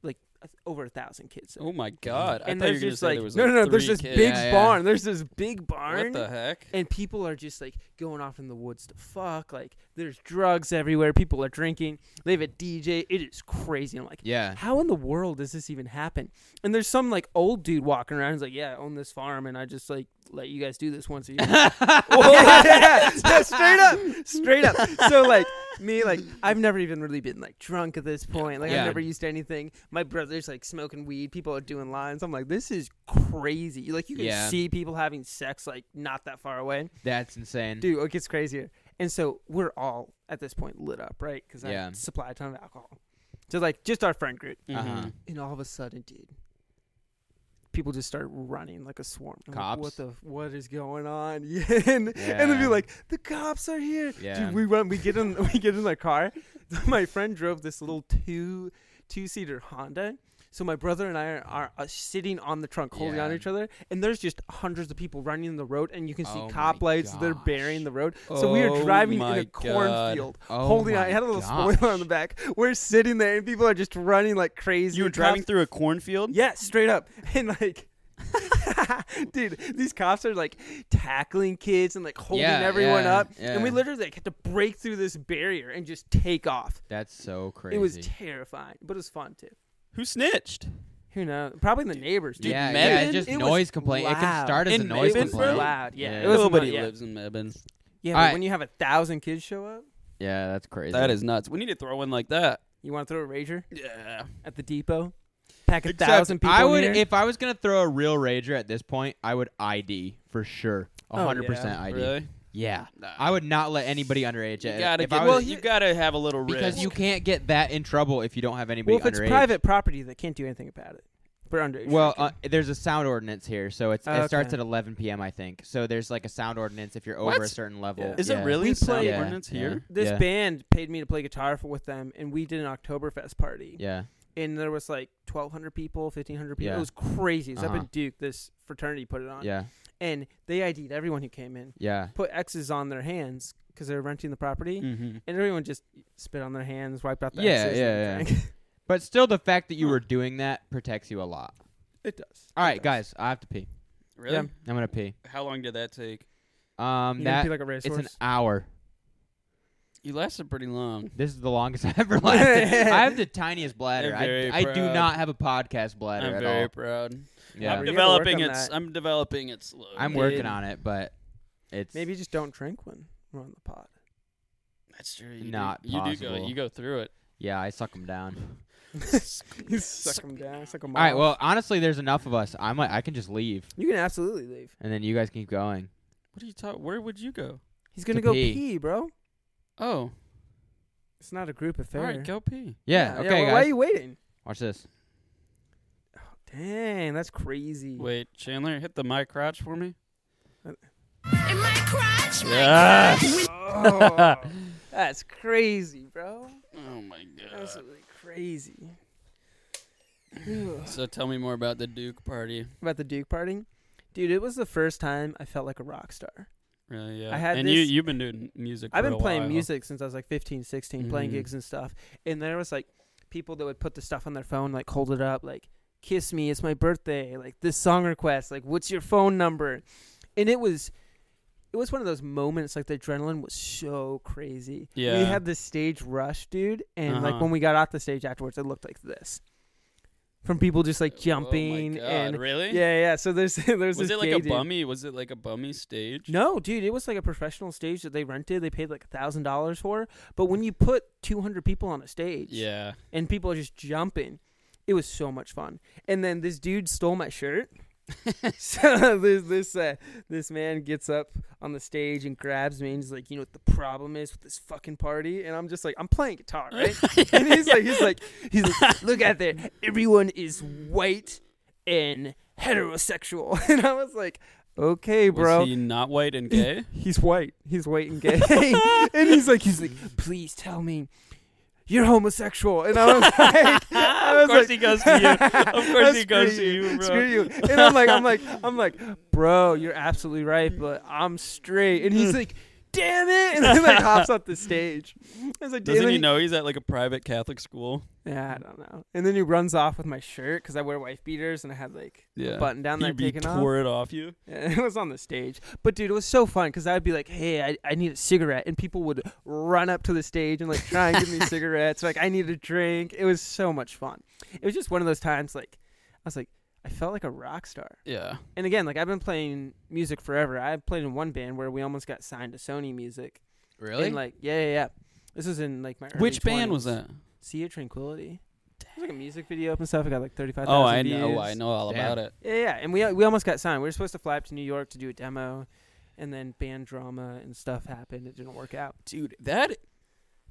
Speaker 3: like a- over a thousand kids. There.
Speaker 2: Oh my god!
Speaker 3: and
Speaker 2: I thought you were
Speaker 3: there's
Speaker 2: gonna
Speaker 3: just
Speaker 2: say
Speaker 3: like
Speaker 2: there was
Speaker 3: no no no,
Speaker 2: like
Speaker 3: there's
Speaker 2: three
Speaker 3: this
Speaker 2: kids.
Speaker 3: big
Speaker 1: Yeah, yeah.
Speaker 3: barn. There's this big barn.
Speaker 2: What the heck?
Speaker 3: and people are just like going off in the woods to fuck. Like there's drugs everywhere. People are drinking. They have a DJ. It is crazy. I'm like,
Speaker 1: yeah
Speaker 3: how in the world does this even happen? And there's some like old dude walking around. He's like, yeah, I own this farm, and I just like let you guys do this once a year. yeah, yeah, yeah, straight up, straight up. So like me, like I've never even really been like drunk at this point. Like
Speaker 1: Yeah.
Speaker 3: I've never used to anything. My brother's like smoking weed. People are doing lines. I'm like, this is crazy. Like you can
Speaker 1: Yeah.
Speaker 3: see people having sex like not that far away.
Speaker 1: that's insane
Speaker 3: Dude, it gets crazier. And so we're all at this point lit up, right? Because I
Speaker 1: Yeah.
Speaker 3: supply a ton
Speaker 2: Mm-hmm.
Speaker 3: of alcohol. So like just our friend group.
Speaker 1: uh-huh
Speaker 2: Mhm.
Speaker 3: And all of a sudden, dude, people just start running like a swarm. I'm like,
Speaker 1: Cops?
Speaker 3: what the what is going on? Yeah, and, and they'll
Speaker 1: Yeah.
Speaker 3: be like, the cops are here.
Speaker 1: Yeah.
Speaker 3: Dude, we run. We get in. we get in the car. my friend drove this little two two seater Honda. So my brother and I are, are uh, sitting on the trunk, holding on
Speaker 1: Yeah.
Speaker 3: to each other, and there's just hundreds of people running the road, and you can see
Speaker 1: Oh my
Speaker 3: cop lights. They're
Speaker 1: gosh.
Speaker 3: burying the road. So we
Speaker 2: Oh
Speaker 3: are driving in
Speaker 2: my
Speaker 3: a
Speaker 2: God.
Speaker 3: cornfield,
Speaker 1: Oh
Speaker 3: holding on.
Speaker 1: my
Speaker 3: It had a little spoiler on the
Speaker 1: gosh.
Speaker 3: back. We're sitting there, and people are just running like crazy.
Speaker 2: You were
Speaker 3: Cops-
Speaker 2: driving through a cornfield?
Speaker 3: yeah, straight up. And like dude, these cops are like tackling kids and like holding
Speaker 1: Yeah,
Speaker 3: everyone
Speaker 1: yeah,
Speaker 3: up. And we
Speaker 1: yeah.
Speaker 3: literally like, had to break through this barrier and just take off.
Speaker 1: That's so crazy.
Speaker 3: It was terrifying, but it was fun too.
Speaker 2: Who snitched?
Speaker 3: Who knows? Probably the neighbors.
Speaker 2: Dude,
Speaker 3: Dude,
Speaker 1: yeah, yeah,
Speaker 2: Mebane?
Speaker 1: it's just
Speaker 3: It was
Speaker 1: noise complaint. It
Speaker 3: loud.
Speaker 1: can start as
Speaker 2: In
Speaker 1: a noise
Speaker 2: Mebane,
Speaker 3: it
Speaker 2: bro?
Speaker 3: was
Speaker 1: complaint.
Speaker 3: loud. Yeah,
Speaker 1: Yeah.
Speaker 3: it was
Speaker 2: Nobody
Speaker 3: loud, yeah.
Speaker 2: lives in Mebane.
Speaker 3: Yeah,
Speaker 1: All
Speaker 3: but
Speaker 1: right.
Speaker 3: when you have a thousand kids show up,
Speaker 1: Yeah, that's crazy.
Speaker 2: That is nuts. We need to throw one like that.
Speaker 3: you want to throw a rager
Speaker 2: Yeah.
Speaker 3: at the depot? Pack a
Speaker 1: Except
Speaker 3: thousand people.
Speaker 1: I
Speaker 3: in
Speaker 1: would,
Speaker 3: here?
Speaker 1: if I was gonna throw a real rager at this point, I would ID for sure,
Speaker 3: Oh,
Speaker 1: A hundred percent
Speaker 3: yeah.
Speaker 1: ID.
Speaker 2: Really?
Speaker 1: Yeah,
Speaker 2: Nah.
Speaker 1: I would not let anybody underage.
Speaker 2: You
Speaker 1: If
Speaker 2: gotta
Speaker 1: I
Speaker 2: get,
Speaker 1: was-
Speaker 2: well, you gotta have a little
Speaker 1: because
Speaker 2: risk.
Speaker 1: you can't get that in trouble if you don't have anybody
Speaker 3: well, if it's
Speaker 1: underage.
Speaker 3: private property, they can't do anything about it. For underage.
Speaker 1: Well, uh,
Speaker 3: drinking.
Speaker 1: there's a sound ordinance here, so it's,
Speaker 3: Okay.
Speaker 1: it starts at 11 p.m. I think. So there's like a sound ordinance if you're over a
Speaker 2: What?
Speaker 1: certain level.
Speaker 3: Yeah.
Speaker 2: Is
Speaker 1: yeah.
Speaker 2: it really
Speaker 3: We
Speaker 2: sound
Speaker 3: play-
Speaker 2: ordinance
Speaker 1: Yeah.
Speaker 2: here?
Speaker 3: this
Speaker 1: yeah.
Speaker 3: band paid me to play guitar for, with them, and we did an Oktoberfest party.
Speaker 1: Yeah.
Speaker 3: and there was like 1200 people 1500 people
Speaker 1: Yeah.
Speaker 3: it was crazy it was up
Speaker 1: Uh-huh.
Speaker 3: in duke this fraternity put it
Speaker 2: uh,
Speaker 3: on
Speaker 1: Yeah.
Speaker 3: and they id'd everyone who came in
Speaker 1: Yeah.
Speaker 3: put x's on their hands because they were renting the property
Speaker 2: Mm-hmm.
Speaker 3: and everyone just spit on their hands wiped out the
Speaker 1: Mm. Yeah,
Speaker 3: x's
Speaker 1: yeah,
Speaker 3: and
Speaker 1: yeah.
Speaker 3: drank.
Speaker 1: But still, the fact that you
Speaker 3: Huh.
Speaker 1: were doing that protects you a lot.
Speaker 3: it does
Speaker 1: All right,
Speaker 3: It
Speaker 1: guys,
Speaker 3: does.
Speaker 1: I have to pee.
Speaker 2: Really?
Speaker 3: Yeah.
Speaker 1: I'm gonna pee.
Speaker 2: How long did that take?
Speaker 1: Um,
Speaker 3: you
Speaker 1: that
Speaker 3: be like a
Speaker 1: it's
Speaker 3: racehorse
Speaker 1: an hour.
Speaker 2: You lasted pretty long.
Speaker 1: This is the longest I've ever lasted. I have the tiniest bladder.
Speaker 2: I'm very
Speaker 1: I, I do
Speaker 2: proud.
Speaker 1: not have a podcast bladder
Speaker 2: I'm
Speaker 1: at
Speaker 2: very
Speaker 1: all.
Speaker 2: proud.
Speaker 1: Yeah,
Speaker 2: I'm
Speaker 3: We're gonna work
Speaker 2: developing
Speaker 3: on
Speaker 2: it. s-
Speaker 3: that.
Speaker 2: I'm developing it slowly.
Speaker 1: I'm working on it, but it's
Speaker 3: maybe just don't drink when we're on the pod
Speaker 2: That's true. You
Speaker 1: Not
Speaker 2: do, you do go.
Speaker 1: possible.
Speaker 2: You go through it.
Speaker 1: yeah. I suck them down.
Speaker 3: you suck 'em down suck 'em
Speaker 1: All right.
Speaker 3: off.
Speaker 1: Well, honestly, there's enough of us. I'm like, I can just leave,
Speaker 3: you can absolutely leave
Speaker 1: and then you guys keep going.
Speaker 2: What are you talking? Where would you go?
Speaker 3: he's gonna
Speaker 1: To
Speaker 3: go pee.
Speaker 1: pee.
Speaker 3: bro
Speaker 2: Oh,
Speaker 3: it's not a group affair
Speaker 2: all right. Go pee.
Speaker 1: Yeah.
Speaker 3: yeah,
Speaker 1: okay,
Speaker 3: why- why are
Speaker 1: guys.
Speaker 3: you waiting
Speaker 1: Watch this.
Speaker 3: dang that's crazy
Speaker 2: Wait, Chandler, hit the my crotch for me.
Speaker 4: In my crotch, my
Speaker 2: Yes.
Speaker 3: Oh, that's crazy, bro.
Speaker 2: Oh my
Speaker 3: That's
Speaker 2: god.
Speaker 3: really crazy.
Speaker 2: So tell me more about the Duke party.
Speaker 3: About the Duke party, dude. It was the first time I felt like a rock star.
Speaker 2: Really? Yeah.
Speaker 3: I had
Speaker 2: and you
Speaker 3: this-
Speaker 2: you've been doing music.
Speaker 3: I've
Speaker 2: for
Speaker 3: been
Speaker 2: a
Speaker 3: playing
Speaker 2: while.
Speaker 3: music since I was like 15, 16, playing
Speaker 2: Mhm.
Speaker 3: gigs and stuff. And there was like people that would put the stuff on their phone, like hold it up, like "Kiss me, it's my birthday," like this song request, like "What's your phone number?" And it was, it was one of those moments. Like the adrenaline was so crazy.
Speaker 2: Yeah.
Speaker 3: we had this stage rush, dude, and like
Speaker 2: Uh-huh.
Speaker 3: when we got off the stage afterwards, it looked like this, from people just like jumping
Speaker 2: oh my god,
Speaker 3: and
Speaker 2: really?
Speaker 3: yeah, yeah. So there's there's
Speaker 2: Was
Speaker 3: this
Speaker 2: it like
Speaker 3: gay
Speaker 2: a
Speaker 3: dude-
Speaker 2: bummy? Was it like a bummy stage?
Speaker 3: no, dude, it was like a professional stage that they rented. They paid like a thousand dollars for. But when you put two hundred people on a stage,
Speaker 2: Yeah.
Speaker 3: and people are just jumping, it was so much fun. And then this dude stole my shirt. so this this uh, this man gets up on the stage and grabs me and he's like, you know what the problem is with this fucking party? And I'm just like, I'm playing guitar, right? and he's like, he's like, he's like, look at there, everyone is white and heterosexual, and I was like, okay, bro,
Speaker 2: Was he not white and gay?
Speaker 3: he's white. He's white and gay. and he's like, he's like, please tell me you're homosexual. And I was like, I was
Speaker 2: of course
Speaker 3: like,
Speaker 2: he goes to you. Of course he goes to
Speaker 3: Screw
Speaker 2: you, bro.
Speaker 3: Screw you. And I'm like, I'm like, I'm like, bro, you're absolutely right, but I'm straight. And he's like, damn it. And then like hops off the stage. I was like, damn
Speaker 2: Doesn't
Speaker 3: it.
Speaker 2: he know he's at like a private Catholic school?
Speaker 3: Yeah, I don't know. And then he runs off with my shirt because I wear wife beaters and I had like
Speaker 2: Yeah.
Speaker 3: button down there
Speaker 2: he, he
Speaker 3: taken off.
Speaker 2: tore it off you.
Speaker 3: Yeah, It was on the stage. But dude, it was so fun because I'd be like, hey, I, I need a cigarette. And people would run up to the stage and like try and give me cigarettes. Like, I need a drink. It was so much fun. It was just one of those times like, I was like, I felt like a rock star.
Speaker 2: Yeah.
Speaker 3: And again, like, I've been playing music forever. I played in one band where we almost got signed to Sony Music.
Speaker 1: Really?
Speaker 3: And like, yeah, yeah, yeah. This was in like my early
Speaker 2: Which band was
Speaker 3: 20s.
Speaker 2: that?
Speaker 3: Sea of Tranquility. It was like a music video up and stuff. I got like 35,000
Speaker 2: Oh, I
Speaker 3: views.
Speaker 2: know. I know all
Speaker 1: Damn.
Speaker 2: about it.
Speaker 3: Yeah, yeah, and we we almost got signed. We were supposed to fly up to New York to do a demo, and then band drama and stuff happened. It didn't work out.
Speaker 2: Dude, that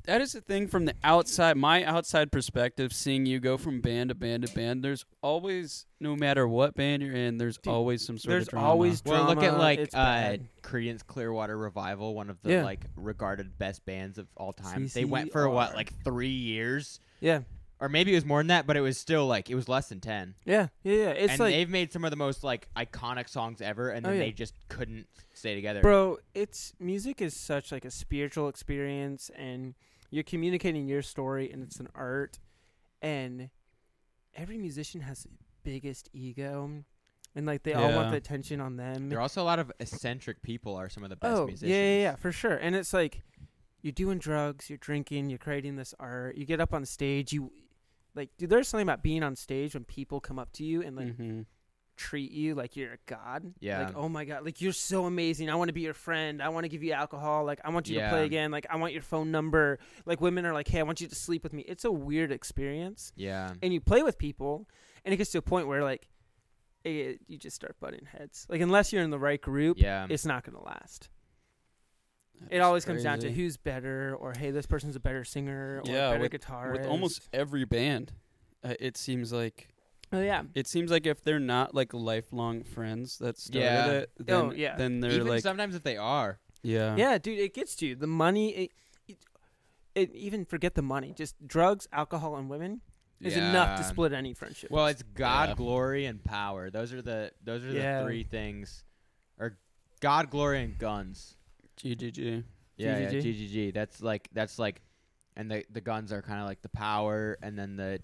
Speaker 2: that is the thing from the outside, my outside perspective, seeing you go from band to band to band. There's always, no matter what band you're in, there's
Speaker 3: Dude,
Speaker 2: always some sort
Speaker 3: there's
Speaker 2: of drama.
Speaker 3: always-
Speaker 1: Well, look at
Speaker 3: Drama,
Speaker 1: like
Speaker 3: it's
Speaker 1: uh,
Speaker 3: bad.
Speaker 1: Creedence Clearwater Revival, one of the
Speaker 3: Yeah.
Speaker 1: like regarded best bands of all time. They went for what
Speaker 3: CCR.
Speaker 1: like three years,
Speaker 3: Yeah,
Speaker 1: or maybe it was more than that, but it was still like it was less than ten.
Speaker 3: yeah, yeah, yeah. It's
Speaker 1: and
Speaker 3: like
Speaker 1: they've made some of the most like iconic songs ever, and
Speaker 3: Oh,
Speaker 1: then
Speaker 3: yeah.
Speaker 1: they just couldn't stay together.
Speaker 3: bro it's music is such like a spiritual experience and you're communicating your story and it's an art and every musician has the biggest ego and like they all want
Speaker 2: Yeah.
Speaker 3: the attention on them
Speaker 1: There are also a lot of eccentric people. Are some of the best
Speaker 3: oh
Speaker 1: musicians.
Speaker 3: yeah, yeah yeah for sure and it's like you're doing drugs you're drinking you're creating this art you get up on stage you like dude, there's something about being on stage when people come up to you and like
Speaker 2: Mhm.
Speaker 3: treat you like you're a god.
Speaker 1: Mm. Yeah.
Speaker 3: Like, oh my god, like you're so amazing. I want to be your friend. I want to give you alcohol. Like I want you to play
Speaker 1: Yeah.
Speaker 3: again. Like I want your phone number. Like women are like, hey, I want you to sleep with me. It's a weird experience.
Speaker 1: Yeah.
Speaker 3: And you play with people, and it gets to a point where like, it, you just start butting heads. Like unless you're in the right group,
Speaker 1: Yeah.
Speaker 3: it's not gonna last.
Speaker 2: That
Speaker 3: It
Speaker 2: is
Speaker 3: always comes down to
Speaker 2: crazy.
Speaker 3: who's better, or hey, this person's a better singer, or
Speaker 2: Yeah,
Speaker 3: a better
Speaker 2: with-
Speaker 3: guitarist.
Speaker 2: with almost every band. Uh, it seems like
Speaker 3: oh yeah,
Speaker 2: it seems like if they're not like lifelong friends that started
Speaker 1: Yeah.
Speaker 2: it, then,
Speaker 3: Oh, yeah.
Speaker 2: then they're
Speaker 1: Even
Speaker 2: like
Speaker 1: sometimes if they are.
Speaker 2: yeah
Speaker 3: Yeah, dude, it gets to you. The money, it, it, it, even forget the money. Just drugs, alcohol, and women is enough to
Speaker 1: Yeah.
Speaker 3: split any friendship.
Speaker 1: Well, it's God,
Speaker 2: Yeah.
Speaker 1: glory, and power. Those are the those are
Speaker 3: Yeah.
Speaker 1: the three things, or God, glory, and guns.
Speaker 2: GGG.
Speaker 1: Yeah, yeah,
Speaker 3: GGG.
Speaker 1: GGG. That's like that's like, and the the guns are kind of like the power, and then the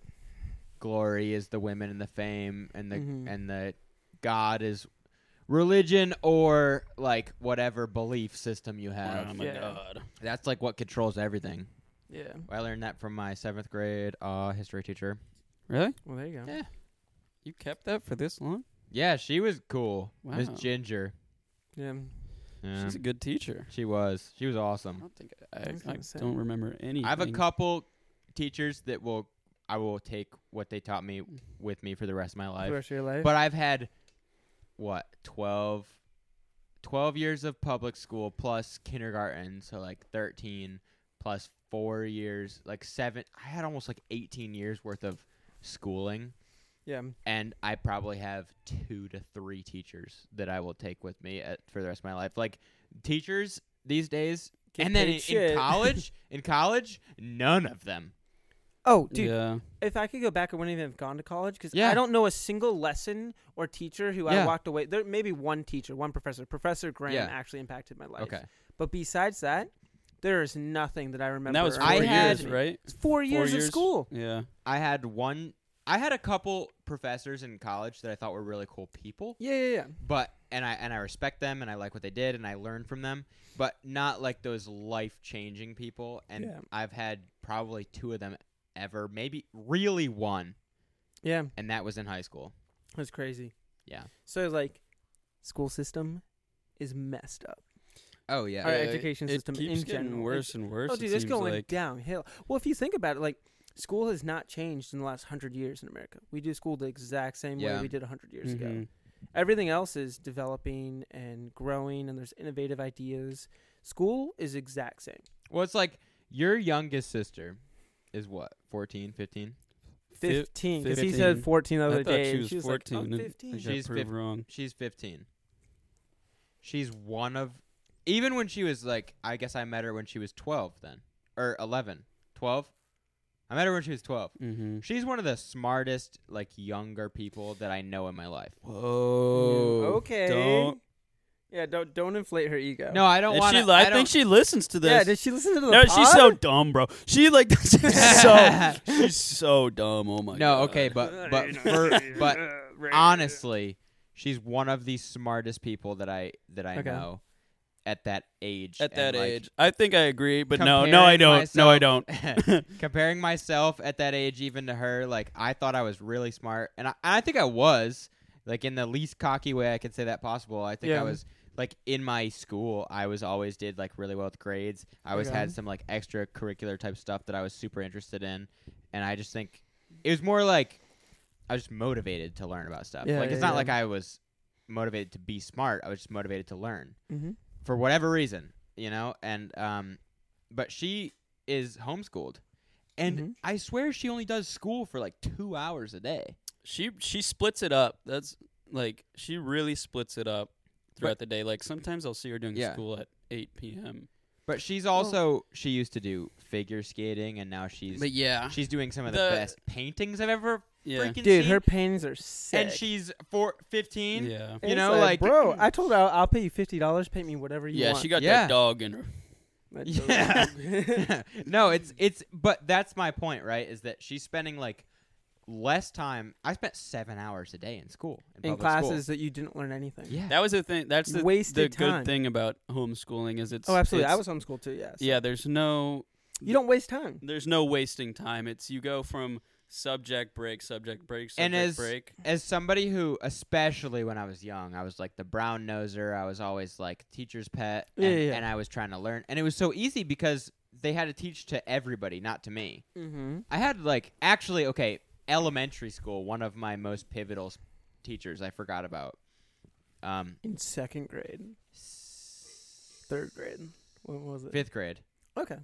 Speaker 1: glory is the women and the fame, and the
Speaker 3: Mhm.
Speaker 1: and the God is religion or like whatever belief system you have.
Speaker 2: Oh my
Speaker 3: Yeah.
Speaker 2: god.
Speaker 1: That's like what controls everything.
Speaker 3: yeah.
Speaker 1: I learned that from my seventh grade uh, history teacher.
Speaker 2: Really?
Speaker 3: Well, there you go.
Speaker 1: Yeah.
Speaker 2: You kept that for this long?
Speaker 1: Yeah, she was cool. Miss
Speaker 2: Wow.
Speaker 1: Ginger.
Speaker 3: Yeah.
Speaker 1: Yeah.
Speaker 2: She's a good teacher.
Speaker 1: she was. She was
Speaker 2: I
Speaker 1: awesome.
Speaker 2: don't think
Speaker 3: I
Speaker 2: I,
Speaker 3: was
Speaker 2: I,
Speaker 3: gonna say.
Speaker 2: don't remember any.
Speaker 1: I have a couple teachers that will I will take what they taught me with me for the rest of my
Speaker 3: For
Speaker 1: life.
Speaker 3: the rest of your life.
Speaker 1: But I've had what, 12 12 years of public school plus kindergarten, so like 13 plus 4 years, like 7 I had almost like 18 years worth of schooling
Speaker 3: yeah.
Speaker 1: and I probably have 2 to 3 teachers that I will take with me at, for the rest of my life. Like teachers these days
Speaker 3: Get
Speaker 1: and then
Speaker 3: paid
Speaker 1: in, in
Speaker 3: shit.
Speaker 1: college, in college, none of them.
Speaker 3: Oh, dude,
Speaker 2: Yeah.
Speaker 3: if I could go back, I wouldn't even have gone to college because
Speaker 1: Yeah.
Speaker 3: I don't know a single lesson or teacher who I
Speaker 1: Yeah.
Speaker 3: walked away. There maybe one teacher, one professor. Professor Graham
Speaker 1: Yeah.
Speaker 3: actually impacted my life.
Speaker 1: Okay.
Speaker 3: But besides that, there is nothing that I
Speaker 2: And
Speaker 3: remember.
Speaker 2: that was
Speaker 3: or
Speaker 2: four
Speaker 1: I
Speaker 2: years,
Speaker 1: had-
Speaker 3: impacted me.
Speaker 2: right?
Speaker 3: It's Four years,
Speaker 2: years.
Speaker 3: of school.
Speaker 2: Yeah.
Speaker 1: I had one. I had a couple professors in college that I thought were really cool people,
Speaker 3: Yeah, yeah, yeah.
Speaker 1: but and I and I respect them and I like what they did and I learned from them, but not like those life changing people. And
Speaker 3: Yeah.
Speaker 1: I've had probably two of them ever, maybe really one,
Speaker 3: Yeah.
Speaker 1: and that was in high school.
Speaker 3: That's crazy.
Speaker 1: Yeah.
Speaker 3: So like, school system is messed up.
Speaker 1: Oh yeah,
Speaker 3: Our
Speaker 2: Yeah,
Speaker 3: education
Speaker 2: it
Speaker 3: system
Speaker 2: keeps
Speaker 3: in
Speaker 2: getting
Speaker 3: general.
Speaker 2: worse and worse.
Speaker 3: oh, dude,
Speaker 2: it
Speaker 3: it's
Speaker 2: seems
Speaker 3: going
Speaker 2: like.
Speaker 3: downhill. Well, if you think about it, like school has not changed in the last hundred years in America. We do school the exact same way
Speaker 1: Yeah.
Speaker 3: we did a hundred years ago.
Speaker 2: Mhm.
Speaker 3: Everything else is developing and growing, and there's innovative ideas. School is exact same.
Speaker 1: Well, it's like your youngest sister is what 14, 15?
Speaker 2: Fif-
Speaker 3: Fifteen, because he said
Speaker 2: 15.
Speaker 3: fourteen the
Speaker 2: I
Speaker 3: other
Speaker 2: thought
Speaker 3: day.
Speaker 2: she
Speaker 3: and
Speaker 2: was
Speaker 3: she was like, "Oh,
Speaker 2: 14,
Speaker 3: "I'm
Speaker 2: and-
Speaker 3: 15."
Speaker 2: I got
Speaker 1: She's
Speaker 2: proved
Speaker 1: fif-
Speaker 2: wrong.
Speaker 1: She's 15. She's one of even when she was like I guess I met her when she was 12 then or 11, 12. I met her when she was 12.
Speaker 2: Mm-hmm.
Speaker 1: She's one of the smartest like younger people that I know in my life.
Speaker 2: Whoa.
Speaker 3: okay.
Speaker 2: Don't.
Speaker 3: Yeah, don't don't inflate her ego.
Speaker 1: No, I don't
Speaker 2: If
Speaker 1: want
Speaker 2: she,
Speaker 1: to
Speaker 2: li- I, think she listens to this.
Speaker 3: Yeah, did she listen to the
Speaker 2: no,
Speaker 3: pod?
Speaker 2: she's so dumb, bro. She like she's so she's so dumb. Oh my god.
Speaker 1: No, okay, but but for, but honestly, she's one of the smartest people that I that I
Speaker 3: Okay.
Speaker 1: know at that age.
Speaker 2: at that
Speaker 1: and, like,
Speaker 2: age, I think I agree, but no, no, I don't. No, I don't.
Speaker 1: don't. comparing myself at that age, even to her, like I thought I was really smart, and I, and I think I was, like in the least cocky way I could say that possible. I think
Speaker 3: Yeah.
Speaker 1: I was like in my school, I was always did like really well with grades. I always
Speaker 3: Okay.
Speaker 1: had some like extracurricular type stuff that I was super interested in, and I just think it was more like I was just motivated to learn about stuff.
Speaker 3: Yeah,
Speaker 1: like it's
Speaker 3: yeah,
Speaker 1: not
Speaker 3: yeah.
Speaker 1: like I was motivated to be smart. I was just motivated to learn
Speaker 3: Mhm.
Speaker 1: for whatever reason, you know, and um but she is homeschooled, and
Speaker 3: Mhm.
Speaker 1: I swear she only does school for like two hours a day.
Speaker 2: She she splits it up. That's like she really splits it up throughout the day. Like sometimes I'll see her doing
Speaker 1: Yeah.
Speaker 2: school at 8 p.m.
Speaker 1: But she's also she used to do figure skating, and now she's
Speaker 2: But yeah,
Speaker 1: she's doing some of the,
Speaker 2: The-
Speaker 1: best paintings I've ever
Speaker 2: yeah,
Speaker 1: freaking
Speaker 3: Dude,
Speaker 1: seen.
Speaker 3: her paintings are sick.
Speaker 1: and she's four, 15.
Speaker 2: yeah,
Speaker 1: you
Speaker 3: It's
Speaker 1: know, like- mm.
Speaker 3: bro, I told her I'll, I'll pay you fifty dollars. Paint me whatever you
Speaker 2: yeah.
Speaker 3: want.
Speaker 2: She got
Speaker 1: Yeah.
Speaker 2: that dog in her.
Speaker 3: That dope.
Speaker 1: Yeah. no, it's it's but that's my point, right? Is that she's spending like less time. I spent seven hours a day in school in,
Speaker 3: in
Speaker 1: public school.
Speaker 3: classes that you didn't learn anything.
Speaker 1: Yeah,
Speaker 2: That was the thing. That's
Speaker 3: You
Speaker 2: the the
Speaker 3: wasted time.
Speaker 2: good thing about homeschooling is it's
Speaker 3: Oh, absolutely. I
Speaker 2: it's-
Speaker 3: was homeschooled too. Yes.
Speaker 2: yeah. There's no
Speaker 3: You don't waste time.
Speaker 2: there's no wasting time. It's you go from subject break, subject break, subject
Speaker 1: And as-
Speaker 2: break.
Speaker 1: as somebody who, especially when I was young, I was like the brown noser. I was always like teacher's pet, and,
Speaker 3: Yeah, yeah, yeah.
Speaker 1: and I was trying to learn. And it was so easy because they had to teach to everybody, not to me.
Speaker 3: Mm-hmm.
Speaker 1: I had like actually okay, elementary school. One of my most pivotal s- teachers I forgot about. Um,
Speaker 3: In second grade, third grade. What was it?
Speaker 1: fifth grade,
Speaker 3: Okay.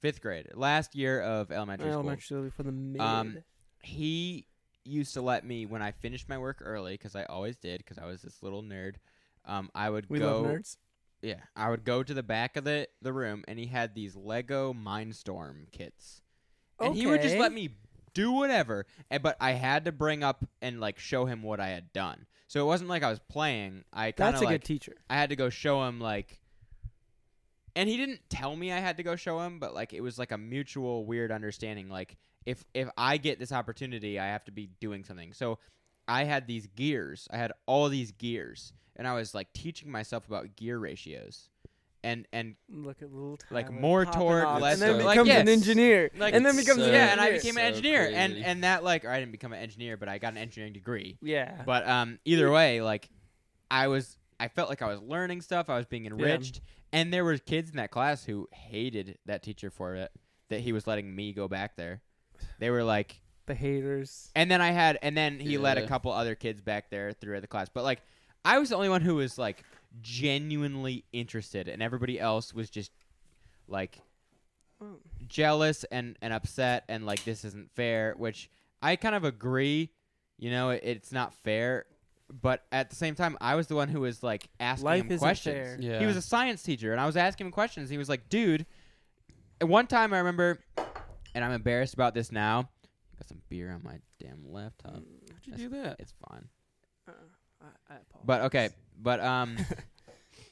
Speaker 1: fifth grade, last year of elementary,
Speaker 3: Elementary school for the mid.
Speaker 1: Um, school. He used to let me when I finished my work early because I always did because I was this little nerd. Um, I would
Speaker 3: we
Speaker 1: go.
Speaker 3: love nerds.
Speaker 1: Yeah, I would go to the back of the the room, and he had these Lego Mindstorm kits, and he would just
Speaker 3: Okay.
Speaker 1: let me do whatever. And, but I had to bring up and like show him what I had done. So it wasn't like I was playing. I kind of
Speaker 3: That's a
Speaker 1: like
Speaker 3: good teacher.
Speaker 1: I had to go show him like, and he didn't tell me I had to go show him, but like it was like a mutual weird understanding. Like if if I get this opportunity, I have to be doing something. So I had these gears. I had all these gears, and I was like teaching myself about gear ratios, and and
Speaker 3: Look at little
Speaker 1: Like,
Speaker 3: Tyler
Speaker 1: more
Speaker 3: popping
Speaker 1: torque,
Speaker 3: off,
Speaker 2: less
Speaker 3: and then
Speaker 2: torque.
Speaker 3: becomes
Speaker 1: Like,
Speaker 3: an
Speaker 1: yes.
Speaker 3: engineer,
Speaker 2: Like,
Speaker 3: and then
Speaker 2: it's
Speaker 3: becomes
Speaker 2: so-
Speaker 3: an
Speaker 1: yeah, and I
Speaker 3: engineer.
Speaker 1: became
Speaker 2: So
Speaker 1: an engineer, and
Speaker 2: crazy.
Speaker 1: and that like or I didn't become an engineer, but I got an engineering degree.
Speaker 3: yeah.
Speaker 1: But um, either way, like I was, I felt like I was learning stuff. I was being enriched, and there were kids in that class who hated that teacher for it that he was letting me go back there. They were like,
Speaker 3: the haters.
Speaker 1: and then I had, and then he let a
Speaker 2: Yeah.
Speaker 1: couple other kids back there throughout the class. But like, I was the only one who was like genuinely interested, and everybody else was just like
Speaker 3: Oh.
Speaker 1: jealous and and upset and like this isn't fair which i kind of agree you know it, it's not fair but at the same time i was the one who was like asking
Speaker 3: Life
Speaker 1: him
Speaker 3: isn't
Speaker 1: questions
Speaker 3: fair.
Speaker 2: Yeah.
Speaker 1: he was a science teacher and i was asking him questions he was like dude at one time i remember and i'm embarrassed about this now got some beer on my damn laptop
Speaker 2: How'd you do that?
Speaker 1: it's fine
Speaker 3: Mm. Uh, I, I apologize.
Speaker 1: but okay, but um,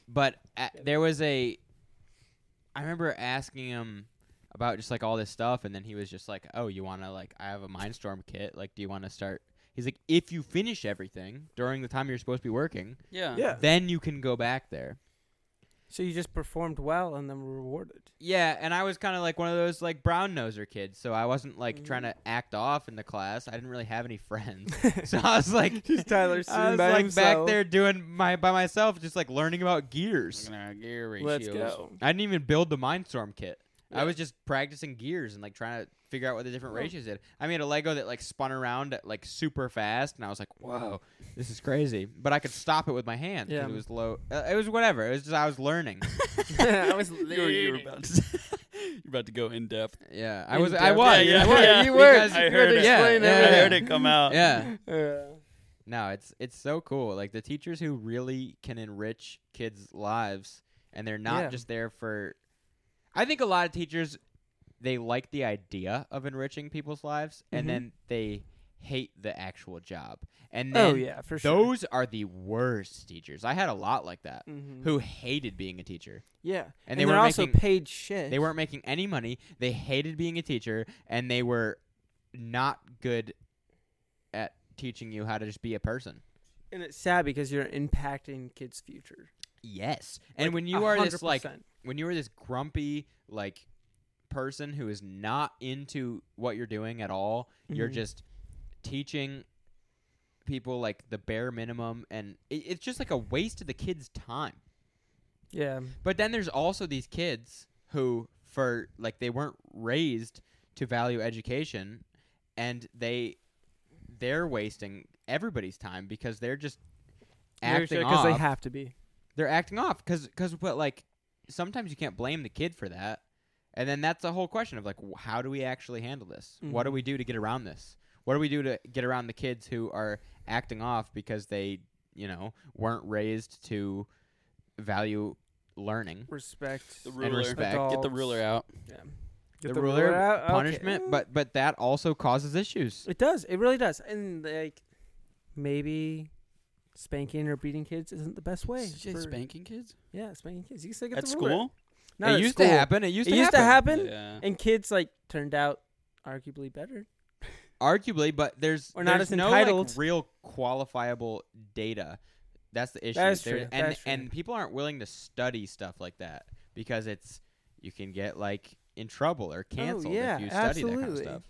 Speaker 1: but a there was a. I remember asking him about just like all this stuff, and then he was just like, "Oh, you want to like? I have a Mindstorm kit. Like, do you want to start?" He's like, "If you finish everything during the time you're supposed to be working,
Speaker 2: Yeah.
Speaker 3: yeah.
Speaker 1: then you can go back there."
Speaker 3: So you just performed well and then were rewarded.
Speaker 1: Yeah, and I was kind of like one of those like brown noser kids, so I wasn't like
Speaker 3: Mhm.
Speaker 1: trying to
Speaker 2: Mm.
Speaker 1: act off in the class. I didn't really have any friends, so I was like,
Speaker 3: Just Tyler
Speaker 1: I
Speaker 3: sitting
Speaker 1: was
Speaker 3: by
Speaker 1: like back
Speaker 3: himself.
Speaker 1: there doing my by myself, just like learning about gears.
Speaker 2: Looking at our gear
Speaker 3: Let's
Speaker 2: ratios.
Speaker 3: go.
Speaker 1: I didn't even build the Mindstorm kit. I
Speaker 3: Yeah.
Speaker 1: was just practicing gears and like trying to figure out what the different
Speaker 3: Oh.
Speaker 1: ratios did. I made a Lego that like spun around at, like super fast, and I was like, "Whoa, this is crazy!" But I could stop it with my hand because
Speaker 3: Yeah.
Speaker 1: it was low. Uh, it was whatever. It was just I was learning.
Speaker 3: I was
Speaker 2: You were, you were about to you're about to go in depth.
Speaker 1: yeah, I
Speaker 3: In
Speaker 1: was. I
Speaker 3: depth.
Speaker 1: was.
Speaker 2: Yeah, yeah,
Speaker 1: I
Speaker 2: yeah.
Speaker 1: was,
Speaker 2: You
Speaker 3: were.
Speaker 1: because-
Speaker 2: I
Speaker 3: You
Speaker 2: heard
Speaker 3: gotta
Speaker 2: it.
Speaker 1: explain Yeah,
Speaker 2: I
Speaker 1: everything.
Speaker 2: heard it come out.
Speaker 1: yeah.
Speaker 3: Uh,
Speaker 1: No, it's it's so cool. Like the teachers who really can enrich kids' lives, and they're not
Speaker 3: Yeah.
Speaker 1: just there for. I think a lot of teachers, they like the idea of enriching people's lives,
Speaker 3: Mhm.
Speaker 1: and then they hate the actual job. And then
Speaker 3: oh yeah, for sure.
Speaker 1: those are the worst teachers. I had a lot like that
Speaker 3: Mhm.
Speaker 1: who hated being a teacher.
Speaker 3: Yeah,
Speaker 1: And they were
Speaker 3: are also
Speaker 1: making-
Speaker 3: paid shit.
Speaker 1: They weren't making any money. They hated being a teacher, and they were not good at teaching you how to just be a person.
Speaker 3: and it's sad because you're impacting kids' future.
Speaker 1: Yes. And
Speaker 3: Like,
Speaker 1: when you are this like
Speaker 3: 100%.
Speaker 1: when you are this grumpy like person who is not into what you're doing at all, you're
Speaker 3: Mhm.
Speaker 1: just teaching people like the bare minimum and it, it's just like a waste of the kids' time.
Speaker 3: yeah,
Speaker 1: But then there's also these kids who for like they weren't raised to value education and they they're wasting everybody's time because they're just acting
Speaker 3: because they
Speaker 1: off
Speaker 3: have to be.
Speaker 1: they're acting off because because but like sometimes you can't blame the kid for that And then that's the whole question of like, wh- how do we actually handle this? What
Speaker 3: Mm-hmm.
Speaker 1: do we do to get around this? What do we do to get around the kids who are acting off because they, you know, weren't raised to value learning?
Speaker 3: Respect.
Speaker 2: The
Speaker 1: And
Speaker 2: ruler.
Speaker 1: respect.
Speaker 2: Get the ruler out.
Speaker 3: Yeah.
Speaker 1: the, ruler,
Speaker 3: out, okay.
Speaker 1: punishment, but but that also causes issues.
Speaker 3: It does. It really does. And like, maybe spanking or beating kids isn't the best way.
Speaker 2: Did you
Speaker 3: for-
Speaker 2: say spanking kids
Speaker 3: Yeah, spanking kids. You can still get
Speaker 2: at
Speaker 3: the ruler.
Speaker 2: school?
Speaker 3: Not
Speaker 1: it
Speaker 3: at
Speaker 1: used
Speaker 3: school.
Speaker 1: to happen. It used
Speaker 3: It
Speaker 1: to
Speaker 3: used to
Speaker 1: happen.
Speaker 3: happen,
Speaker 2: Yeah.
Speaker 3: and kids like turned out arguably better.
Speaker 1: arguably, but there's
Speaker 3: Or not
Speaker 1: there's
Speaker 3: as
Speaker 1: no like,
Speaker 3: entitled.
Speaker 1: real qualifiable data. That's the issue.
Speaker 3: That is
Speaker 1: There-
Speaker 3: true.
Speaker 1: And
Speaker 3: That is true.
Speaker 1: and people aren't willing to study stuff like that because it's you can get like in trouble or canceled
Speaker 3: Oh, yeah,
Speaker 1: if you study that kind of
Speaker 3: absolutely.
Speaker 1: stuff.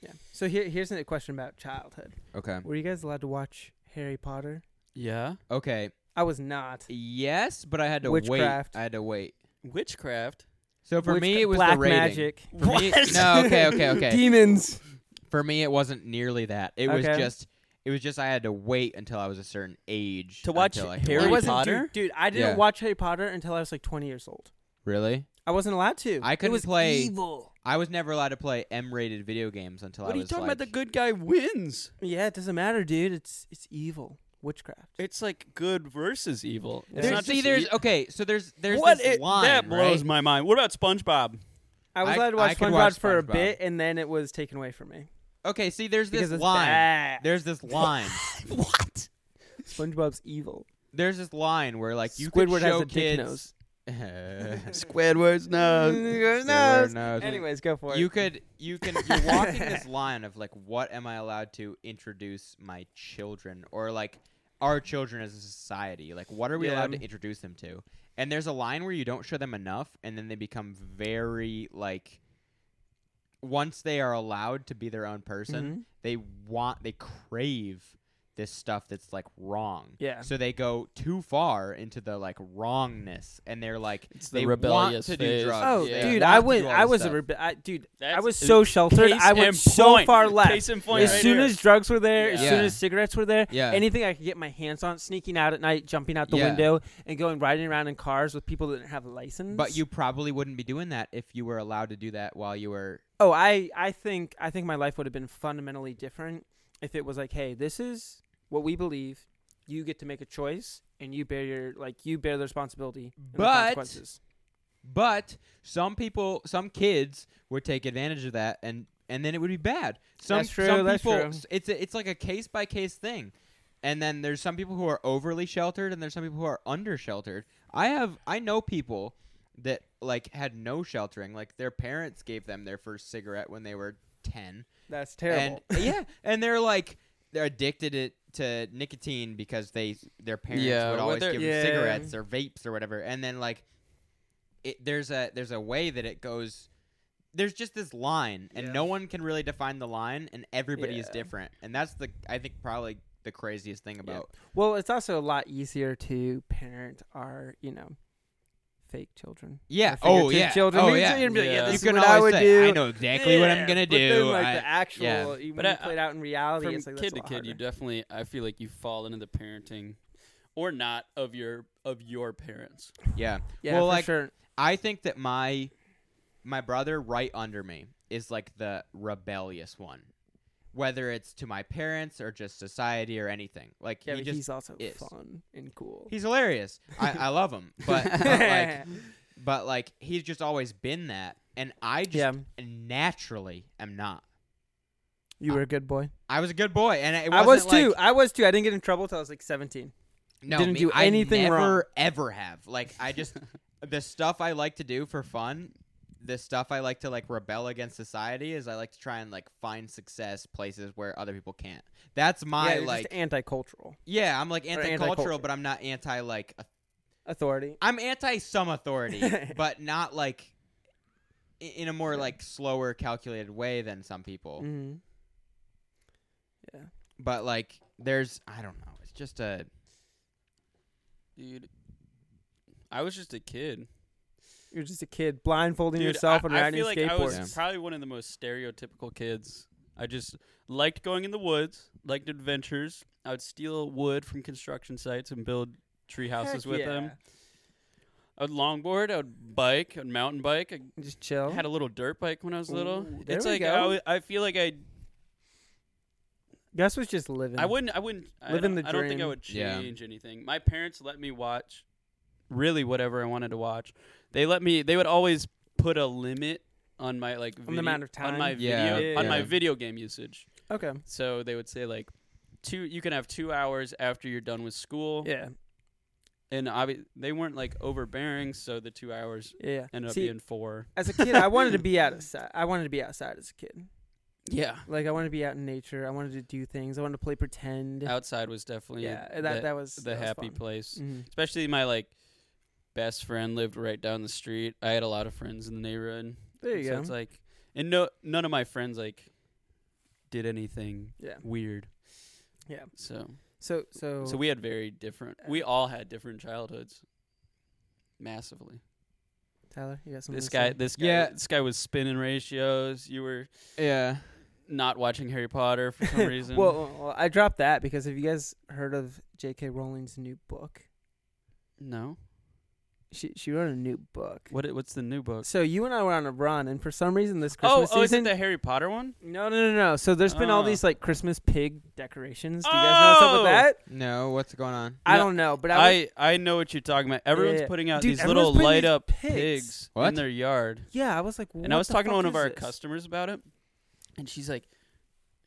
Speaker 3: Yeah. So here, here's a question about childhood.
Speaker 1: Okay.
Speaker 3: Were you guys allowed to watch Harry Potter?
Speaker 2: Yeah.
Speaker 1: Okay.
Speaker 3: I was not.
Speaker 1: Yes, but I had to
Speaker 3: Witchcraft.
Speaker 1: wait. I had to wait.
Speaker 2: Witchcraft.
Speaker 1: So for
Speaker 3: Witch-
Speaker 1: me, it was
Speaker 3: black
Speaker 1: the rating.
Speaker 3: magic,
Speaker 1: For me, no. Okay. Okay. Okay.
Speaker 3: demons.
Speaker 1: for me, it wasn't nearly that. It was
Speaker 3: Okay.
Speaker 1: just. It was just I had to wait until I was a certain age
Speaker 2: To watch
Speaker 1: until I could
Speaker 2: Harry
Speaker 3: I
Speaker 1: watch it.
Speaker 3: wasn't,
Speaker 2: Potter?
Speaker 3: dude, dude. I didn't
Speaker 1: Yeah.
Speaker 3: watch Harry Potter until I was like 20 years old.
Speaker 1: Really?
Speaker 3: I wasn't allowed to.
Speaker 1: I
Speaker 3: It
Speaker 1: couldn't
Speaker 3: was
Speaker 1: play-
Speaker 3: Evil.
Speaker 1: I was never allowed to play M-rated video games until
Speaker 2: What
Speaker 1: I
Speaker 2: are
Speaker 1: was
Speaker 2: you talking
Speaker 1: like,
Speaker 2: about? The good guy wins.
Speaker 3: Yeah, it doesn't matter, dude. It's it's evil witchcraft.
Speaker 2: It's like good versus evil. It's
Speaker 1: There's,
Speaker 2: not
Speaker 1: see,
Speaker 2: just
Speaker 1: there's
Speaker 2: e-
Speaker 1: okay. So there's there's
Speaker 2: what
Speaker 1: this
Speaker 2: it-
Speaker 1: line
Speaker 2: that blows
Speaker 1: right?
Speaker 2: my mind. What about SpongeBob?
Speaker 3: I was
Speaker 1: I-
Speaker 3: allowed to
Speaker 1: I
Speaker 3: watch
Speaker 1: could
Speaker 3: SpongeBob
Speaker 1: watch
Speaker 3: for a
Speaker 1: SpongeBob.
Speaker 3: bit, and then it was taken away from me
Speaker 1: Okay, see, there's this
Speaker 3: because it's
Speaker 1: line.
Speaker 3: bad.
Speaker 1: There's this line.
Speaker 2: what?
Speaker 3: SpongeBob's evil.
Speaker 1: there's this line where like you
Speaker 3: Squidward
Speaker 1: could
Speaker 3: has
Speaker 1: show
Speaker 3: a dick
Speaker 1: kids.
Speaker 2: Squidward's
Speaker 1: Uh,
Speaker 2: nose.
Speaker 3: Squidward
Speaker 1: Squidward
Speaker 3: knows.
Speaker 1: knows.
Speaker 3: Anyways, go for it.
Speaker 1: You could you can you're walking this line of like what am I allowed to introduce my children or like our children as a society? Like what are we
Speaker 3: Yeah.
Speaker 1: allowed to introduce them to? And there's a line where you don't show them enough and then they become very like once they are allowed to be their own person,
Speaker 3: Mhm.
Speaker 1: they want they crave this stuff that's like wrong.
Speaker 3: Yeah.
Speaker 1: So they go too far into the like wrongness and they're like
Speaker 2: It's the
Speaker 1: they want
Speaker 2: rebellious
Speaker 1: to
Speaker 2: phase.
Speaker 1: do drugs.
Speaker 3: Oh,
Speaker 1: They
Speaker 2: Yeah.
Speaker 1: want
Speaker 3: dude, I
Speaker 1: to do
Speaker 3: went.
Speaker 1: all
Speaker 3: I
Speaker 1: this
Speaker 3: was
Speaker 1: stuff.
Speaker 3: a rebe- I, dude. I
Speaker 2: That's-
Speaker 3: was so sheltered.
Speaker 2: Case
Speaker 3: I went
Speaker 2: and
Speaker 3: so
Speaker 2: point.
Speaker 3: far left.
Speaker 2: Case in point
Speaker 3: as
Speaker 2: right
Speaker 3: soon
Speaker 2: here.
Speaker 3: as drugs were there, as soon
Speaker 1: Yeah.
Speaker 3: as cigarettes were there,
Speaker 1: Yeah.
Speaker 3: anything I could get my hands on, sneaking out at night, jumping out the
Speaker 1: Yeah.
Speaker 3: window, and going riding around in cars with people that didn't have a license.
Speaker 1: But you probably wouldn't be doing that if you were allowed to do that while you were.
Speaker 3: Oh, I, I think I think my life would have been fundamentally different if it was like, hey, this is what we believe. You get to make a choice, and you bear your like you bear the responsibility. and the
Speaker 1: But-
Speaker 3: consequences.
Speaker 1: But some people, some kids would take advantage of that, and and then it would be bad. Some,
Speaker 3: That's true,
Speaker 1: Some
Speaker 3: that's
Speaker 1: people,
Speaker 3: true.
Speaker 1: s- it's a, it's like a case by case thing. And then there's some people who are overly sheltered, and there's some people who are under sheltered. I have I know people that like had no sheltering. Like their parents gave them their first cigarette when they were ten,
Speaker 3: that's terrible.
Speaker 1: And yeah, and they're like they're addicted it to nicotine because they their parents
Speaker 2: Yeah,
Speaker 1: would
Speaker 2: well,
Speaker 1: always
Speaker 2: they're-
Speaker 1: give
Speaker 3: Yeah.
Speaker 1: them cigarettes or vapes or whatever. And then like it, there's a there's a way that it goes. There's just this line, and no one can really define the line, and everybody is
Speaker 3: Yeah.
Speaker 1: different, and that's the I think probably the craziest thing about.
Speaker 3: Well, it's also a lot easier to parent our, you know, fake children.
Speaker 1: Yeah.
Speaker 3: Or
Speaker 1: Oh
Speaker 3: fingertip
Speaker 1: yeah.
Speaker 3: Children.
Speaker 1: Oh
Speaker 3: Because
Speaker 1: yeah.
Speaker 3: You're gonna be like,
Speaker 2: Yeah.
Speaker 3: yeah,
Speaker 1: You
Speaker 3: this
Speaker 1: can
Speaker 3: is what I
Speaker 1: always
Speaker 3: would
Speaker 1: say,
Speaker 3: do.
Speaker 1: I know exactly what
Speaker 3: Yeah.
Speaker 1: I'm gonna
Speaker 3: But
Speaker 1: do.
Speaker 3: then, like
Speaker 1: I-
Speaker 3: the actual,
Speaker 1: yeah.
Speaker 3: even
Speaker 2: But
Speaker 3: when
Speaker 2: I-
Speaker 3: you play it out in reality,
Speaker 2: From
Speaker 3: it's like
Speaker 2: kid
Speaker 3: that's
Speaker 2: to
Speaker 3: a
Speaker 2: kid,
Speaker 3: lot
Speaker 2: you
Speaker 3: harder.
Speaker 2: definitely I feel like you fall into the parenting or not of your of your parents.
Speaker 1: yeah.
Speaker 3: Yeah,
Speaker 1: well,
Speaker 3: for
Speaker 1: like
Speaker 3: sure.
Speaker 1: I think that my my brother right under me is like the rebellious one. Whether it's to my parents or just society or anything. Like
Speaker 3: Yeah,
Speaker 1: he
Speaker 3: but
Speaker 1: just
Speaker 3: he's also
Speaker 1: is.
Speaker 3: fun and cool.
Speaker 1: he's hilarious. I, I love him. But, but like but like he's just always been that and I just
Speaker 3: yeah,
Speaker 1: naturally am not.
Speaker 3: you were a good boy.
Speaker 1: I was a good boy and it
Speaker 3: I
Speaker 1: wasn't
Speaker 3: was
Speaker 1: like,
Speaker 3: too. I was too. I didn't get in trouble till I was like 17.
Speaker 1: No,
Speaker 3: Didn't
Speaker 1: me-
Speaker 3: do
Speaker 1: I
Speaker 3: anything
Speaker 1: never,
Speaker 3: wrong.
Speaker 1: Ever have like I just the stuff I like to do for fun. The stuff I like to like rebel against society is I like to try and like find success places where other people can't. That's
Speaker 3: yeah,
Speaker 1: my
Speaker 3: you're
Speaker 1: like
Speaker 3: just anti-cultural
Speaker 1: yeah. I'm like anti-cultural,
Speaker 3: anti-culture.
Speaker 1: but I'm not anti like au-
Speaker 3: authority.
Speaker 1: I'm anti some authority, but not like i- in a more like slower, calculated way than some people.
Speaker 2: Oh.
Speaker 3: Mm-hmm. Yeah.
Speaker 1: But like there's I don't know. It's just a
Speaker 2: Dude, I was just a kid.
Speaker 3: You're just a kid blindfolding
Speaker 2: Dude,
Speaker 3: yourself
Speaker 2: I,
Speaker 3: and
Speaker 2: I
Speaker 3: riding
Speaker 2: feel like I
Speaker 3: skateboards.
Speaker 2: was probably one of the most stereotypical kids. I just liked going in the woods, liked adventures. I would steal wood from construction sites and build tree houses
Speaker 3: Heck
Speaker 2: with
Speaker 3: yeah.
Speaker 2: them. I would longboard. I would bike. I would mountain bike. I
Speaker 3: Just chill.
Speaker 2: had a little dirt bike when I was little.
Speaker 3: Oh. Ooh, there
Speaker 2: it's
Speaker 3: we
Speaker 2: like
Speaker 3: go.
Speaker 2: I, alwa- I feel like I
Speaker 3: Gus was just living.
Speaker 2: I wouldn't. I wouldn't. I
Speaker 3: Living
Speaker 2: don't,
Speaker 3: the
Speaker 2: I don't think I
Speaker 3: dream.
Speaker 2: would
Speaker 1: Yeah.
Speaker 2: change anything. My parents let me watch, really whatever I wanted to watch. They let me. They would always put a limit on my like
Speaker 3: the amount of
Speaker 2: on my
Speaker 3: time?
Speaker 1: Yeah,
Speaker 2: video on my
Speaker 1: yeah.
Speaker 2: video game usage.
Speaker 3: Okay.
Speaker 2: So they would say like, two. You can have two hours after you're done with school.
Speaker 3: Yeah.
Speaker 2: And obvi- they weren't like overbearing, so the two hours
Speaker 3: Yeah.
Speaker 2: ended up
Speaker 3: See,
Speaker 2: being four.
Speaker 3: as a kid, I wanted to be outside. I wanted to be outside as a kid.
Speaker 2: Yeah.
Speaker 3: Like I wanted to be out in nature. I wanted to do things. I wanted to play pretend.
Speaker 2: Outside was definitely
Speaker 3: Oh, yeah. That
Speaker 2: the,
Speaker 3: that, was
Speaker 2: the happy place.
Speaker 3: mm
Speaker 2: especially my like best friend lived right down the street. I had a lot of friends in the neighborhood.
Speaker 3: There you
Speaker 2: so
Speaker 3: go.
Speaker 2: It's like, and no, none of my friends like did anything
Speaker 3: Yeah.
Speaker 2: weird.
Speaker 3: Yeah.
Speaker 2: So,
Speaker 3: So so uh,
Speaker 2: so we had very different. We all had different childhoods. Massively.
Speaker 3: Tyler, you got something
Speaker 2: This
Speaker 3: to
Speaker 2: guy,
Speaker 3: say?
Speaker 2: this guy,
Speaker 1: Yeah.
Speaker 2: this guy was spinning ratios. You were
Speaker 1: Yeah.
Speaker 2: not watching Harry Potter for some reason.
Speaker 3: Well, well, well, I dropped that because have you guys heard of J.K. Rowling's new book?
Speaker 2: no.
Speaker 3: She she wrote a new book.
Speaker 2: What? i- What's the new book?
Speaker 3: So you and I were on a run, and for some reason this
Speaker 2: Oh,
Speaker 3: Christmas
Speaker 2: oh, is
Speaker 3: season.
Speaker 2: it the Harry Potter one?
Speaker 3: no, no, no, no. So there's been all
Speaker 2: Ah.
Speaker 3: these like Christmas pig decorations. Do you guys know what's up
Speaker 2: Oh!
Speaker 3: with that?
Speaker 1: No, what's going on?
Speaker 3: I
Speaker 2: No,
Speaker 3: don't know, but I, was-
Speaker 2: I, I know what you're talking about. Everyone's
Speaker 3: yeah.
Speaker 2: putting out
Speaker 3: Dude,
Speaker 2: these
Speaker 3: everyone's
Speaker 2: little
Speaker 3: putting
Speaker 2: light
Speaker 3: these
Speaker 2: up
Speaker 3: pigs.
Speaker 2: pigs,
Speaker 1: What?
Speaker 2: in their yard.
Speaker 3: yeah, I was like,
Speaker 2: And I
Speaker 3: what
Speaker 2: was
Speaker 3: the
Speaker 2: talking to
Speaker 3: fuck
Speaker 2: one of
Speaker 3: is
Speaker 2: our
Speaker 3: this?
Speaker 2: customers about it, and she's like,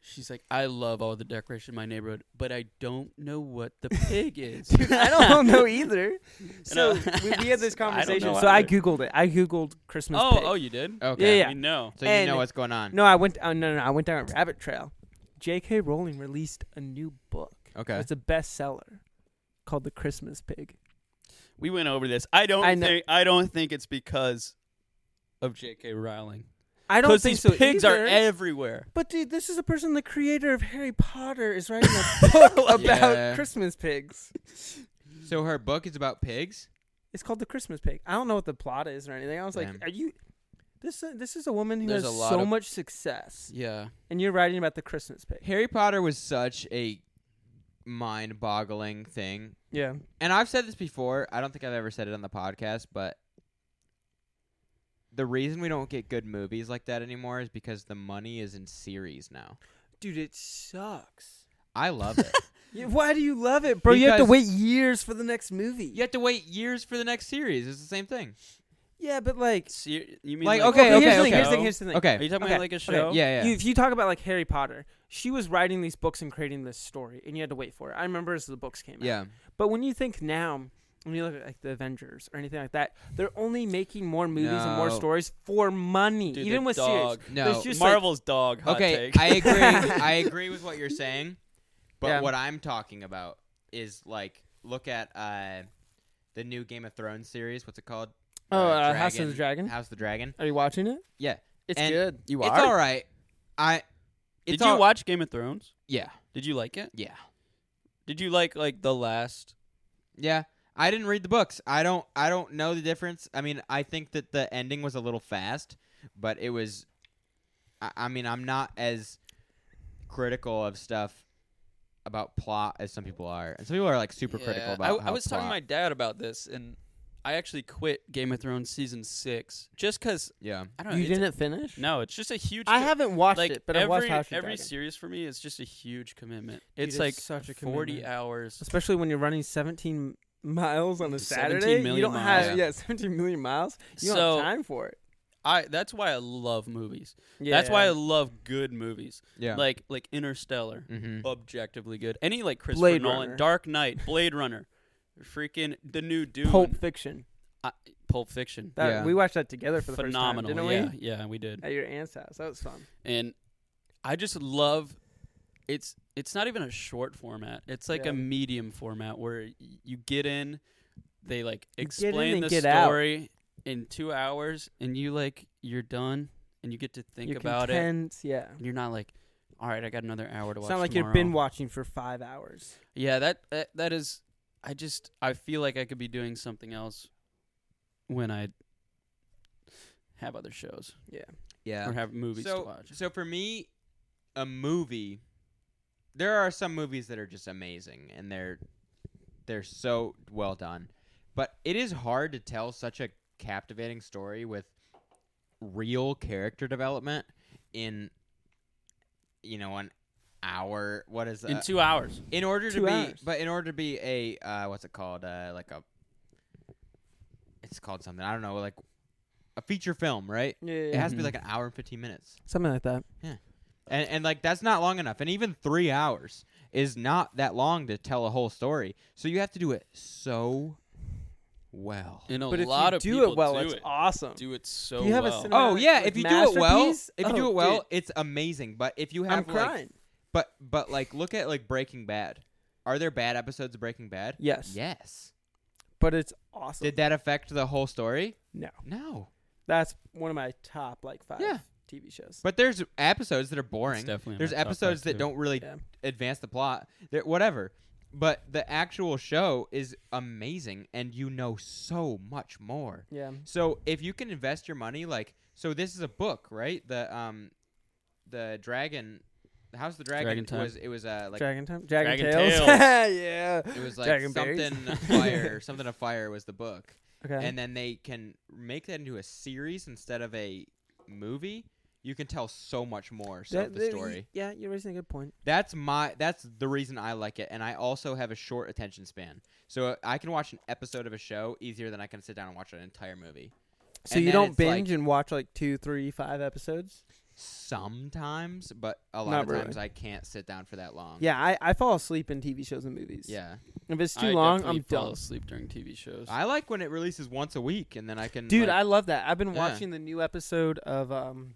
Speaker 2: she's like, I love all the decoration in my neighborhood, but I don't know what the pig is.
Speaker 3: Dude, I don't know either. So
Speaker 2: And I-
Speaker 3: we, we had this
Speaker 2: I don't
Speaker 3: conversation.
Speaker 2: know
Speaker 3: so I
Speaker 2: either.
Speaker 3: googled it. I googled Christmas.
Speaker 2: oh,
Speaker 3: pig.
Speaker 2: oh, you did?
Speaker 1: Okay.
Speaker 3: yeah.
Speaker 2: We know.
Speaker 1: So you
Speaker 3: And-
Speaker 1: know what's going on.
Speaker 3: no, I went. Uh, no, no, no, I went down a rabbit trail. J.K. Rowling released a new book.
Speaker 1: Okay.
Speaker 3: It's a bestseller called The Christmas Pig.
Speaker 2: We went over this. I don't
Speaker 3: I know.
Speaker 2: think I don't think it's because of J.K. Rowling.
Speaker 3: I don't
Speaker 2: Because
Speaker 3: think
Speaker 2: these
Speaker 3: so
Speaker 2: pigs
Speaker 3: either.
Speaker 2: are everywhere.
Speaker 3: But dude, this is a person, the creator of Harry Potter, is writing a book about
Speaker 1: Yeah.
Speaker 3: Christmas pigs.
Speaker 1: So her book is about pigs.
Speaker 3: It's called The Christmas Pig. I don't know what the plot is or anything. I was
Speaker 1: Damn.
Speaker 3: like, are you? This uh, this is a woman who
Speaker 2: There's
Speaker 3: has
Speaker 2: a lot
Speaker 3: so
Speaker 2: of-
Speaker 3: much success,
Speaker 2: Yeah.
Speaker 3: and you're writing about the Christmas pig.
Speaker 1: Harry Potter was such a mind-boggling thing
Speaker 3: Yeah,
Speaker 1: and I've said this before. I don't think I've ever said it on the podcast, but the reason we don't get good movies like that anymore is because the money is in series now.
Speaker 3: dude, it sucks.
Speaker 1: I love it.
Speaker 3: Yeah, Why do you love it, bro? you have to
Speaker 1: Because-
Speaker 3: wait years for the next movie.
Speaker 1: you have to wait years for the next series. It's the same thing.
Speaker 3: yeah, but like,
Speaker 2: Se- you mean
Speaker 1: Like,
Speaker 2: like,
Speaker 1: okay,
Speaker 2: a
Speaker 3: here's the
Speaker 1: okay,
Speaker 3: thing. Here's the
Speaker 2: show?
Speaker 3: thing. Here's the thing.
Speaker 2: Are
Speaker 1: Okay.
Speaker 2: you talking
Speaker 3: Okay,
Speaker 2: about like a show?
Speaker 3: okay,
Speaker 1: Yeah, yeah.
Speaker 3: You, if you talk about like Harry Potter, she was writing these books and creating this story, and you had to wait for it. I remember as the books came out.
Speaker 1: yeah.
Speaker 3: But when you think now, when you look at like the Avengers or anything like that, they're only making more movies and more
Speaker 1: No.
Speaker 3: stories for money,
Speaker 2: Dude,
Speaker 3: even
Speaker 2: the
Speaker 3: with
Speaker 2: dog.
Speaker 1: No.
Speaker 3: series. Just like-
Speaker 2: Marvel's dog. Hot
Speaker 1: okay,
Speaker 2: take.
Speaker 1: I agree. I agree with what you're saying, but
Speaker 3: Yeah.
Speaker 1: what I'm talking about is like look at uh, the new Game of Thrones series. What's it called?
Speaker 3: Oh, uh, House of the Dragon.
Speaker 1: House of the Dragon.
Speaker 3: Are you watching it?
Speaker 1: Yeah,
Speaker 3: It's
Speaker 1: And
Speaker 3: good. You
Speaker 1: it's all right. I. It's
Speaker 2: Did you
Speaker 1: all-
Speaker 2: watch Game of Thrones?
Speaker 1: Yeah.
Speaker 2: Did you like it?
Speaker 1: Yeah.
Speaker 2: Did you like like the last?
Speaker 1: Yeah. I didn't read the books. I don't I don't know the difference. I mean, I think that the ending was a little fast, but it was I, I mean, I'm not as critical of stuff about plot as some people are. And some people are like super critical
Speaker 2: Yeah,
Speaker 1: about
Speaker 2: I, w-
Speaker 1: how
Speaker 2: I was talking to my
Speaker 1: plot-
Speaker 2: dad about this, and I actually quit Game of Thrones season six just because
Speaker 1: Yeah.
Speaker 2: I don't know.
Speaker 3: You
Speaker 2: it's-
Speaker 3: didn't finish?
Speaker 2: No, it's just a huge.
Speaker 3: I
Speaker 2: co-
Speaker 3: haven't watched
Speaker 2: like
Speaker 3: it, but
Speaker 2: every
Speaker 3: I've watched House of the
Speaker 2: every
Speaker 3: Dragon.
Speaker 2: series for me is just a huge commitment.
Speaker 3: Dude,
Speaker 2: it's
Speaker 3: it's
Speaker 2: like
Speaker 3: such a
Speaker 2: forty
Speaker 3: commitment.
Speaker 2: hours.
Speaker 3: Especially when you're running 17 miles on a
Speaker 2: 17
Speaker 3: Saturday. you
Speaker 2: million
Speaker 3: don't
Speaker 2: miles.
Speaker 3: have yeah. 17 million miles. You don't
Speaker 2: So-
Speaker 3: have time for it.
Speaker 2: I that's why I love movies.
Speaker 3: Yeah.
Speaker 2: That's why I love good movies
Speaker 1: Yeah.
Speaker 2: like like Interstellar,
Speaker 1: Mhm.
Speaker 2: objectively good. Any like Christopher
Speaker 3: Blade
Speaker 2: Nolan,
Speaker 3: Runner.
Speaker 2: Dark Knight, Blade Runner, freaking the new Dune,
Speaker 3: Pulp Fiction.
Speaker 2: I- Pulp Fiction.
Speaker 3: That,
Speaker 1: Yeah.
Speaker 3: We watched that together for the
Speaker 2: Phenomenal.
Speaker 3: first time, didn't
Speaker 2: yeah,
Speaker 3: we?
Speaker 2: yeah, we did.
Speaker 3: At your aunt's house. That was fun.
Speaker 2: and I just love it's it's not even a short format. It's like
Speaker 3: Yeah.
Speaker 2: a medium format where y- you get in, they like
Speaker 3: You get in
Speaker 2: explain
Speaker 3: and
Speaker 2: the
Speaker 3: get out.
Speaker 2: story in 2 hours and you like you're done and you get to think
Speaker 3: You're
Speaker 2: about it.
Speaker 3: content, Yeah.
Speaker 2: You're not like all right, I got another hour to watch.
Speaker 3: It's not like
Speaker 2: tomorrow.
Speaker 3: you've been watching for five hours.
Speaker 2: Yeah, that, that that is I just I feel like I could be doing something else when I have other shows
Speaker 1: Yeah.
Speaker 2: or have movies
Speaker 1: so
Speaker 2: to watch.
Speaker 1: so for me a movie there are some movies that are just amazing and they're they're so well done But it is hard to tell such a captivating story with real character development in you know an hour. What is
Speaker 2: in
Speaker 1: uh,
Speaker 2: two hours.
Speaker 1: in order to
Speaker 3: Two
Speaker 1: be,
Speaker 3: hours.
Speaker 1: but in order to be a uh, what's it called? Uh, like a, it's called something. I don't know. Like a feature film, right?
Speaker 3: Yeah,
Speaker 1: It has to be
Speaker 2: Mhm.
Speaker 1: like an hour and fifteen minutes,
Speaker 3: something like that.
Speaker 1: and and like that's not long enough. And even three hours is not that long to tell a whole story. So you have to do it so well.
Speaker 2: And a
Speaker 3: but if
Speaker 2: lot
Speaker 3: you
Speaker 2: of
Speaker 3: do
Speaker 2: people
Speaker 3: it well,
Speaker 2: do
Speaker 3: it's
Speaker 2: it.
Speaker 3: awesome.
Speaker 2: Do it so
Speaker 3: you have a
Speaker 2: well.
Speaker 3: cinema-
Speaker 1: Oh
Speaker 3: Like-
Speaker 1: yeah,
Speaker 3: like
Speaker 1: if you do it well,
Speaker 3: masterpiece?
Speaker 1: if you
Speaker 3: Oh,
Speaker 1: do it well,
Speaker 3: dude.
Speaker 1: it's amazing. But if you have
Speaker 3: I'm
Speaker 1: like,
Speaker 3: crying.
Speaker 1: but but like look at like Breaking Bad. Are there bad episodes of Breaking Bad?
Speaker 3: Yes.
Speaker 1: Yes.
Speaker 3: But it's awesome.
Speaker 1: Did that affect the whole story?
Speaker 3: No.
Speaker 1: No.
Speaker 3: That's one of my top like five
Speaker 1: Yeah.
Speaker 3: TV shows.
Speaker 1: But there's episodes that are
Speaker 2: It's
Speaker 1: boring.
Speaker 2: definitely in
Speaker 1: There's
Speaker 2: my top
Speaker 1: episodes
Speaker 2: five,
Speaker 1: that
Speaker 2: too.
Speaker 1: don't really
Speaker 3: Yeah.
Speaker 1: advance the plot. There, whatever. But the actual show is amazing, and you know so much more.
Speaker 3: Yeah.
Speaker 1: So if you can invest your money, like, so this is a book, right? The um, the dragon, the House of the Dragon,
Speaker 2: Dragon Time.
Speaker 1: was it was uh like
Speaker 3: Dragon time. Dragon,
Speaker 2: Dragon
Speaker 3: Tales.
Speaker 2: Tales.
Speaker 3: yeah.
Speaker 1: it was like
Speaker 3: Dragon berries.
Speaker 1: something fire, something of fire was the book,
Speaker 3: Okay.
Speaker 1: and then they can make that into a series instead of a movie. You can tell so much more so
Speaker 3: That-
Speaker 1: of the
Speaker 3: that-
Speaker 1: story.
Speaker 3: Yeah, you're raising a good point.
Speaker 1: That's my that's the reason I like it and I also have a short attention span. So I can watch an episode of a show easier than I can sit down and watch an entire movie.
Speaker 3: So
Speaker 1: And
Speaker 3: you
Speaker 1: then
Speaker 3: don't
Speaker 1: it's like-
Speaker 3: binge and watch like two, three, five episodes.
Speaker 1: Sometimes, but a lot
Speaker 3: Not
Speaker 1: of
Speaker 3: really.
Speaker 1: times I can't sit down for that long.
Speaker 3: Yeah, I, I fall asleep in TV shows and movies.
Speaker 1: Um, Yeah.
Speaker 3: If it's too
Speaker 2: I
Speaker 3: long,
Speaker 2: definitely
Speaker 3: I'm
Speaker 2: fall
Speaker 3: done.
Speaker 2: asleep during TV shows.
Speaker 1: I like when it releases once a week and then I can
Speaker 3: Dude,
Speaker 1: like-
Speaker 3: I love that. I've been
Speaker 1: Yeah.
Speaker 3: watching the new episode of um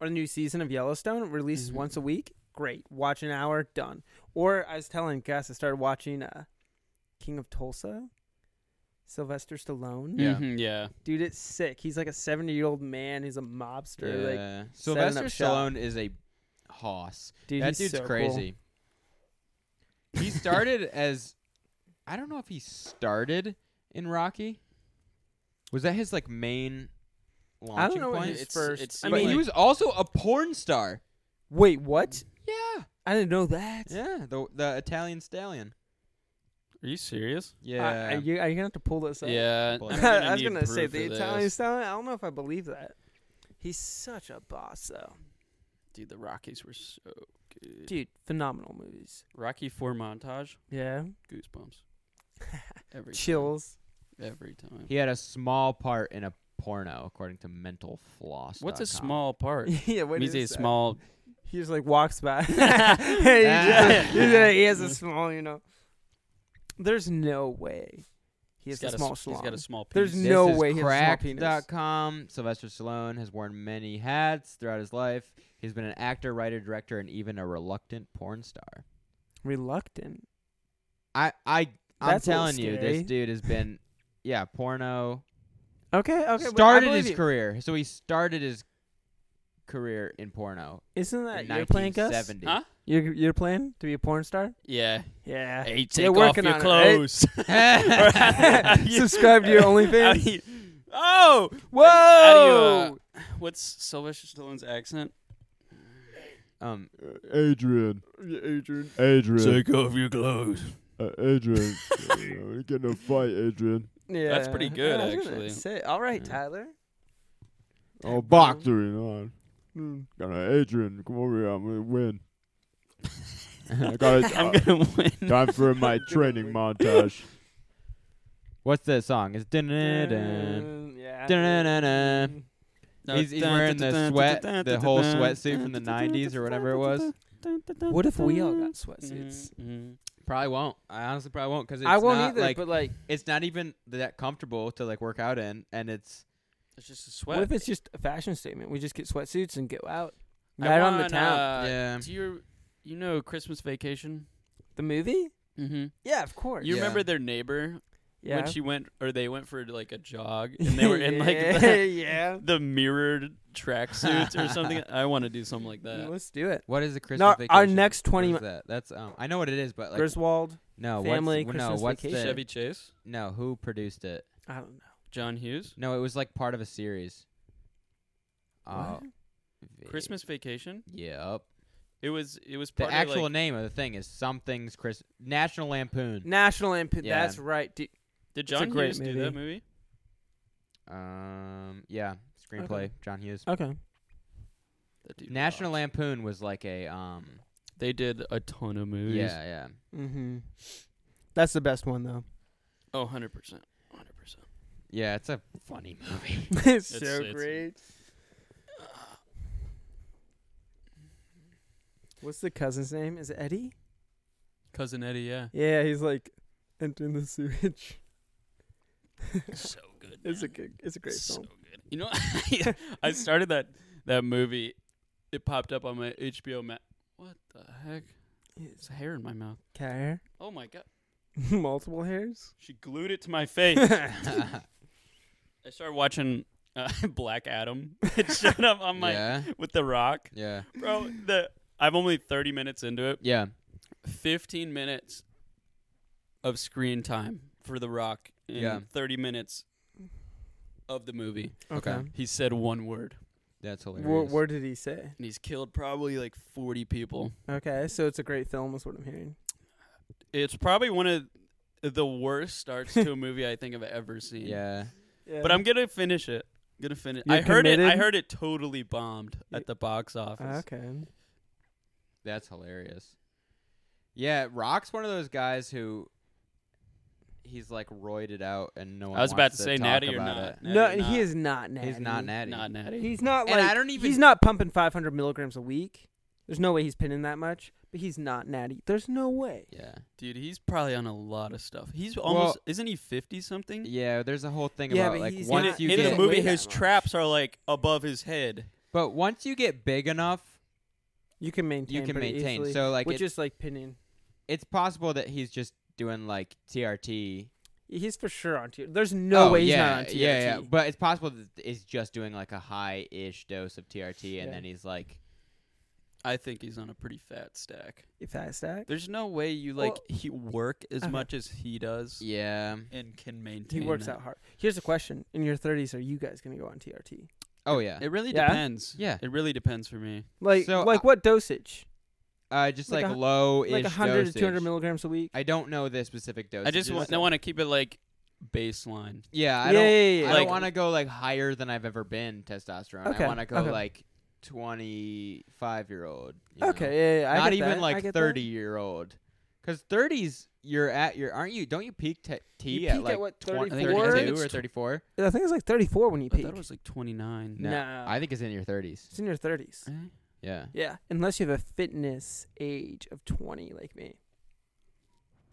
Speaker 3: or the new season of Yellowstone. It
Speaker 2: Mhm.
Speaker 3: releases
Speaker 1: Mm-hmm.
Speaker 3: once a week. Great. Watch an hour, done. Or I was telling Gus, I started watching uh King of Tulsa. Sylvester Stallone.
Speaker 1: Yeah.
Speaker 2: Mhm, yeah.
Speaker 3: Dude, it's sick. He's like a seventy year old man. He's a mobster. Like
Speaker 1: yeah. Sylvester
Speaker 3: up shop.
Speaker 1: Stallone is a hoss.
Speaker 3: dude,
Speaker 1: that
Speaker 3: he's
Speaker 1: dude's
Speaker 3: so cool.
Speaker 1: crazy. He started as I don't know if he started in Rocky. Was that his like main launching
Speaker 3: I don't know what
Speaker 1: point?
Speaker 3: his
Speaker 2: It's-
Speaker 3: first
Speaker 2: it's-
Speaker 3: I
Speaker 1: but
Speaker 3: mean
Speaker 1: he was also a porn star.
Speaker 3: Wait, what?
Speaker 1: Yeah.
Speaker 3: I didn't know that.
Speaker 1: Yeah, the the Italian stallion.
Speaker 2: Are you serious?
Speaker 1: Yeah.
Speaker 3: I, are, you, are you gonna have to pull this up?
Speaker 2: yeah.
Speaker 1: Well,
Speaker 2: I'm
Speaker 3: I was
Speaker 2: need
Speaker 3: gonna say
Speaker 2: proof
Speaker 3: the
Speaker 2: of
Speaker 3: Italian
Speaker 2: this.
Speaker 3: style. I don't know if I believe that. He's such a boss, though.
Speaker 2: Dude, the Rockies were so good.
Speaker 3: Dude, phenomenal movies.
Speaker 2: Rocky Four montage,
Speaker 3: Yeah,
Speaker 2: goosebumps. Every
Speaker 3: chills.
Speaker 2: time. every time.
Speaker 1: he had a small part in a porno according to mental floss.
Speaker 2: What's a small part?
Speaker 3: yeah, what
Speaker 2: Means
Speaker 3: is
Speaker 2: a
Speaker 3: that?
Speaker 2: small.
Speaker 3: He just like walks by. he, just- he's like- he
Speaker 2: Mm-hmm.
Speaker 3: has a small, you know. There's no way he has
Speaker 2: he's got
Speaker 3: a small
Speaker 2: s- He's got a
Speaker 3: schlong.
Speaker 2: small. Piece.
Speaker 3: There's
Speaker 1: This
Speaker 3: no
Speaker 1: is
Speaker 3: way he has a small penis.
Speaker 1: cracked.com. Sylvester Stallone has worn many hats throughout his life. He's been an actor, writer, director, and even a reluctant porn star.
Speaker 3: Reluctant.
Speaker 1: I I I'm
Speaker 3: That's a little
Speaker 1: telling you,
Speaker 3: scary.
Speaker 1: this dude has been yeah, porno.
Speaker 3: Okay, okay. wait, I
Speaker 1: started
Speaker 3: believe
Speaker 1: his
Speaker 3: you.
Speaker 1: career. So he started his career in porno.
Speaker 3: Isn't that
Speaker 1: in
Speaker 3: your plan, Gus?
Speaker 1: 1970.
Speaker 2: Huh?
Speaker 3: Your your plan to be a porn star?
Speaker 2: Yeah.
Speaker 3: Yeah.
Speaker 2: Hey, take
Speaker 3: They're
Speaker 2: off
Speaker 3: working
Speaker 2: your
Speaker 3: on it, right?
Speaker 2: clothes.
Speaker 3: Subscribe to your
Speaker 2: I
Speaker 3: OnlyFans.
Speaker 2: mean- oh,
Speaker 3: Whoa!
Speaker 2: How do you, uh, what's Sylvester Stallone's accent?
Speaker 1: Um
Speaker 5: Uh, Adrian. Adrian. Adrian.
Speaker 2: off your clothes.
Speaker 5: Uh, Adrian. uh, we're getting a fight, Adrian.
Speaker 3: yeah.
Speaker 2: That's pretty good,
Speaker 3: I was gonna
Speaker 2: actually.
Speaker 3: say- all right,
Speaker 1: Yeah.
Speaker 3: Tyler.
Speaker 5: Oh, boxing on. Gonna Adrian, come over here. I'm gonna win. I got it.
Speaker 2: I'm
Speaker 5: uh,
Speaker 2: gonna win.
Speaker 5: time for my training montage.
Speaker 1: what's the song? It's dun dun dun
Speaker 3: Dun, yeah.
Speaker 1: dun dun dun. He's, he's wearing the sweat, the whole sweatsuit from the '90s or whatever it was.
Speaker 3: What if we all got sweatsuits?
Speaker 2: Mhm,
Speaker 1: Probably won't. I honestly probably won't because
Speaker 3: I won't
Speaker 1: not,
Speaker 3: either,
Speaker 1: Like,
Speaker 3: but like,
Speaker 1: it's not even that comfortable to like work out in, and it's
Speaker 2: It's just a
Speaker 3: what if
Speaker 2: sweat.
Speaker 3: it's just a fashion statement? We just get sweatsuits and go out.
Speaker 2: I
Speaker 3: Right on the
Speaker 2: want,
Speaker 3: town.
Speaker 2: uh,
Speaker 1: yeah.
Speaker 2: Do you you know Christmas Vacation?
Speaker 3: the movie?
Speaker 2: Mm-hmm.
Speaker 3: Yeah, of course.
Speaker 2: You
Speaker 1: Yeah.
Speaker 2: remember their neighbor
Speaker 3: yeah.
Speaker 2: when she went or they went for like a jog and they were in like
Speaker 3: yeah.
Speaker 2: the,
Speaker 3: yeah.
Speaker 2: the mirrored tracksuits or something. I want to do something like that.
Speaker 3: Let's do it.
Speaker 1: What is the Christmas
Speaker 3: No,
Speaker 1: vacation?
Speaker 3: our next
Speaker 1: What
Speaker 3: 20
Speaker 1: is that? That's um. I know what it is, but like
Speaker 3: Griswold.
Speaker 1: no
Speaker 3: family
Speaker 1: what's,
Speaker 3: Christmas
Speaker 1: no what's
Speaker 3: vacation.
Speaker 1: the
Speaker 2: Chevy Chase,
Speaker 1: no who produced it?
Speaker 3: I don't know.
Speaker 2: John Hughes,
Speaker 1: No, it was like part of a series. Oh, va-
Speaker 2: Christmas Vacation.
Speaker 1: Yep.
Speaker 2: It was it was
Speaker 1: The
Speaker 2: part
Speaker 1: actual
Speaker 2: of like,
Speaker 1: name of the thing is something's Chris National Lampoon.
Speaker 3: National Lampoon.
Speaker 1: Yeah.
Speaker 3: That's right. Dude,
Speaker 2: Did
Speaker 3: a
Speaker 2: John
Speaker 3: great
Speaker 2: Hughes do that movie?
Speaker 1: Um, yeah, screenplay. John Hughes.
Speaker 3: Okay.
Speaker 2: That dude
Speaker 1: National
Speaker 2: rocks.
Speaker 1: Lampoon was like a um.
Speaker 2: They did a ton of movies.
Speaker 1: Yeah, yeah.
Speaker 3: Mm-hmm. That's the best one though.
Speaker 2: Oh, 100 percent. 100 percent.
Speaker 1: Yeah, it's a funny movie.
Speaker 3: it's,
Speaker 2: It's-
Speaker 3: so
Speaker 2: it's-
Speaker 3: great. What's the cousin's name? Is it Eddie?
Speaker 2: Cousin Eddie, yeah.
Speaker 3: Yeah, he's like entering the sewage.
Speaker 2: so good.
Speaker 3: It's a
Speaker 2: man.
Speaker 3: good. It's a great
Speaker 2: so
Speaker 3: film.
Speaker 2: good. You know, I started that that movie. It popped up on my HBO Max. What the heck? There's
Speaker 3: It's
Speaker 2: a hair in my mouth.
Speaker 3: cat hair,
Speaker 2: Oh my god!
Speaker 3: multiple hairs.
Speaker 2: She glued it to my face. I started watching uh, Black Adam. It showed up on my
Speaker 1: yeah,
Speaker 2: with the Rock,
Speaker 1: yeah,
Speaker 2: bro. The I'm only 30 minutes into it.
Speaker 1: yeah.
Speaker 2: 15 minutes of screen time for the Rock. And
Speaker 1: Yeah.
Speaker 2: 30 minutes of the movie.
Speaker 1: Okay.
Speaker 2: He said one word.
Speaker 1: That's hilarious.
Speaker 3: Where, where did he say?
Speaker 2: and he's killed probably like 40 people.
Speaker 3: Okay, so it's a great film, is what I'm hearing.
Speaker 2: It's probably one of the worst starts to a movie I think I've ever seen.
Speaker 1: yeah,
Speaker 3: Yeah.
Speaker 2: But I'm going to finish it. Going to finish.
Speaker 3: You're
Speaker 2: I heard it I
Speaker 3: committed?
Speaker 2: heard it totally bombed at the box office.
Speaker 3: okay.
Speaker 1: that's hilarious. Yeah, Rock's one of those guys who he's like roided out and no one.
Speaker 2: I was about
Speaker 1: wants
Speaker 2: to say
Speaker 1: talk
Speaker 2: natty or
Speaker 1: about
Speaker 2: not.
Speaker 1: it.
Speaker 2: Natty
Speaker 3: no,
Speaker 2: or not.
Speaker 3: he is not natty.
Speaker 1: He's not natty.
Speaker 2: not natty.
Speaker 3: He's not
Speaker 1: And
Speaker 3: like.
Speaker 1: I don't even-
Speaker 3: He's not pumping 500 milligrams a week. There's no way he's pinning that much. But he's not natty. There's no way.
Speaker 1: Yeah,
Speaker 2: Dude, he's probably on a lot of stuff. He's
Speaker 1: Well-
Speaker 2: almost isn't he 50 something?
Speaker 1: yeah. There's a whole thing
Speaker 3: Yeah,
Speaker 1: about
Speaker 3: but
Speaker 1: like
Speaker 3: he's
Speaker 1: once
Speaker 3: not-
Speaker 1: you
Speaker 2: in
Speaker 1: get
Speaker 2: the
Speaker 3: don't
Speaker 2: movie
Speaker 3: weigh that
Speaker 2: his
Speaker 3: much.
Speaker 2: traps are like above his head.
Speaker 1: but once you get big enough,
Speaker 3: You can maintain.
Speaker 1: you can
Speaker 3: pretty
Speaker 1: maintain.
Speaker 3: Easily,
Speaker 1: So like
Speaker 3: which
Speaker 1: it,
Speaker 3: is like pinning.
Speaker 1: it's possible that he's just doing like TRT
Speaker 3: He's for sure on tier. There's no
Speaker 1: Oh,
Speaker 3: way he's
Speaker 1: yeah,
Speaker 3: not on TRT.
Speaker 1: Yeah, yeah, but it's possible that he's just doing like a high-ish dose of TRT, and
Speaker 3: Yeah.
Speaker 1: then he's like,
Speaker 2: I think he's on a pretty fat stack.
Speaker 3: If I stack,
Speaker 2: There's no way you
Speaker 3: Well-
Speaker 2: like he work as
Speaker 3: Okay.
Speaker 2: much as he does
Speaker 1: yeah.
Speaker 2: and can
Speaker 3: he
Speaker 2: maintain.
Speaker 3: works
Speaker 2: that.
Speaker 3: out hard. Here's a question: In your 30s, are you guys gonna go on TRT?
Speaker 1: Oh yeah.
Speaker 2: It really
Speaker 3: Yeah?
Speaker 2: depends.
Speaker 1: Yeah.
Speaker 2: It really depends for me.
Speaker 3: Like,
Speaker 1: So,
Speaker 3: like
Speaker 1: uh,
Speaker 3: what dosage?
Speaker 1: Uh, just
Speaker 3: Like
Speaker 1: like,
Speaker 3: a-
Speaker 1: low-ish
Speaker 3: Like 100
Speaker 1: dosage.
Speaker 3: to 200 milligrams a week.
Speaker 1: I don't know the specific dosage.
Speaker 2: I just want, I want to keep it like baseline.
Speaker 1: Yeah, I
Speaker 3: yeah,
Speaker 1: don't.
Speaker 3: yeah, yeah,
Speaker 1: I
Speaker 3: yeah.
Speaker 1: don't
Speaker 2: Like-
Speaker 1: want to go like higher than I've ever been testosterone.
Speaker 3: Okay,
Speaker 1: I want to go
Speaker 3: okay.
Speaker 1: like twenty-five-year-old.
Speaker 3: okay, yeah, yeah, I
Speaker 1: Not
Speaker 3: get
Speaker 1: even
Speaker 3: that, I
Speaker 1: like
Speaker 3: get that.
Speaker 1: thirty-year-old. Because thirties, you're at your aren't you? Don't you peak te- T
Speaker 3: You
Speaker 1: at
Speaker 3: peak at
Speaker 1: like
Speaker 3: what,
Speaker 1: twen-
Speaker 3: 34? I think
Speaker 1: 32
Speaker 2: it's
Speaker 1: or
Speaker 2: tw-
Speaker 1: thirty-four?
Speaker 3: I think it's like 34 when you
Speaker 2: I
Speaker 3: peak.
Speaker 2: thought it was like 29.
Speaker 1: No,
Speaker 3: Nah.
Speaker 1: I think it's in your thirties.
Speaker 3: it's in your 30s.
Speaker 2: Eh?
Speaker 1: Yeah.
Speaker 3: Yeah, unless you have a fitness age of 20 like me.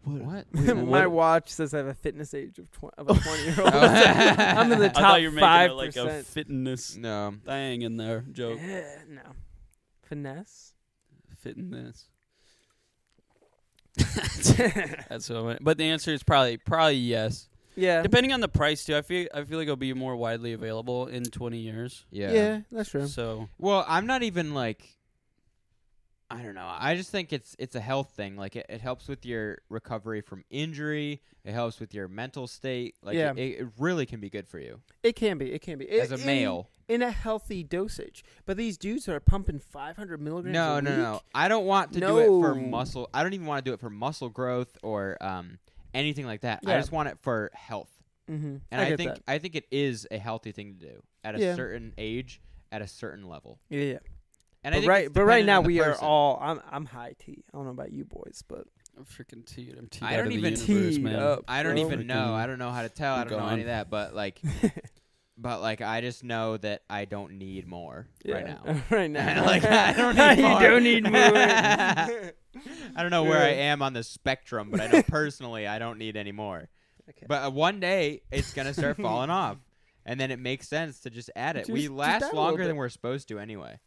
Speaker 1: What?
Speaker 3: My watch says I have a fitness age of, tw- of a 20 year old. I'm in
Speaker 2: Oh.
Speaker 3: the
Speaker 2: I
Speaker 3: top
Speaker 2: thought you were making a, like a
Speaker 3: 5%.
Speaker 2: fitness
Speaker 1: No.
Speaker 2: thing in there joke.
Speaker 3: Yeah, no, finesse.
Speaker 2: Fitness. That's what I meant. But the answer is probably probably yes.
Speaker 3: Yeah,
Speaker 2: Depending on the price too. I feel I feel like it'll be more widely available in 20 years.
Speaker 1: Yeah.
Speaker 3: that's true.
Speaker 2: So
Speaker 1: Well, I'm not even like I don't know. I just think it's it's a health thing. Like it, it helps with your recovery from injury. It helps with your mental state. Like
Speaker 3: Yeah.
Speaker 1: it, it really can be good for you
Speaker 3: It can be. It can be.
Speaker 1: as
Speaker 3: It-
Speaker 1: a
Speaker 3: in-
Speaker 1: male.
Speaker 3: in a healthy dosage. But these dudes are pumping 500 milligrams.
Speaker 1: No,
Speaker 3: a
Speaker 1: no,
Speaker 3: week.
Speaker 1: no. I don't want to do it for
Speaker 3: No.
Speaker 1: muscle. I don't even want to do it for muscle growth or um anything like that. I
Speaker 3: Yeah.
Speaker 1: just want it for health.
Speaker 3: Mm-hmm.
Speaker 1: And
Speaker 3: I,
Speaker 1: I,
Speaker 3: get
Speaker 1: think
Speaker 3: that.
Speaker 1: I think it is a healthy thing to do at a
Speaker 3: Yeah.
Speaker 1: certain age, at a certain level.
Speaker 3: yeah, yeah.
Speaker 1: And I
Speaker 3: But
Speaker 1: think
Speaker 3: right,
Speaker 1: it's
Speaker 3: but
Speaker 1: dependent
Speaker 3: right now
Speaker 1: on the
Speaker 3: we are
Speaker 1: person.
Speaker 3: all. I'm I'm high T. I don't know about you boys, but
Speaker 2: I'm freaking teed. I'm teed
Speaker 1: I
Speaker 2: out
Speaker 1: don't
Speaker 2: of the
Speaker 1: even-
Speaker 2: universe,
Speaker 3: Teed
Speaker 2: man.
Speaker 3: up.
Speaker 1: I don't
Speaker 2: Oh.
Speaker 1: even know. I don't know how to tell. I
Speaker 2: I'm
Speaker 1: don't know any
Speaker 2: gone.
Speaker 1: of that. But like, but like, I just know that I don't need more right now.
Speaker 3: right now,
Speaker 1: Like, I don't need more.
Speaker 3: you don't need more.
Speaker 1: I don't know where I
Speaker 3: Yeah.
Speaker 1: am on the spectrum, but I know personally I don't need any more.
Speaker 3: Okay.
Speaker 1: But uh, one day it's gonna start falling off, and then it makes sense to just add it. we
Speaker 3: Just- just add a
Speaker 1: last
Speaker 3: little
Speaker 1: longer
Speaker 3: bit.
Speaker 1: than we're supposed to anyway.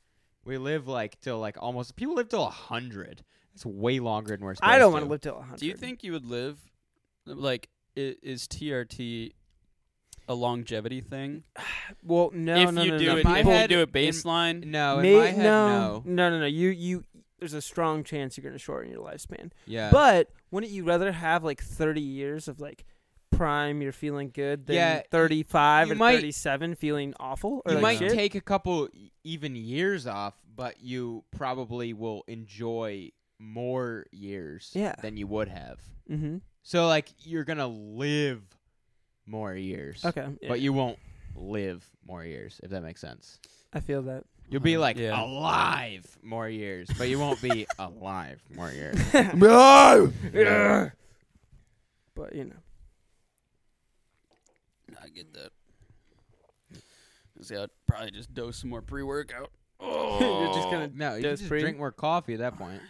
Speaker 1: We live like till like almost people live till a hundred. It's way longer than we're supposed.
Speaker 3: I don't
Speaker 1: want to
Speaker 3: live till 100.
Speaker 2: Do you think you would live like i- is TRT a longevity thing?
Speaker 3: Well, no,
Speaker 2: if
Speaker 3: no,
Speaker 2: you
Speaker 3: no,
Speaker 2: do
Speaker 3: no.
Speaker 2: it,
Speaker 1: My
Speaker 2: if you
Speaker 1: head
Speaker 2: do it
Speaker 1: in-
Speaker 2: baseline,
Speaker 1: No, in
Speaker 3: May-
Speaker 1: my head, no.
Speaker 3: no, no, no, no. You, you. There's a strong chance you're going to shorten your lifespan.
Speaker 1: Yeah,
Speaker 3: But wouldn't you rather have like 30 years of like prime, you're feeling good, than
Speaker 1: Yeah, y-
Speaker 3: 35
Speaker 1: you
Speaker 3: or
Speaker 1: might-
Speaker 3: 37 feeling awful? Or
Speaker 1: you
Speaker 3: like
Speaker 1: might
Speaker 3: shit?
Speaker 1: take a couple e- even years off, but you probably will enjoy more years
Speaker 3: Yeah.
Speaker 1: than you would have.
Speaker 3: Mm-hmm.
Speaker 1: So like you're gonna live more years.
Speaker 3: Okay. yeah.
Speaker 1: But you won't live more years, if that makes sense.
Speaker 3: I feel that.
Speaker 1: You'll
Speaker 3: Uh-huh.
Speaker 1: be like
Speaker 2: Yeah.
Speaker 1: alive more years, but you won't be alive more years.
Speaker 5: No!
Speaker 1: Yeah.
Speaker 3: But you know.
Speaker 2: I get that. See, I'd probably just dose some more pre-workout. Oh,
Speaker 3: You're just gonna
Speaker 1: No, you
Speaker 3: Does
Speaker 1: just
Speaker 3: pre-
Speaker 1: drink more coffee at that point.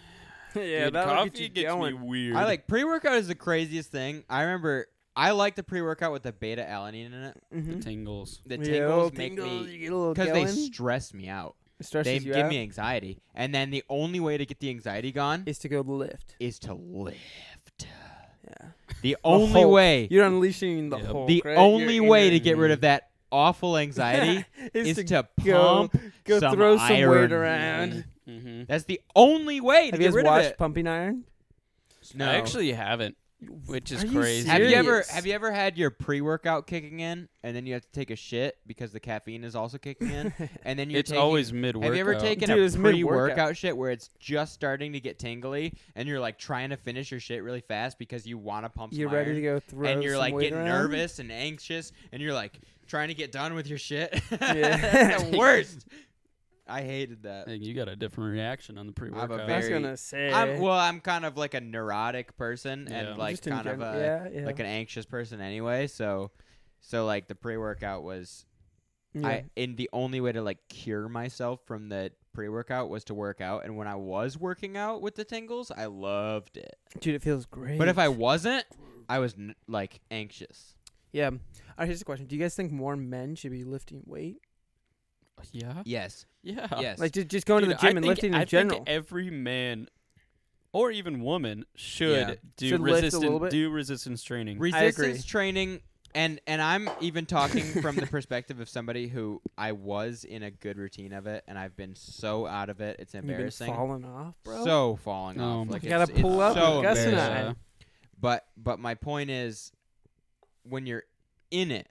Speaker 3: Yeah,
Speaker 2: Dude,
Speaker 3: that'll
Speaker 2: coffee
Speaker 3: get you
Speaker 2: gets
Speaker 3: going.
Speaker 2: me weird.
Speaker 1: I like pre workout is the craziest thing. I remember I like the pre workout with the beta alanine in it.
Speaker 2: Oh. the
Speaker 3: Mhm.
Speaker 2: tingles.
Speaker 1: The
Speaker 3: Yeah,
Speaker 1: tingles
Speaker 3: little
Speaker 1: make
Speaker 3: tingles,
Speaker 1: me
Speaker 3: you get a little
Speaker 1: because they
Speaker 3: going.
Speaker 1: stress me out.
Speaker 3: It stresses
Speaker 1: they
Speaker 3: you
Speaker 1: give
Speaker 3: out,
Speaker 1: me anxiety, and then the only way to get the anxiety gone
Speaker 3: is to go lift.
Speaker 1: is to lift.
Speaker 3: Yeah.
Speaker 1: The only
Speaker 3: Hulk.
Speaker 1: way,
Speaker 3: You're unleashing the
Speaker 2: Yep.
Speaker 3: whole.
Speaker 1: the
Speaker 3: right?
Speaker 1: only
Speaker 3: Your
Speaker 1: way
Speaker 3: inner-
Speaker 1: to get rid of that awful anxiety is to,
Speaker 3: go-
Speaker 1: pump.
Speaker 3: go
Speaker 1: some
Speaker 3: throw some weight
Speaker 1: iron.
Speaker 3: around.
Speaker 2: Mm-hmm.
Speaker 1: That's the only way to
Speaker 3: Have
Speaker 1: get
Speaker 3: you guys
Speaker 1: rid
Speaker 3: watched
Speaker 1: of it.
Speaker 3: Pumping Iron?
Speaker 1: No.
Speaker 2: I actually haven't, which is
Speaker 3: Are you
Speaker 2: crazy.
Speaker 1: have you ever
Speaker 3: serious.
Speaker 1: have you ever had your pre-workout kicking in and then you have to take a shit because the caffeine is also kicking in and then you're
Speaker 2: It's
Speaker 1: taking
Speaker 2: always mid-workout.
Speaker 1: Have you ever taken
Speaker 3: Dude, it's
Speaker 1: a
Speaker 3: mid-workout.
Speaker 1: pre-workout shit where it's just starting to get tingly and you're like trying to finish your shit really fast because you want to pump some
Speaker 3: You're ready to
Speaker 1: iron,
Speaker 3: go throw
Speaker 1: and you're
Speaker 3: some
Speaker 1: like
Speaker 3: weight
Speaker 1: getting
Speaker 3: around?
Speaker 1: nervous and anxious and you're like trying to get done with your shit.
Speaker 3: Yeah.
Speaker 1: That's the worst. I hated that.
Speaker 2: Like, you got a different reaction on the
Speaker 1: a
Speaker 2: pre-workout.
Speaker 3: I was
Speaker 1: very-
Speaker 3: gonna say.
Speaker 1: I'm, well, I'm kind of like a neurotic person
Speaker 2: Yeah.
Speaker 1: and like
Speaker 3: just in
Speaker 1: kind of
Speaker 3: gen-
Speaker 1: a
Speaker 3: yeah, yeah.
Speaker 1: like an anxious person anyway. So, so like the pre-workout was
Speaker 3: yeah.
Speaker 1: I and the only way to like cure myself from the pre-workout was to work out. And when I was working out with the tingles, I loved it.
Speaker 3: dude, it feels great.
Speaker 1: But if I wasn't, I was n- like anxious.
Speaker 3: yeah. All right, here's the question: Do you guys think more men should be lifting weight?
Speaker 2: yeah,
Speaker 1: Yes,
Speaker 2: yeah,
Speaker 1: yes.
Speaker 3: Like just, just going
Speaker 2: Dude,
Speaker 3: to the gym
Speaker 2: I
Speaker 3: and
Speaker 2: think-
Speaker 3: lifting
Speaker 2: I
Speaker 3: in
Speaker 2: think
Speaker 3: general.
Speaker 2: every man or even woman should
Speaker 1: Yeah.
Speaker 2: do
Speaker 3: Should lift a little bit.
Speaker 2: resistance do resistance training.
Speaker 1: resistance
Speaker 3: agree.
Speaker 1: training and and I'm even talking from the perspective of somebody who I was in a good routine of it and I've been so out of it. It's
Speaker 3: You've been
Speaker 1: embarrassing.
Speaker 3: falling off, bro.
Speaker 1: So falling
Speaker 2: Oh
Speaker 1: off.
Speaker 2: my
Speaker 1: Like
Speaker 3: You
Speaker 1: it's-
Speaker 3: gotta pull
Speaker 1: it's
Speaker 3: up
Speaker 1: So
Speaker 3: with Gus and
Speaker 1: embarrassing.
Speaker 3: I.
Speaker 1: But but my point is, when you're in it,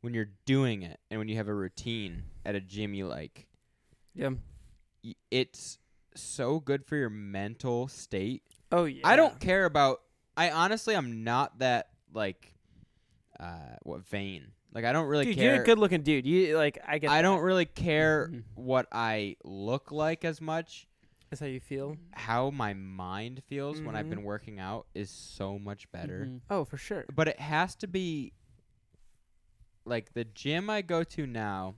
Speaker 1: when you're doing it, and when you have a routine at a gym you like,
Speaker 3: yeah.
Speaker 1: y- it's so good for your mental state.
Speaker 3: Oh yeah.
Speaker 1: I don't care about. I honestly, I'm not that like, uh, what vain. Like I don't really
Speaker 3: Dude,
Speaker 1: care.
Speaker 3: you're a good-looking dude. You like, I get.
Speaker 1: I
Speaker 3: that.
Speaker 1: don't really care
Speaker 3: Mm-hmm.
Speaker 2: Mhm.
Speaker 1: what I look like as much
Speaker 3: That's how you feel.
Speaker 2: Ah,
Speaker 1: how my mind feels when I've
Speaker 3: Mhm.
Speaker 1: been working out is so much better.
Speaker 2: Mhm.
Speaker 3: Oh, for sure.
Speaker 1: But it has to be like the gym I go to now.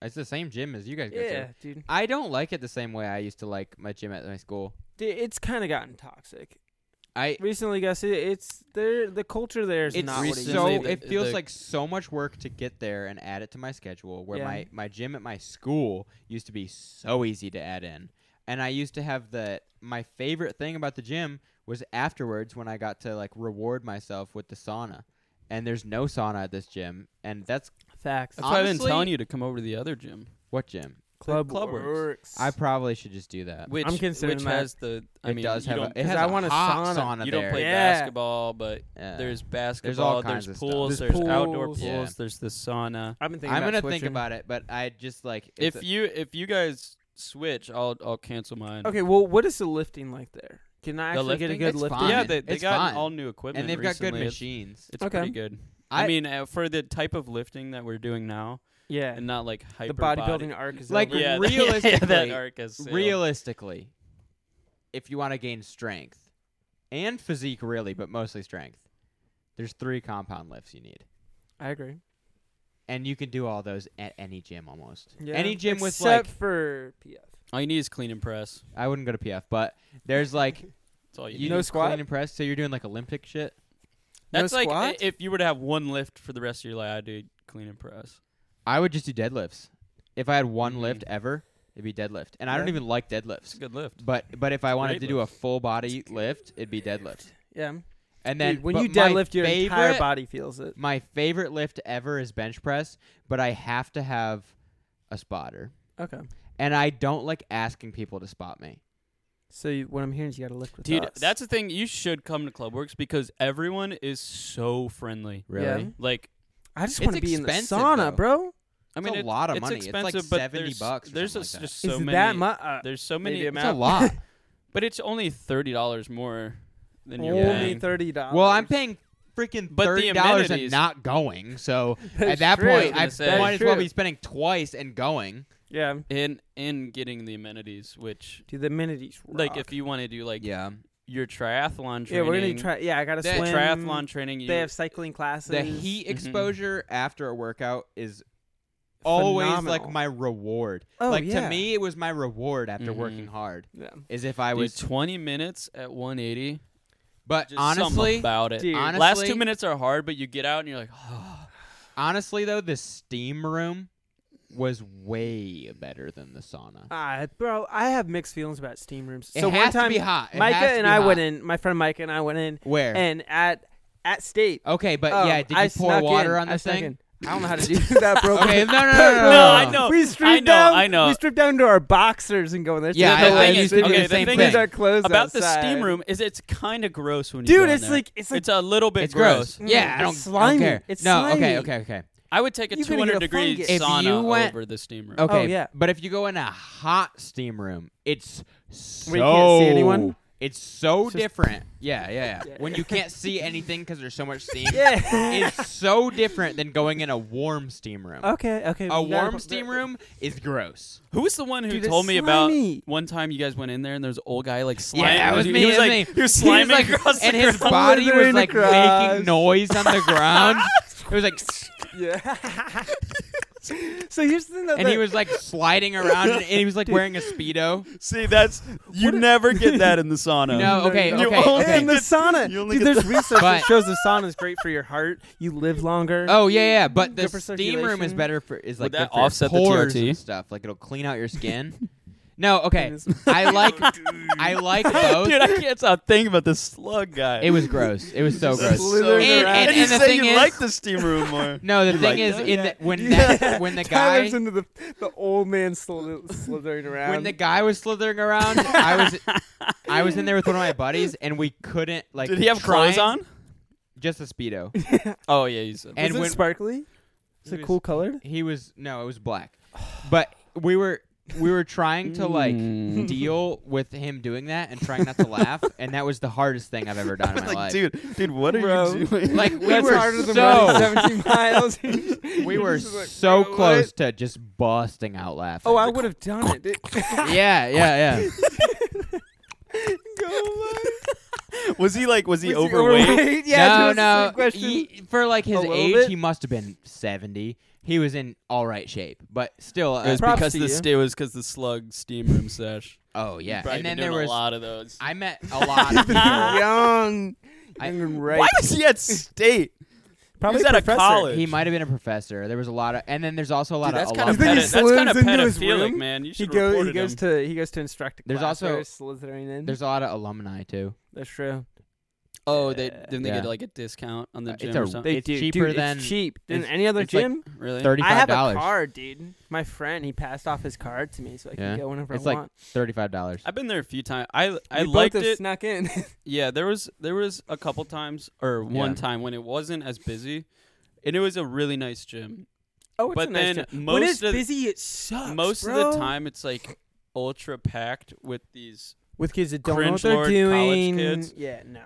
Speaker 1: It's the same gym as you guys go
Speaker 3: Yeah,
Speaker 1: to.
Speaker 3: dude.
Speaker 1: I don't like it the same way I used to like my gym at my school.
Speaker 3: Dude, it's kind of gotten toxic
Speaker 1: I
Speaker 3: recently, Gus. It, it's there. The culture there is
Speaker 1: it's
Speaker 3: not what it used
Speaker 1: so
Speaker 3: to
Speaker 2: recently
Speaker 3: be.
Speaker 1: it feels
Speaker 2: the-
Speaker 1: like so much work to get there and add it to my schedule. Where
Speaker 3: Yeah.
Speaker 1: my my gym at my school used to be so easy to add in, and I used to have the my favorite thing about the gym was afterwards when I got to like reward myself with the sauna. And there's no sauna at this gym, and that's
Speaker 3: facts.
Speaker 2: That's why I've been
Speaker 1: Honestly-
Speaker 2: telling you to come over to the other gym,
Speaker 1: what gym.
Speaker 3: Club,
Speaker 2: Club Works.
Speaker 3: works.
Speaker 1: I probably should just do that.
Speaker 2: which
Speaker 3: considering
Speaker 2: which
Speaker 3: that.
Speaker 2: has the. I
Speaker 1: it
Speaker 2: mean,
Speaker 1: does
Speaker 2: you
Speaker 1: have a,
Speaker 2: don't,
Speaker 1: it has
Speaker 3: I
Speaker 1: a
Speaker 3: want a
Speaker 1: hot
Speaker 3: sauna.
Speaker 1: sauna.
Speaker 2: you don't
Speaker 1: there.
Speaker 2: play
Speaker 3: Yeah.
Speaker 2: basketball, but
Speaker 1: Yeah.
Speaker 2: there's
Speaker 1: all
Speaker 2: basketball.
Speaker 1: kinds
Speaker 2: There's,
Speaker 1: of stuff.
Speaker 2: pools.
Speaker 3: There's
Speaker 2: There's, outdoor
Speaker 3: pools.
Speaker 2: pools.
Speaker 1: Yeah.
Speaker 2: There's the sauna.
Speaker 3: I've been thinking
Speaker 1: I'm
Speaker 3: about
Speaker 1: gonna think
Speaker 3: switching.
Speaker 1: about it, but I just like it's
Speaker 2: if
Speaker 1: a-
Speaker 2: you if you guys switch, I'll I'll cancel mine.
Speaker 3: Okay, well, what is the lifting like there? Can I
Speaker 2: The
Speaker 3: actually get a
Speaker 2: lifting?
Speaker 3: good
Speaker 1: It's
Speaker 3: lifting?
Speaker 1: fine.
Speaker 2: Yeah, they they
Speaker 1: It's
Speaker 2: got
Speaker 1: fine.
Speaker 2: all new equipment,
Speaker 1: and they've got good
Speaker 2: recently. It's-
Speaker 1: machines.
Speaker 2: It's
Speaker 3: Okay.
Speaker 2: pretty good. I,
Speaker 1: I-
Speaker 2: mean, uh, for the type of lifting that we're doing now,
Speaker 3: Yeah,
Speaker 2: and not like hyper
Speaker 3: the bodybuilding arc is
Speaker 1: Like,
Speaker 3: over.
Speaker 2: Yeah, that- yeah, that
Speaker 1: realistically-
Speaker 2: arc is sealed.
Speaker 1: realistically, if you want to gain strength and physique, really, but mostly strength, there's three compound lifts you need,
Speaker 3: I agree.
Speaker 1: and you can do all those at any gym almost.
Speaker 3: Yeah.
Speaker 1: Any gym with like,
Speaker 3: except for PF.
Speaker 2: All you need is clean and press.
Speaker 1: I wouldn't go to PF, but there's like
Speaker 2: That's all you,
Speaker 1: you
Speaker 2: need.
Speaker 3: No
Speaker 1: do
Speaker 3: squat?
Speaker 1: clean and press, so you're doing like Olympic shit.
Speaker 3: No
Speaker 2: That's like
Speaker 3: squat?
Speaker 2: i- if you were to have one lift for the rest of your life, I'd do clean and press.
Speaker 1: I would just do deadlifts. If I had one
Speaker 2: Mhm.
Speaker 1: lift ever, it'd be deadlift, and I don't
Speaker 3: Mm-hmm. Yeah.
Speaker 1: even like
Speaker 2: It's a
Speaker 1: deadlifts.
Speaker 2: good lift.
Speaker 1: But but if I wanted
Speaker 2: Great
Speaker 1: to do a
Speaker 2: lift.
Speaker 1: full body lift, it'd be deadlift.
Speaker 3: Yeah,
Speaker 1: And then
Speaker 3: Dude, when
Speaker 1: but
Speaker 3: you
Speaker 1: my
Speaker 3: deadlift, your entire
Speaker 1: favorite-
Speaker 3: body feels it.
Speaker 1: My favorite lift ever is bench press, but I have to have a spotter.
Speaker 3: Okay,
Speaker 1: And I don't like asking people to spot me.
Speaker 3: so you, what I'm hearing is you got to lift with
Speaker 2: Dude,
Speaker 3: us.
Speaker 2: that's the thing. You should come to ClubWorks because everyone is so friendly.
Speaker 1: Really?
Speaker 3: Yeah.
Speaker 2: Like,
Speaker 3: I just
Speaker 1: it's
Speaker 3: want to be in the
Speaker 1: expensive,
Speaker 3: sauna,
Speaker 1: though.
Speaker 3: bro.
Speaker 2: I
Speaker 1: It's
Speaker 2: mean,
Speaker 1: a lot of
Speaker 2: it's
Speaker 1: money. It's like
Speaker 2: Expensive, but
Speaker 1: 70
Speaker 2: there's-
Speaker 1: bucks or
Speaker 2: There's
Speaker 1: something
Speaker 2: just,
Speaker 1: like that.
Speaker 2: just so
Speaker 3: is
Speaker 2: many.
Speaker 3: that much? Uh,
Speaker 2: There's so many
Speaker 3: maybe a
Speaker 1: It's
Speaker 2: amount.
Speaker 1: a lot.
Speaker 2: But it's only thirty dollars more than you're
Speaker 3: only
Speaker 2: paying.
Speaker 3: thirty dollars.
Speaker 1: well, I'm paying freaking
Speaker 2: But the
Speaker 1: thirty dollars and
Speaker 2: amenities-
Speaker 1: not going. So at
Speaker 3: That's
Speaker 1: that
Speaker 3: true.
Speaker 1: point,
Speaker 2: I
Speaker 1: I
Speaker 2: was gonna say.
Speaker 1: might as well
Speaker 3: True.
Speaker 1: be spending twice and going.
Speaker 3: Yeah.
Speaker 2: in in getting the amenities, which
Speaker 3: Dude, the amenities.
Speaker 2: like
Speaker 3: rock.
Speaker 2: if you want to do like
Speaker 1: Yeah,
Speaker 2: your triathlon training,
Speaker 3: yeah, we're gonna try. Yeah, I gotta
Speaker 1: That
Speaker 3: swim.
Speaker 2: triathlon training, you,
Speaker 3: They have cycling classes.
Speaker 1: the heat
Speaker 2: Mhm.
Speaker 1: exposure after a workout is always like
Speaker 3: Phenomenal.
Speaker 1: my reward.
Speaker 3: Oh,
Speaker 1: like to
Speaker 3: yeah.
Speaker 1: me, it was my reward after
Speaker 2: Mhm.
Speaker 1: working hard.
Speaker 3: Yeah.
Speaker 1: Is if I
Speaker 2: I
Speaker 1: was,
Speaker 2: was twenty minutes at one eighty.
Speaker 1: but
Speaker 2: Just something
Speaker 1: honestly,
Speaker 2: about it.
Speaker 3: Dude.
Speaker 1: honestly,
Speaker 2: Last two minutes are hard, but you get out and you're like, oh,
Speaker 1: honestly though, the steam room was way better than the sauna.
Speaker 3: Ah, bro, I have mixed feelings about steam rooms.
Speaker 1: It
Speaker 3: so
Speaker 1: has
Speaker 3: one
Speaker 1: to
Speaker 3: time,
Speaker 1: be hot. It
Speaker 3: Micah
Speaker 1: has to
Speaker 3: and
Speaker 1: be
Speaker 3: I
Speaker 1: hot.
Speaker 3: went in. My friend Micah and I went in,
Speaker 1: Where?
Speaker 3: and at at state.
Speaker 1: okay, but
Speaker 3: oh,
Speaker 1: yeah, did you
Speaker 3: I
Speaker 1: pour
Speaker 3: snuck
Speaker 1: water
Speaker 3: in.
Speaker 1: on
Speaker 3: I
Speaker 1: the
Speaker 3: snuck
Speaker 1: thing?
Speaker 3: in. I don't know how to do that, bro.
Speaker 1: Okay, no, no, no, no,
Speaker 2: No, I know.
Speaker 3: We
Speaker 2: I
Speaker 3: strip
Speaker 2: know,
Speaker 3: down.
Speaker 2: I know.
Speaker 3: We strip down to our boxers and go in there.
Speaker 1: Yeah,
Speaker 3: Strip
Speaker 1: I-
Speaker 3: down
Speaker 1: I
Speaker 3: to our
Speaker 1: used to do
Speaker 3: boxers.
Speaker 1: the same
Speaker 3: Things
Speaker 1: thing.
Speaker 3: are closed
Speaker 2: about the
Speaker 3: outside.
Speaker 2: steam room is it's kind of gross when you
Speaker 3: Dude,
Speaker 2: go in
Speaker 3: it's
Speaker 2: there.
Speaker 3: like- it's like-
Speaker 2: it's a little bit
Speaker 1: It's gross.
Speaker 3: Mm,
Speaker 1: Yeah, I
Speaker 3: it's
Speaker 1: don't,
Speaker 3: slimy.
Speaker 1: I don't care.
Speaker 3: It's
Speaker 1: no, okay,
Speaker 3: slimy.
Speaker 1: okay, okay.
Speaker 2: I would take a
Speaker 3: You're
Speaker 2: two
Speaker 3: gonna get
Speaker 2: hundred
Speaker 3: a
Speaker 2: degree
Speaker 3: fungus.
Speaker 1: If
Speaker 2: sauna
Speaker 1: you went-
Speaker 2: over the steam room.
Speaker 1: Okay,
Speaker 3: Oh, yeah.
Speaker 1: But if you go in a hot steam room, it's so
Speaker 3: Where you can't see anyone?
Speaker 1: It's so
Speaker 3: It's just-
Speaker 1: different. Yeah, yeah, yeah.
Speaker 3: Yeah.
Speaker 1: When you can't see anything because there's so much steam.
Speaker 3: Yeah.
Speaker 1: It's so different than going in a warm steam room.
Speaker 3: okay. Okay.
Speaker 1: A
Speaker 3: we gotta
Speaker 1: warm
Speaker 3: put-
Speaker 1: steam room is gross.
Speaker 2: Who was the one who
Speaker 3: Dude, it's
Speaker 2: told me
Speaker 3: slimy.
Speaker 2: about one time you guys went in there and there was an old guy like slime?
Speaker 1: Yeah, it was
Speaker 2: he,
Speaker 1: me.
Speaker 2: He
Speaker 1: it
Speaker 2: was
Speaker 1: was
Speaker 2: like,
Speaker 1: me.
Speaker 2: he was
Speaker 1: He was
Speaker 2: slamming
Speaker 1: like-
Speaker 2: across
Speaker 1: and
Speaker 2: the
Speaker 1: his
Speaker 2: ground.
Speaker 1: body was
Speaker 3: Slithering
Speaker 1: like
Speaker 3: across.
Speaker 1: making noise on the ground. It was like,
Speaker 3: Yeah. so here's the thing. Though,
Speaker 1: and he
Speaker 3: that-
Speaker 1: was like sliding around, and he was like wearing a speedo.
Speaker 2: See, that's you never get that in the sauna.
Speaker 1: No, okay,
Speaker 2: You
Speaker 1: okay,
Speaker 2: only
Speaker 1: okay.
Speaker 3: And the sauna.
Speaker 2: you only
Speaker 3: Dude,
Speaker 2: get
Speaker 3: there's research
Speaker 1: But-
Speaker 3: that shows the sauna is great for your heart. You live longer.
Speaker 1: Oh yeah, yeah. But the
Speaker 3: Good for
Speaker 1: steam room is
Speaker 3: circulation.
Speaker 1: better for is
Speaker 2: Would
Speaker 1: like
Speaker 2: that
Speaker 1: good for your
Speaker 2: offset the
Speaker 1: pores
Speaker 2: TRT?
Speaker 1: and stuff. Like it'll clean out your skin. no, okay.
Speaker 3: It is-
Speaker 1: I like
Speaker 2: Oh,
Speaker 1: I like both.
Speaker 2: Dude, I can't stop thinking about the slug guy.
Speaker 1: it was gross. It was so gross.
Speaker 3: Slither- Slithering
Speaker 1: And-
Speaker 3: around.
Speaker 1: and-
Speaker 2: you
Speaker 1: and the
Speaker 2: say
Speaker 1: thing
Speaker 2: you
Speaker 1: is-
Speaker 2: like the steam room more.
Speaker 1: No, the thing
Speaker 2: like
Speaker 1: is,
Speaker 2: that?
Speaker 1: in the, when
Speaker 3: Yeah.
Speaker 1: that when the guy
Speaker 3: Tyler's into the the old man slith- slithering around.
Speaker 1: when the guy was slithering around, I was I was in there with one of my buddies, and we couldn't like.
Speaker 2: Did he have
Speaker 1: try
Speaker 2: clothes
Speaker 1: and-
Speaker 2: on?
Speaker 1: Just a speedo.
Speaker 2: Oh yeah, you said.
Speaker 1: And
Speaker 3: was
Speaker 1: when
Speaker 3: it sparkly? Is
Speaker 1: He
Speaker 3: it
Speaker 1: was-
Speaker 3: cool colored?
Speaker 1: He was no, it was black. But we were we were trying to like
Speaker 3: Mm-hmm.
Speaker 2: Mm.
Speaker 1: deal with him doing that and trying not to laugh, and that was the hardest thing I've ever done in my life.
Speaker 2: dude, dude, what are
Speaker 3: Bro.
Speaker 2: you doing?
Speaker 1: Like we
Speaker 3: That's
Speaker 1: were
Speaker 3: harder than running
Speaker 1: so
Speaker 3: 17 miles.
Speaker 1: we
Speaker 3: You're
Speaker 1: were
Speaker 3: just like,
Speaker 1: so
Speaker 3: "Bro, what?"
Speaker 1: close to just busting out laughing.
Speaker 3: Oh, I would have done it. dude.
Speaker 1: yeah, yeah, yeah.
Speaker 3: Go away.
Speaker 2: was he like, was he
Speaker 3: Was he
Speaker 2: overweight?
Speaker 1: no,
Speaker 3: Yeah, that's the
Speaker 1: no.
Speaker 3: same question.
Speaker 1: He- for like his
Speaker 3: little
Speaker 1: age,
Speaker 3: bit?
Speaker 1: he must have been seventy. He was in all right shape, but still.
Speaker 2: It
Speaker 1: Uh,
Speaker 2: was
Speaker 3: Props
Speaker 2: because
Speaker 3: to
Speaker 2: the
Speaker 3: you.
Speaker 2: st- it was because the slug steam room sesh.
Speaker 1: oh
Speaker 2: You've
Speaker 1: yeah,
Speaker 2: probably
Speaker 1: and
Speaker 2: been
Speaker 1: then there
Speaker 2: doing
Speaker 1: was
Speaker 2: a lot of those.
Speaker 1: I met a lot of people.
Speaker 2: Ah.
Speaker 3: young,
Speaker 1: I-
Speaker 3: young and right.
Speaker 2: Why was he at state?
Speaker 3: Probably
Speaker 2: was at a
Speaker 3: professor.
Speaker 2: college.
Speaker 1: He might have been a professor. There was a lot of, and then there's also a lot
Speaker 2: Dude, that's
Speaker 1: of.
Speaker 2: kind of
Speaker 1: alumni.
Speaker 3: You think he
Speaker 2: that's kind of
Speaker 3: slithers into his
Speaker 2: pedophilic,
Speaker 3: room?
Speaker 2: man. You
Speaker 3: He
Speaker 2: should
Speaker 3: goes.
Speaker 2: report
Speaker 3: He goes
Speaker 2: him.
Speaker 3: to. He goes to instruct. A
Speaker 1: There's
Speaker 3: class
Speaker 1: also-
Speaker 3: where slithering in.
Speaker 1: There's a lot of alumni too.
Speaker 3: That's true.
Speaker 2: Oh, they
Speaker 3: Yeah.
Speaker 2: didn't they get
Speaker 1: Yeah.
Speaker 2: like a discount on the
Speaker 1: Uh, it's
Speaker 2: gym
Speaker 1: a-
Speaker 2: or something?
Speaker 3: They
Speaker 1: It's
Speaker 3: do.
Speaker 1: cheaper
Speaker 3: dude,
Speaker 1: than-
Speaker 3: it's cheap than
Speaker 1: it's-
Speaker 3: any other
Speaker 1: it's like
Speaker 3: gym.
Speaker 2: really?
Speaker 1: Thirty-five
Speaker 3: I have a
Speaker 1: dollars.
Speaker 3: card, dude. My friend, he passed off his card to me so I can
Speaker 1: Yeah.
Speaker 3: go whenever
Speaker 1: It's
Speaker 3: I
Speaker 1: like
Speaker 3: want.
Speaker 1: Thirty-five dollars.
Speaker 2: I've been there a few times. I I
Speaker 3: We both
Speaker 2: liked
Speaker 3: have
Speaker 2: it.
Speaker 3: Snuck in.
Speaker 2: Yeah, there was there was a couple times or one
Speaker 1: Yeah.
Speaker 2: time when it wasn't as busy, and it was a really nice gym.
Speaker 3: oh, it's
Speaker 2: But
Speaker 3: a nice
Speaker 2: then
Speaker 3: gym. when
Speaker 2: most
Speaker 3: it's
Speaker 2: of-
Speaker 3: busy, it sucks.
Speaker 2: Most
Speaker 3: bro.
Speaker 2: of the time, it's like ultra packed with these,
Speaker 3: with kids that don't know what
Speaker 2: cringe
Speaker 3: they're
Speaker 2: lord college
Speaker 3: doing.
Speaker 2: kids.
Speaker 3: Yeah, no.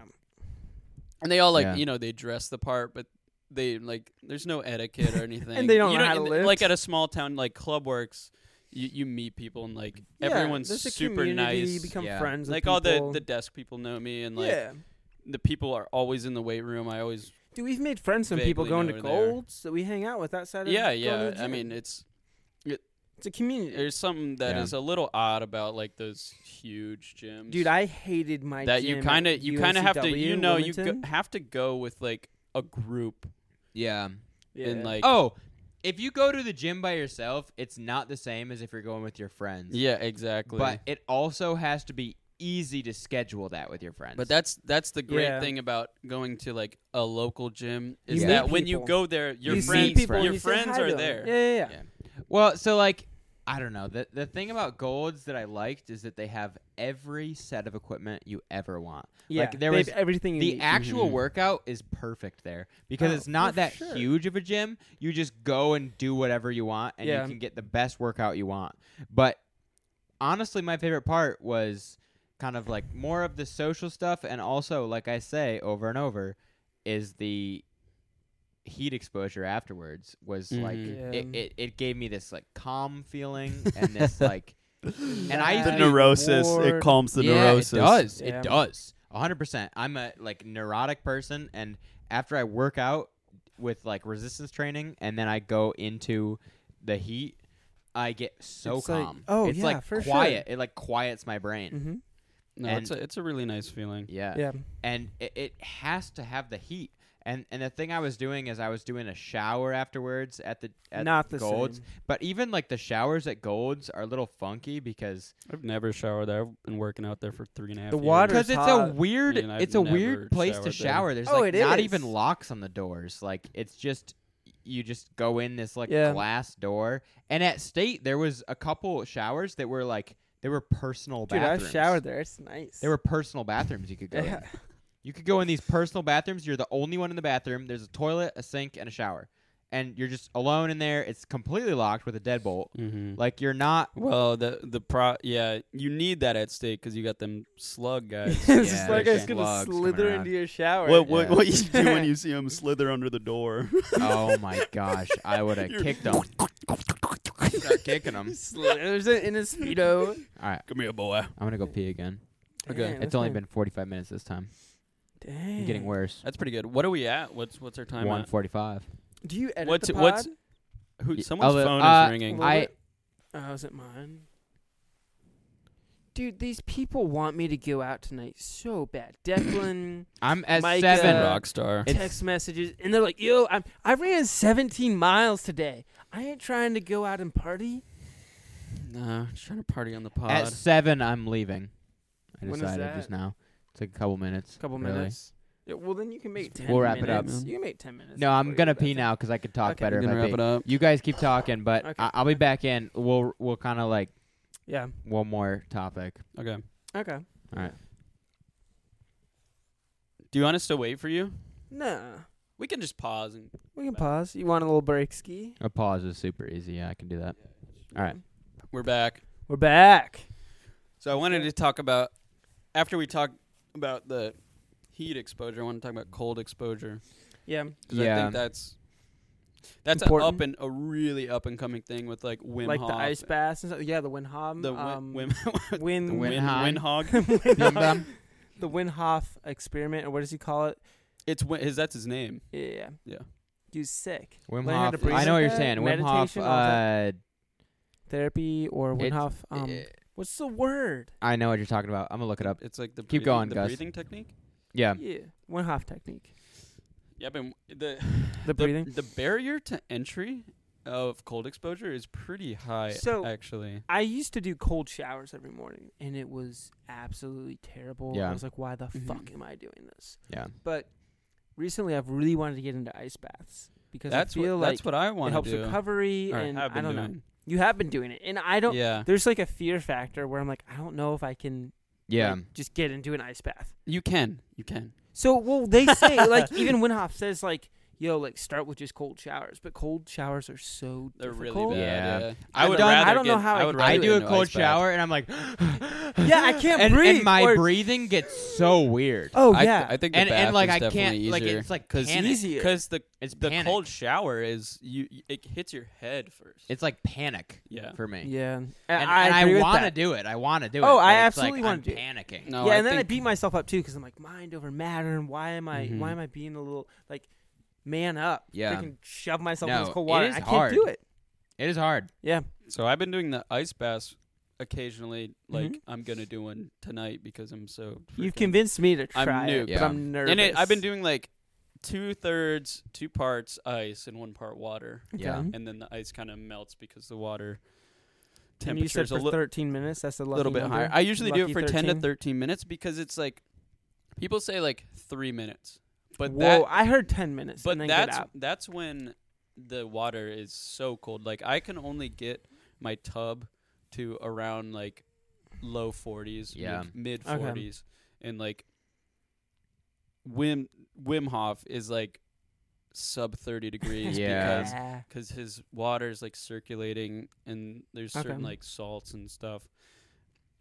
Speaker 2: and they all like
Speaker 1: Yeah.
Speaker 2: you know they dress the part, but they like there's no etiquette or anything,
Speaker 3: they don't
Speaker 2: You
Speaker 3: know how to
Speaker 2: and, Like
Speaker 3: lift.
Speaker 2: at a small town like Club Works, you you meet people and like
Speaker 3: Yeah,
Speaker 2: everyone's
Speaker 3: there's a
Speaker 2: super
Speaker 3: community,
Speaker 2: nice.
Speaker 3: Become
Speaker 1: Yeah.
Speaker 3: friends. with
Speaker 2: like all the
Speaker 3: people.
Speaker 2: the desk people know me, and like
Speaker 3: yeah.
Speaker 2: the people are always in the weight room. I always
Speaker 3: Dude, we've made friends from people
Speaker 2: vaguely
Speaker 3: going
Speaker 2: know
Speaker 3: to
Speaker 2: where they are.
Speaker 3: Golds that we hang out with outside of
Speaker 2: yeah
Speaker 3: going to
Speaker 2: yeah.
Speaker 3: the
Speaker 2: I
Speaker 3: gym.
Speaker 2: mean it's
Speaker 3: it's a community.
Speaker 2: there's something that is
Speaker 1: Yeah.
Speaker 2: a little odd about like those huge gyms.
Speaker 3: Dude, I hated my
Speaker 2: that
Speaker 3: gym
Speaker 2: you
Speaker 3: kind of
Speaker 2: you kind of have to you know you
Speaker 3: Wilmington.
Speaker 2: go, have to go with like a group
Speaker 1: Yeah.
Speaker 2: and like
Speaker 1: Oh, if you go to the gym by yourself, it's not the same as if you're going with your friends.
Speaker 2: yeah exactly.
Speaker 1: But it also has to be easy to schedule that with your friends.
Speaker 2: But that's that's the great
Speaker 3: Yeah.
Speaker 2: thing about going to like a local gym
Speaker 3: You
Speaker 2: is
Speaker 1: meet
Speaker 2: that when you
Speaker 3: people.
Speaker 2: go there, your
Speaker 3: you
Speaker 2: friends
Speaker 3: see people, and
Speaker 2: your
Speaker 3: you say
Speaker 2: friends
Speaker 3: hi
Speaker 2: are
Speaker 3: to 'em.
Speaker 2: there.
Speaker 3: Yeah, yeah, yeah.
Speaker 1: well, so like I don't know. The the thing about Golds that I liked is that they have every set of equipment you ever want.
Speaker 3: yeah.
Speaker 1: Like there
Speaker 3: they
Speaker 1: was
Speaker 3: have everything. you
Speaker 1: the
Speaker 3: need.
Speaker 1: actual
Speaker 2: Mhm.
Speaker 1: workout is perfect there because
Speaker 3: Oh,
Speaker 1: it's not
Speaker 3: for
Speaker 1: that
Speaker 3: sure.
Speaker 1: huge of a gym. You just go and do whatever you want, and
Speaker 3: Yeah.
Speaker 1: you can get the best workout you want. But honestly, my favorite part was kind of like more of the social stuff, and also, like I say over and over, is the heat exposure afterwards was like
Speaker 2: Mhm.
Speaker 1: it,
Speaker 3: Mm-hmm. Yeah.
Speaker 1: it, it gave me this like calm feeling and this like
Speaker 3: E.
Speaker 1: and I
Speaker 2: the
Speaker 1: used to be
Speaker 2: neurosis. It
Speaker 3: bored.
Speaker 2: calms the
Speaker 1: yeah,
Speaker 2: neurosis.
Speaker 1: It does.
Speaker 3: Yeah.
Speaker 1: It does. A hundred percent. I'm a like neurotic person, and after I work out with like resistance training, and then I go into the heat, I get so
Speaker 3: It's like-
Speaker 1: calm.
Speaker 3: oh,
Speaker 1: it's
Speaker 3: yeah,
Speaker 1: like
Speaker 3: for sure.
Speaker 1: quiet. It like quiets my brain.
Speaker 3: Mm-hmm.
Speaker 2: No, it's a it's a really nice feeling.
Speaker 1: Yeah.
Speaker 3: Yeah.
Speaker 1: And it, it has to have the heat. And and the thing I was doing is I was doing a shower afterwards at the at
Speaker 3: Not the
Speaker 1: Golds.
Speaker 3: same.
Speaker 1: But even like the showers at Golds are a little funky because
Speaker 2: I've never showered there. I've been working out there for three and a half.
Speaker 3: The
Speaker 2: years.
Speaker 3: water-
Speaker 1: because
Speaker 3: Water's
Speaker 1: it's a
Speaker 3: hot.
Speaker 1: weird
Speaker 2: Man, I've
Speaker 1: it's a
Speaker 2: never
Speaker 1: weird place to
Speaker 2: showered there.
Speaker 1: shower. There's
Speaker 3: Oh,
Speaker 1: like
Speaker 3: it
Speaker 1: not
Speaker 3: is.
Speaker 1: even locks on the doors. Like it's just you just go in this like
Speaker 3: Yeah.
Speaker 1: glass door. And at State there was a couple showers that were like they were personal
Speaker 3: Dude,
Speaker 1: bathrooms.
Speaker 3: I've showered there. It's nice.
Speaker 1: There were personal bathrooms you could go. in.
Speaker 3: Yeah.
Speaker 1: You could go in these personal bathrooms. You're the only one in the bathroom. There's a toilet, a sink, and a shower, and you're just alone in there. It's completely locked with a deadbolt.
Speaker 2: Mm-hmm.
Speaker 1: Like you're not.
Speaker 2: Well, the the pro yeah, you need that at stake because you got them slug guys.
Speaker 3: it's just
Speaker 1: Yeah,
Speaker 3: like
Speaker 1: there's
Speaker 3: I was gonna
Speaker 1: slugs coming
Speaker 3: slither
Speaker 1: around.
Speaker 3: into your shower.
Speaker 2: what what
Speaker 1: Yeah.
Speaker 2: what you do when you see them slither under the door?
Speaker 1: Oh my gosh! I would have
Speaker 2: You're-
Speaker 1: kicked them. Start kicking them.
Speaker 3: Slithers it in his speedo.
Speaker 1: All right,
Speaker 2: Come here, boy.
Speaker 1: I'm gonna go pee again.
Speaker 2: Okay.
Speaker 3: Dang,
Speaker 1: It's
Speaker 3: that's
Speaker 1: only
Speaker 3: not-
Speaker 1: been 45 minutes this time.
Speaker 3: Dang.
Speaker 1: I'm getting worse.
Speaker 2: That's pretty good. What are we at? What's what's our time? at?
Speaker 1: 145.
Speaker 3: Do you edit
Speaker 2: What's-
Speaker 3: the pod?
Speaker 2: what's- Who,
Speaker 1: Y-
Speaker 2: someone's
Speaker 1: oh, the-
Speaker 2: phone
Speaker 1: uh,
Speaker 2: is ringing.
Speaker 1: well- I-
Speaker 3: Oh, is it mine? Dude, these people want me to go out tonight so bad. Declan,
Speaker 1: I'm at
Speaker 3: Mike,
Speaker 1: seven.
Speaker 3: uh,
Speaker 2: Rockstar.
Speaker 1: It's-
Speaker 3: text messages, and they're like, "Yo, I'm I ran 17 miles today. I ain't trying to go out and party."
Speaker 2: No, trying to party on the pod.
Speaker 1: At seven, I'm leaving. I
Speaker 3: When is
Speaker 1: decided
Speaker 3: that?
Speaker 1: just now. It's like a couple minutes.
Speaker 3: Couple
Speaker 1: really.
Speaker 3: minutes. Yeah, well, then you can make 10
Speaker 1: We'll wrap it up.
Speaker 3: minutes. You can make 10 minutes.
Speaker 1: No, I'm
Speaker 3: before you
Speaker 1: gonna
Speaker 3: go back
Speaker 1: pee
Speaker 3: in.
Speaker 1: now because I could talk
Speaker 3: Okay.
Speaker 1: better
Speaker 2: We're
Speaker 1: if
Speaker 2: gonna
Speaker 1: I
Speaker 2: wrap
Speaker 1: pee.
Speaker 2: it up.
Speaker 1: You guys keep talking, but
Speaker 3: Okay.
Speaker 1: I- I'll be back in. We'll we'll kind of like
Speaker 3: Yeah.
Speaker 1: one more topic.
Speaker 2: Okay.
Speaker 3: Okay.
Speaker 1: All right.
Speaker 2: Do you want us to wait for you?
Speaker 3: Nah.
Speaker 2: We can just pause and
Speaker 3: We can pause. You want a little break ski?
Speaker 1: A pause is super easy. Yeah, I can do that. All right.
Speaker 2: we're back.
Speaker 3: We're back.
Speaker 2: So I wanted to talk about after we talk about the heat exposure. I want to talk about cold exposure
Speaker 3: Yeah.
Speaker 2: 'cause I
Speaker 1: Yeah.
Speaker 2: think that's that's a
Speaker 3: Important.
Speaker 2: up and a really up and coming thing with like Wim
Speaker 3: like
Speaker 2: Hof,
Speaker 3: the ice baths and stuff. Yeah, the Win Hof.
Speaker 2: the Wi-
Speaker 3: um,
Speaker 2: Wim,
Speaker 3: Win.
Speaker 1: The
Speaker 2: Win,
Speaker 1: Win Hof.
Speaker 2: Win Hog.
Speaker 1: Bim bam.
Speaker 3: the Win Hof experiment, or what does he call it?
Speaker 2: it's Win, his. That's his name.
Speaker 3: Yeah, yeah.
Speaker 2: Yeah.
Speaker 3: Dude, sick.
Speaker 1: Wim
Speaker 3: Learn how to
Speaker 1: Hof.
Speaker 3: breathe
Speaker 1: I know what
Speaker 3: like
Speaker 1: you're
Speaker 3: that,
Speaker 1: saying. Wim Hof.
Speaker 3: meditation, all that.
Speaker 1: Uh,
Speaker 3: Therapy or Win
Speaker 1: It's-
Speaker 3: Hof. Um,
Speaker 1: eh,
Speaker 3: what's the word?
Speaker 1: I know what you're talking about. I'm gonna look it up.
Speaker 2: It's like the
Speaker 1: Keep
Speaker 2: breathing,
Speaker 1: going,
Speaker 2: the
Speaker 1: Gus.
Speaker 2: breathing technique.
Speaker 1: Yeah.
Speaker 3: Yeah. Win Hof technique.
Speaker 2: Yeah, but the
Speaker 3: The breathing.
Speaker 2: the barrier to entry of cold exposure is pretty high.
Speaker 3: So-
Speaker 2: actually,
Speaker 3: I used to do cold showers every morning, and it was absolutely terrible.
Speaker 1: Yeah. Mm-hmm.
Speaker 3: I was like, why the
Speaker 2: Mhm.
Speaker 3: fuck am I doing this?
Speaker 1: Yeah.
Speaker 3: But recently, I've really wanted to get into ice baths because
Speaker 2: that's
Speaker 3: I feel
Speaker 2: what
Speaker 3: like
Speaker 2: that's what I want
Speaker 3: it
Speaker 2: to
Speaker 3: helps
Speaker 2: do.
Speaker 3: recovery,
Speaker 2: Or
Speaker 3: and
Speaker 2: have
Speaker 3: I
Speaker 2: been
Speaker 3: don't know.
Speaker 2: doing.
Speaker 3: You have been doing it, and I don't.
Speaker 2: Yeah,
Speaker 3: There's like a fear factor where I'm like, I don't know if I can.
Speaker 1: Yeah.
Speaker 3: like, just get into an ice bath.
Speaker 2: you can, you can.
Speaker 3: So, well, they say like even Winhoff says like, yo, like start with just cold showers, but cold showers are so
Speaker 2: They're
Speaker 3: difficult.
Speaker 2: really bad.
Speaker 1: Yeah.
Speaker 2: Yeah,
Speaker 1: I've done-
Speaker 3: I don't know how I
Speaker 2: would
Speaker 3: could
Speaker 2: rather
Speaker 1: I
Speaker 2: get
Speaker 1: do a
Speaker 2: into
Speaker 1: cold
Speaker 2: ice bath.
Speaker 1: shower and I'm like,
Speaker 3: Yeah, I can't
Speaker 1: and,
Speaker 3: breathe,
Speaker 1: And my
Speaker 3: or-
Speaker 1: breathing gets so weird.
Speaker 3: Oh
Speaker 2: I, th-
Speaker 3: yeah,
Speaker 2: I think the
Speaker 1: and
Speaker 2: bath
Speaker 1: and like
Speaker 2: is
Speaker 1: I can't
Speaker 2: definitely
Speaker 1: like
Speaker 2: easier.
Speaker 1: it's like
Speaker 2: 'Cause
Speaker 1: panic.
Speaker 3: easier.
Speaker 2: because the
Speaker 1: It's
Speaker 2: the
Speaker 1: panic.
Speaker 2: cold shower is you y- it hits your head first.
Speaker 1: It's like panic.
Speaker 2: Yeah.
Speaker 1: For me.
Speaker 3: yeah, and,
Speaker 1: And,
Speaker 3: I,
Speaker 1: and I,
Speaker 3: agree with
Speaker 1: want to
Speaker 3: that.
Speaker 1: do it. I want to do it.
Speaker 3: Oh,
Speaker 1: but
Speaker 3: I
Speaker 1: it's
Speaker 3: absolutely
Speaker 1: like,
Speaker 3: wanna
Speaker 1: I'm
Speaker 3: do it.
Speaker 1: panicking.
Speaker 2: no,
Speaker 3: yeah,
Speaker 2: I
Speaker 3: and then I
Speaker 2: think-
Speaker 3: beat myself up too because I'm like mind over matter, and why am I why
Speaker 2: Mhm.
Speaker 3: am I being a little like man up?
Speaker 1: Mm-hmm. Yeah.
Speaker 3: I can shove myself in
Speaker 1: No,
Speaker 3: this cold
Speaker 1: it
Speaker 3: water.
Speaker 1: is
Speaker 3: I can't
Speaker 1: hard.
Speaker 3: do it.
Speaker 1: It is hard.
Speaker 3: Yeah,
Speaker 2: So I've been doing the ice baths occasionally, like
Speaker 3: Mhm.
Speaker 2: I'm gonna do one tonight because I'm so.
Speaker 3: you've
Speaker 2: freaking-
Speaker 3: convinced me to
Speaker 2: I'm
Speaker 3: try
Speaker 2: new.
Speaker 3: it,
Speaker 1: Yeah.
Speaker 3: but I'm nervous.
Speaker 2: And it, I've been doing like two thirds, two parts ice and one part water,
Speaker 1: Yeah.
Speaker 3: Hmm.
Speaker 2: and then the ice kind of melts because the water
Speaker 3: And you said
Speaker 2: temperature's a
Speaker 3: for
Speaker 2: little
Speaker 3: 13 minutes. That's a
Speaker 2: little bit higher. I usually do it for
Speaker 3: Lucky
Speaker 2: 10 to
Speaker 3: 13?
Speaker 2: 13 minutes because it's like people say like 3 minutes. But
Speaker 3: Whoa,
Speaker 2: that
Speaker 3: I heard 10 minutes.
Speaker 2: but
Speaker 3: and then
Speaker 2: that's
Speaker 3: get out.
Speaker 2: that's when the water is so cold. Like I can only get my tub to around like low 40s,
Speaker 1: Yeah.
Speaker 2: mid
Speaker 3: Okay.
Speaker 2: 40s and like Wim Wim Hof is like sub 30 degrees
Speaker 1: Yeah.
Speaker 2: because because his water is like circulating and there's certain
Speaker 3: Okay.
Speaker 2: like salts and stuff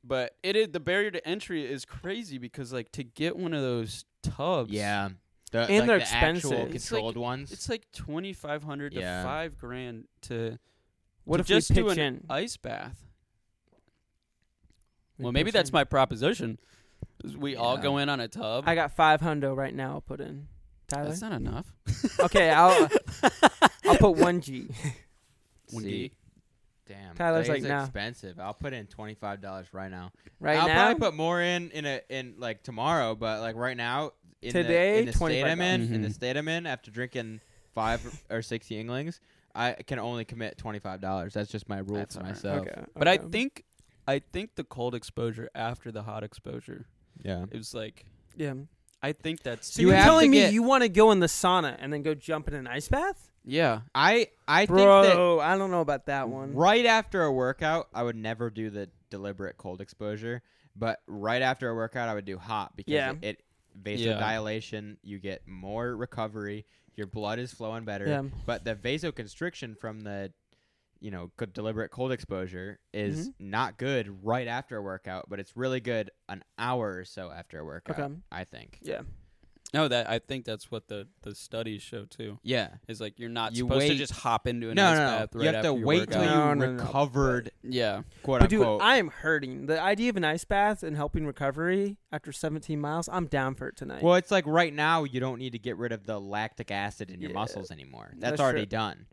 Speaker 2: but it is the barrier to entry is crazy because like to get one of those tubs
Speaker 1: Yeah. The,
Speaker 3: And
Speaker 1: like
Speaker 3: they're
Speaker 1: the actual
Speaker 3: expensive.
Speaker 2: It's like-
Speaker 1: controlled ones.
Speaker 2: It's like twenty five hundred
Speaker 1: Yeah.
Speaker 2: to five grand to
Speaker 3: What
Speaker 2: to
Speaker 3: if
Speaker 2: just
Speaker 3: we
Speaker 2: do
Speaker 3: pitch
Speaker 2: an
Speaker 3: in?
Speaker 2: ice bath.
Speaker 3: We
Speaker 2: well, maybe
Speaker 3: pitch
Speaker 2: that's
Speaker 3: in.
Speaker 2: my proposition. is We all
Speaker 1: Yeah.
Speaker 2: go in on a tub.
Speaker 3: I got five hundo right now. I'll put in. Tyler.
Speaker 2: that's not enough.
Speaker 3: okay, I'll uh, I'll put one G.
Speaker 2: One
Speaker 1: See,
Speaker 2: gig.
Speaker 1: damn.
Speaker 3: Tyler's
Speaker 1: that is
Speaker 3: like, nah.
Speaker 1: expensive. I'll put in twenty five dollars right now.
Speaker 3: Right
Speaker 1: I'll
Speaker 3: now,
Speaker 1: probably put more in in a in like tomorrow, but like right now in
Speaker 3: Today,
Speaker 1: the, in the state I'm in, in the
Speaker 2: $25.
Speaker 1: state I'm in, after drinking five or six Yinglings, I can only commit twenty five dollars. That's just my rule
Speaker 2: That's
Speaker 1: for
Speaker 2: all right.
Speaker 1: myself.
Speaker 2: But I
Speaker 3: okay.
Speaker 2: think I think the cold exposure after the hot exposure
Speaker 1: Yeah,
Speaker 2: it was like
Speaker 3: yeah.
Speaker 2: I think that's
Speaker 3: So
Speaker 1: You
Speaker 3: you are
Speaker 1: have to
Speaker 3: telling me
Speaker 1: get-
Speaker 3: you want to go in the sauna and then go jump in an ice bath,
Speaker 2: yeah.
Speaker 1: I I think that
Speaker 3: bro? I don't know about that one.
Speaker 1: right after a workout, I would never do the deliberate cold exposure, but right after a workout, I would do hot because
Speaker 3: Yeah.
Speaker 1: it, it vasodilation, you get more recovery, your blood is flowing better.
Speaker 3: Yeah.
Speaker 1: But the vasoconstriction from the you know, good deliberate cold exposure is
Speaker 3: Mm-hmm.
Speaker 1: not good right after a workout, but it's really good an hour or so after a workout.
Speaker 3: Okay.
Speaker 1: I think.
Speaker 3: Yeah.
Speaker 2: No, that I think that's what the the studies show too.
Speaker 1: Yeah.
Speaker 2: Is like you're not
Speaker 1: You
Speaker 2: supposed to
Speaker 1: wait-
Speaker 2: just hop into an
Speaker 1: No,
Speaker 2: ice
Speaker 1: no, no.
Speaker 2: bath right
Speaker 1: you have to
Speaker 2: after your
Speaker 1: wait till
Speaker 2: workout.
Speaker 3: No,
Speaker 1: you
Speaker 3: no, no, no.
Speaker 1: recovered,
Speaker 2: Yeah.
Speaker 1: quote
Speaker 3: But dude,
Speaker 1: unquote.
Speaker 3: I am hurting. The idea of an ice bath and helping recovery after 17 miles, I'm down for it tonight.
Speaker 1: Well, it's like right now you don't need to get rid of the lactic acid in your
Speaker 3: Yeah.
Speaker 1: muscles anymore. That's,
Speaker 3: That's
Speaker 1: already
Speaker 3: true.
Speaker 1: done.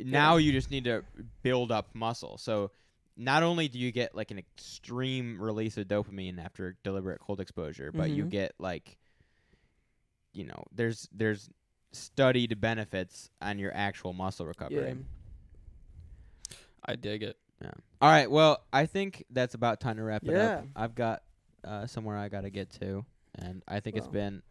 Speaker 1: Now you just need to build up muscle. So not only do you get like an extreme release of dopamine after deliberate cold exposure, but you
Speaker 3: Mhm.
Speaker 1: get like you know, there's there's studied benefits on your actual muscle recovery.
Speaker 3: yeah.
Speaker 2: I dig it.
Speaker 1: All right, well, I think that's about time to wrap it
Speaker 3: Yeah.
Speaker 1: up. I've got uh, somewhere I got to get to, and I think it's
Speaker 3: Well,
Speaker 1: been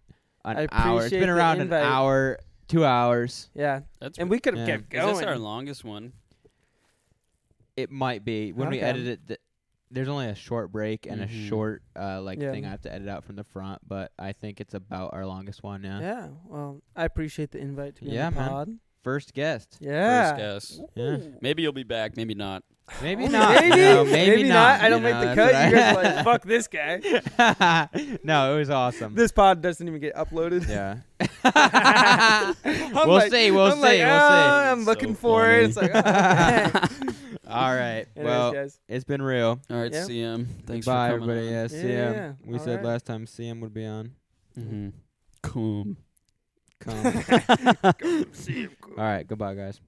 Speaker 3: I
Speaker 1: an hour. It's
Speaker 3: appreciate
Speaker 1: been
Speaker 3: the
Speaker 1: around
Speaker 3: invite.
Speaker 1: an hour, two hours.
Speaker 3: Yeah.
Speaker 2: That's
Speaker 3: And we could have
Speaker 1: Yeah.
Speaker 3: kept
Speaker 2: is
Speaker 3: going.
Speaker 2: this our longest one?
Speaker 1: It might be when we
Speaker 3: Okay. Mm-hmm.
Speaker 1: edit it. Th- there's only a short break and a
Speaker 2: Mhm.
Speaker 1: short uh, like
Speaker 3: Yeah.
Speaker 1: thing I have to edit out from the front, but I think it's about our longest one now.
Speaker 3: yeah. Well, I appreciate the invite to be
Speaker 1: Yeah,
Speaker 3: on the
Speaker 1: man.
Speaker 3: pod.
Speaker 1: First guest,
Speaker 2: First
Speaker 3: Yeah.
Speaker 2: guess.
Speaker 1: yeah.
Speaker 2: Maybe you'll be back. Maybe not.
Speaker 1: maybe
Speaker 3: Ooh,
Speaker 1: not,
Speaker 3: Maybe,
Speaker 1: No, maybe,
Speaker 3: not. I
Speaker 1: you
Speaker 3: don't
Speaker 1: know,
Speaker 3: make the
Speaker 1: that's
Speaker 3: cut. You guys
Speaker 1: what
Speaker 3: are like, fuck this guy.
Speaker 1: I- no, it was awesome.
Speaker 3: This pod doesn't even get uploaded.
Speaker 1: yeah,
Speaker 3: I'm
Speaker 1: we'll
Speaker 3: like-
Speaker 1: see. We'll
Speaker 3: I'm
Speaker 1: see.
Speaker 3: like,
Speaker 1: we'll
Speaker 3: "Ah,
Speaker 1: see.
Speaker 3: I'm
Speaker 2: So
Speaker 3: looking for it. It's like, oh,
Speaker 1: All right.
Speaker 3: Anyways,
Speaker 1: well,
Speaker 3: guys.
Speaker 1: it's been real.
Speaker 2: All right,
Speaker 3: Yeah.
Speaker 2: CM. Um, Thanks
Speaker 1: Bye,
Speaker 2: for coming.
Speaker 1: everybody. Yeah,
Speaker 3: Yeah,
Speaker 1: CM.
Speaker 3: yeah,
Speaker 1: We
Speaker 3: all
Speaker 1: said
Speaker 3: right.
Speaker 1: last time CM would be on.
Speaker 2: Mm-hmm. Cool.
Speaker 1: Come.
Speaker 3: See you.
Speaker 1: All right. Goodbye, guys.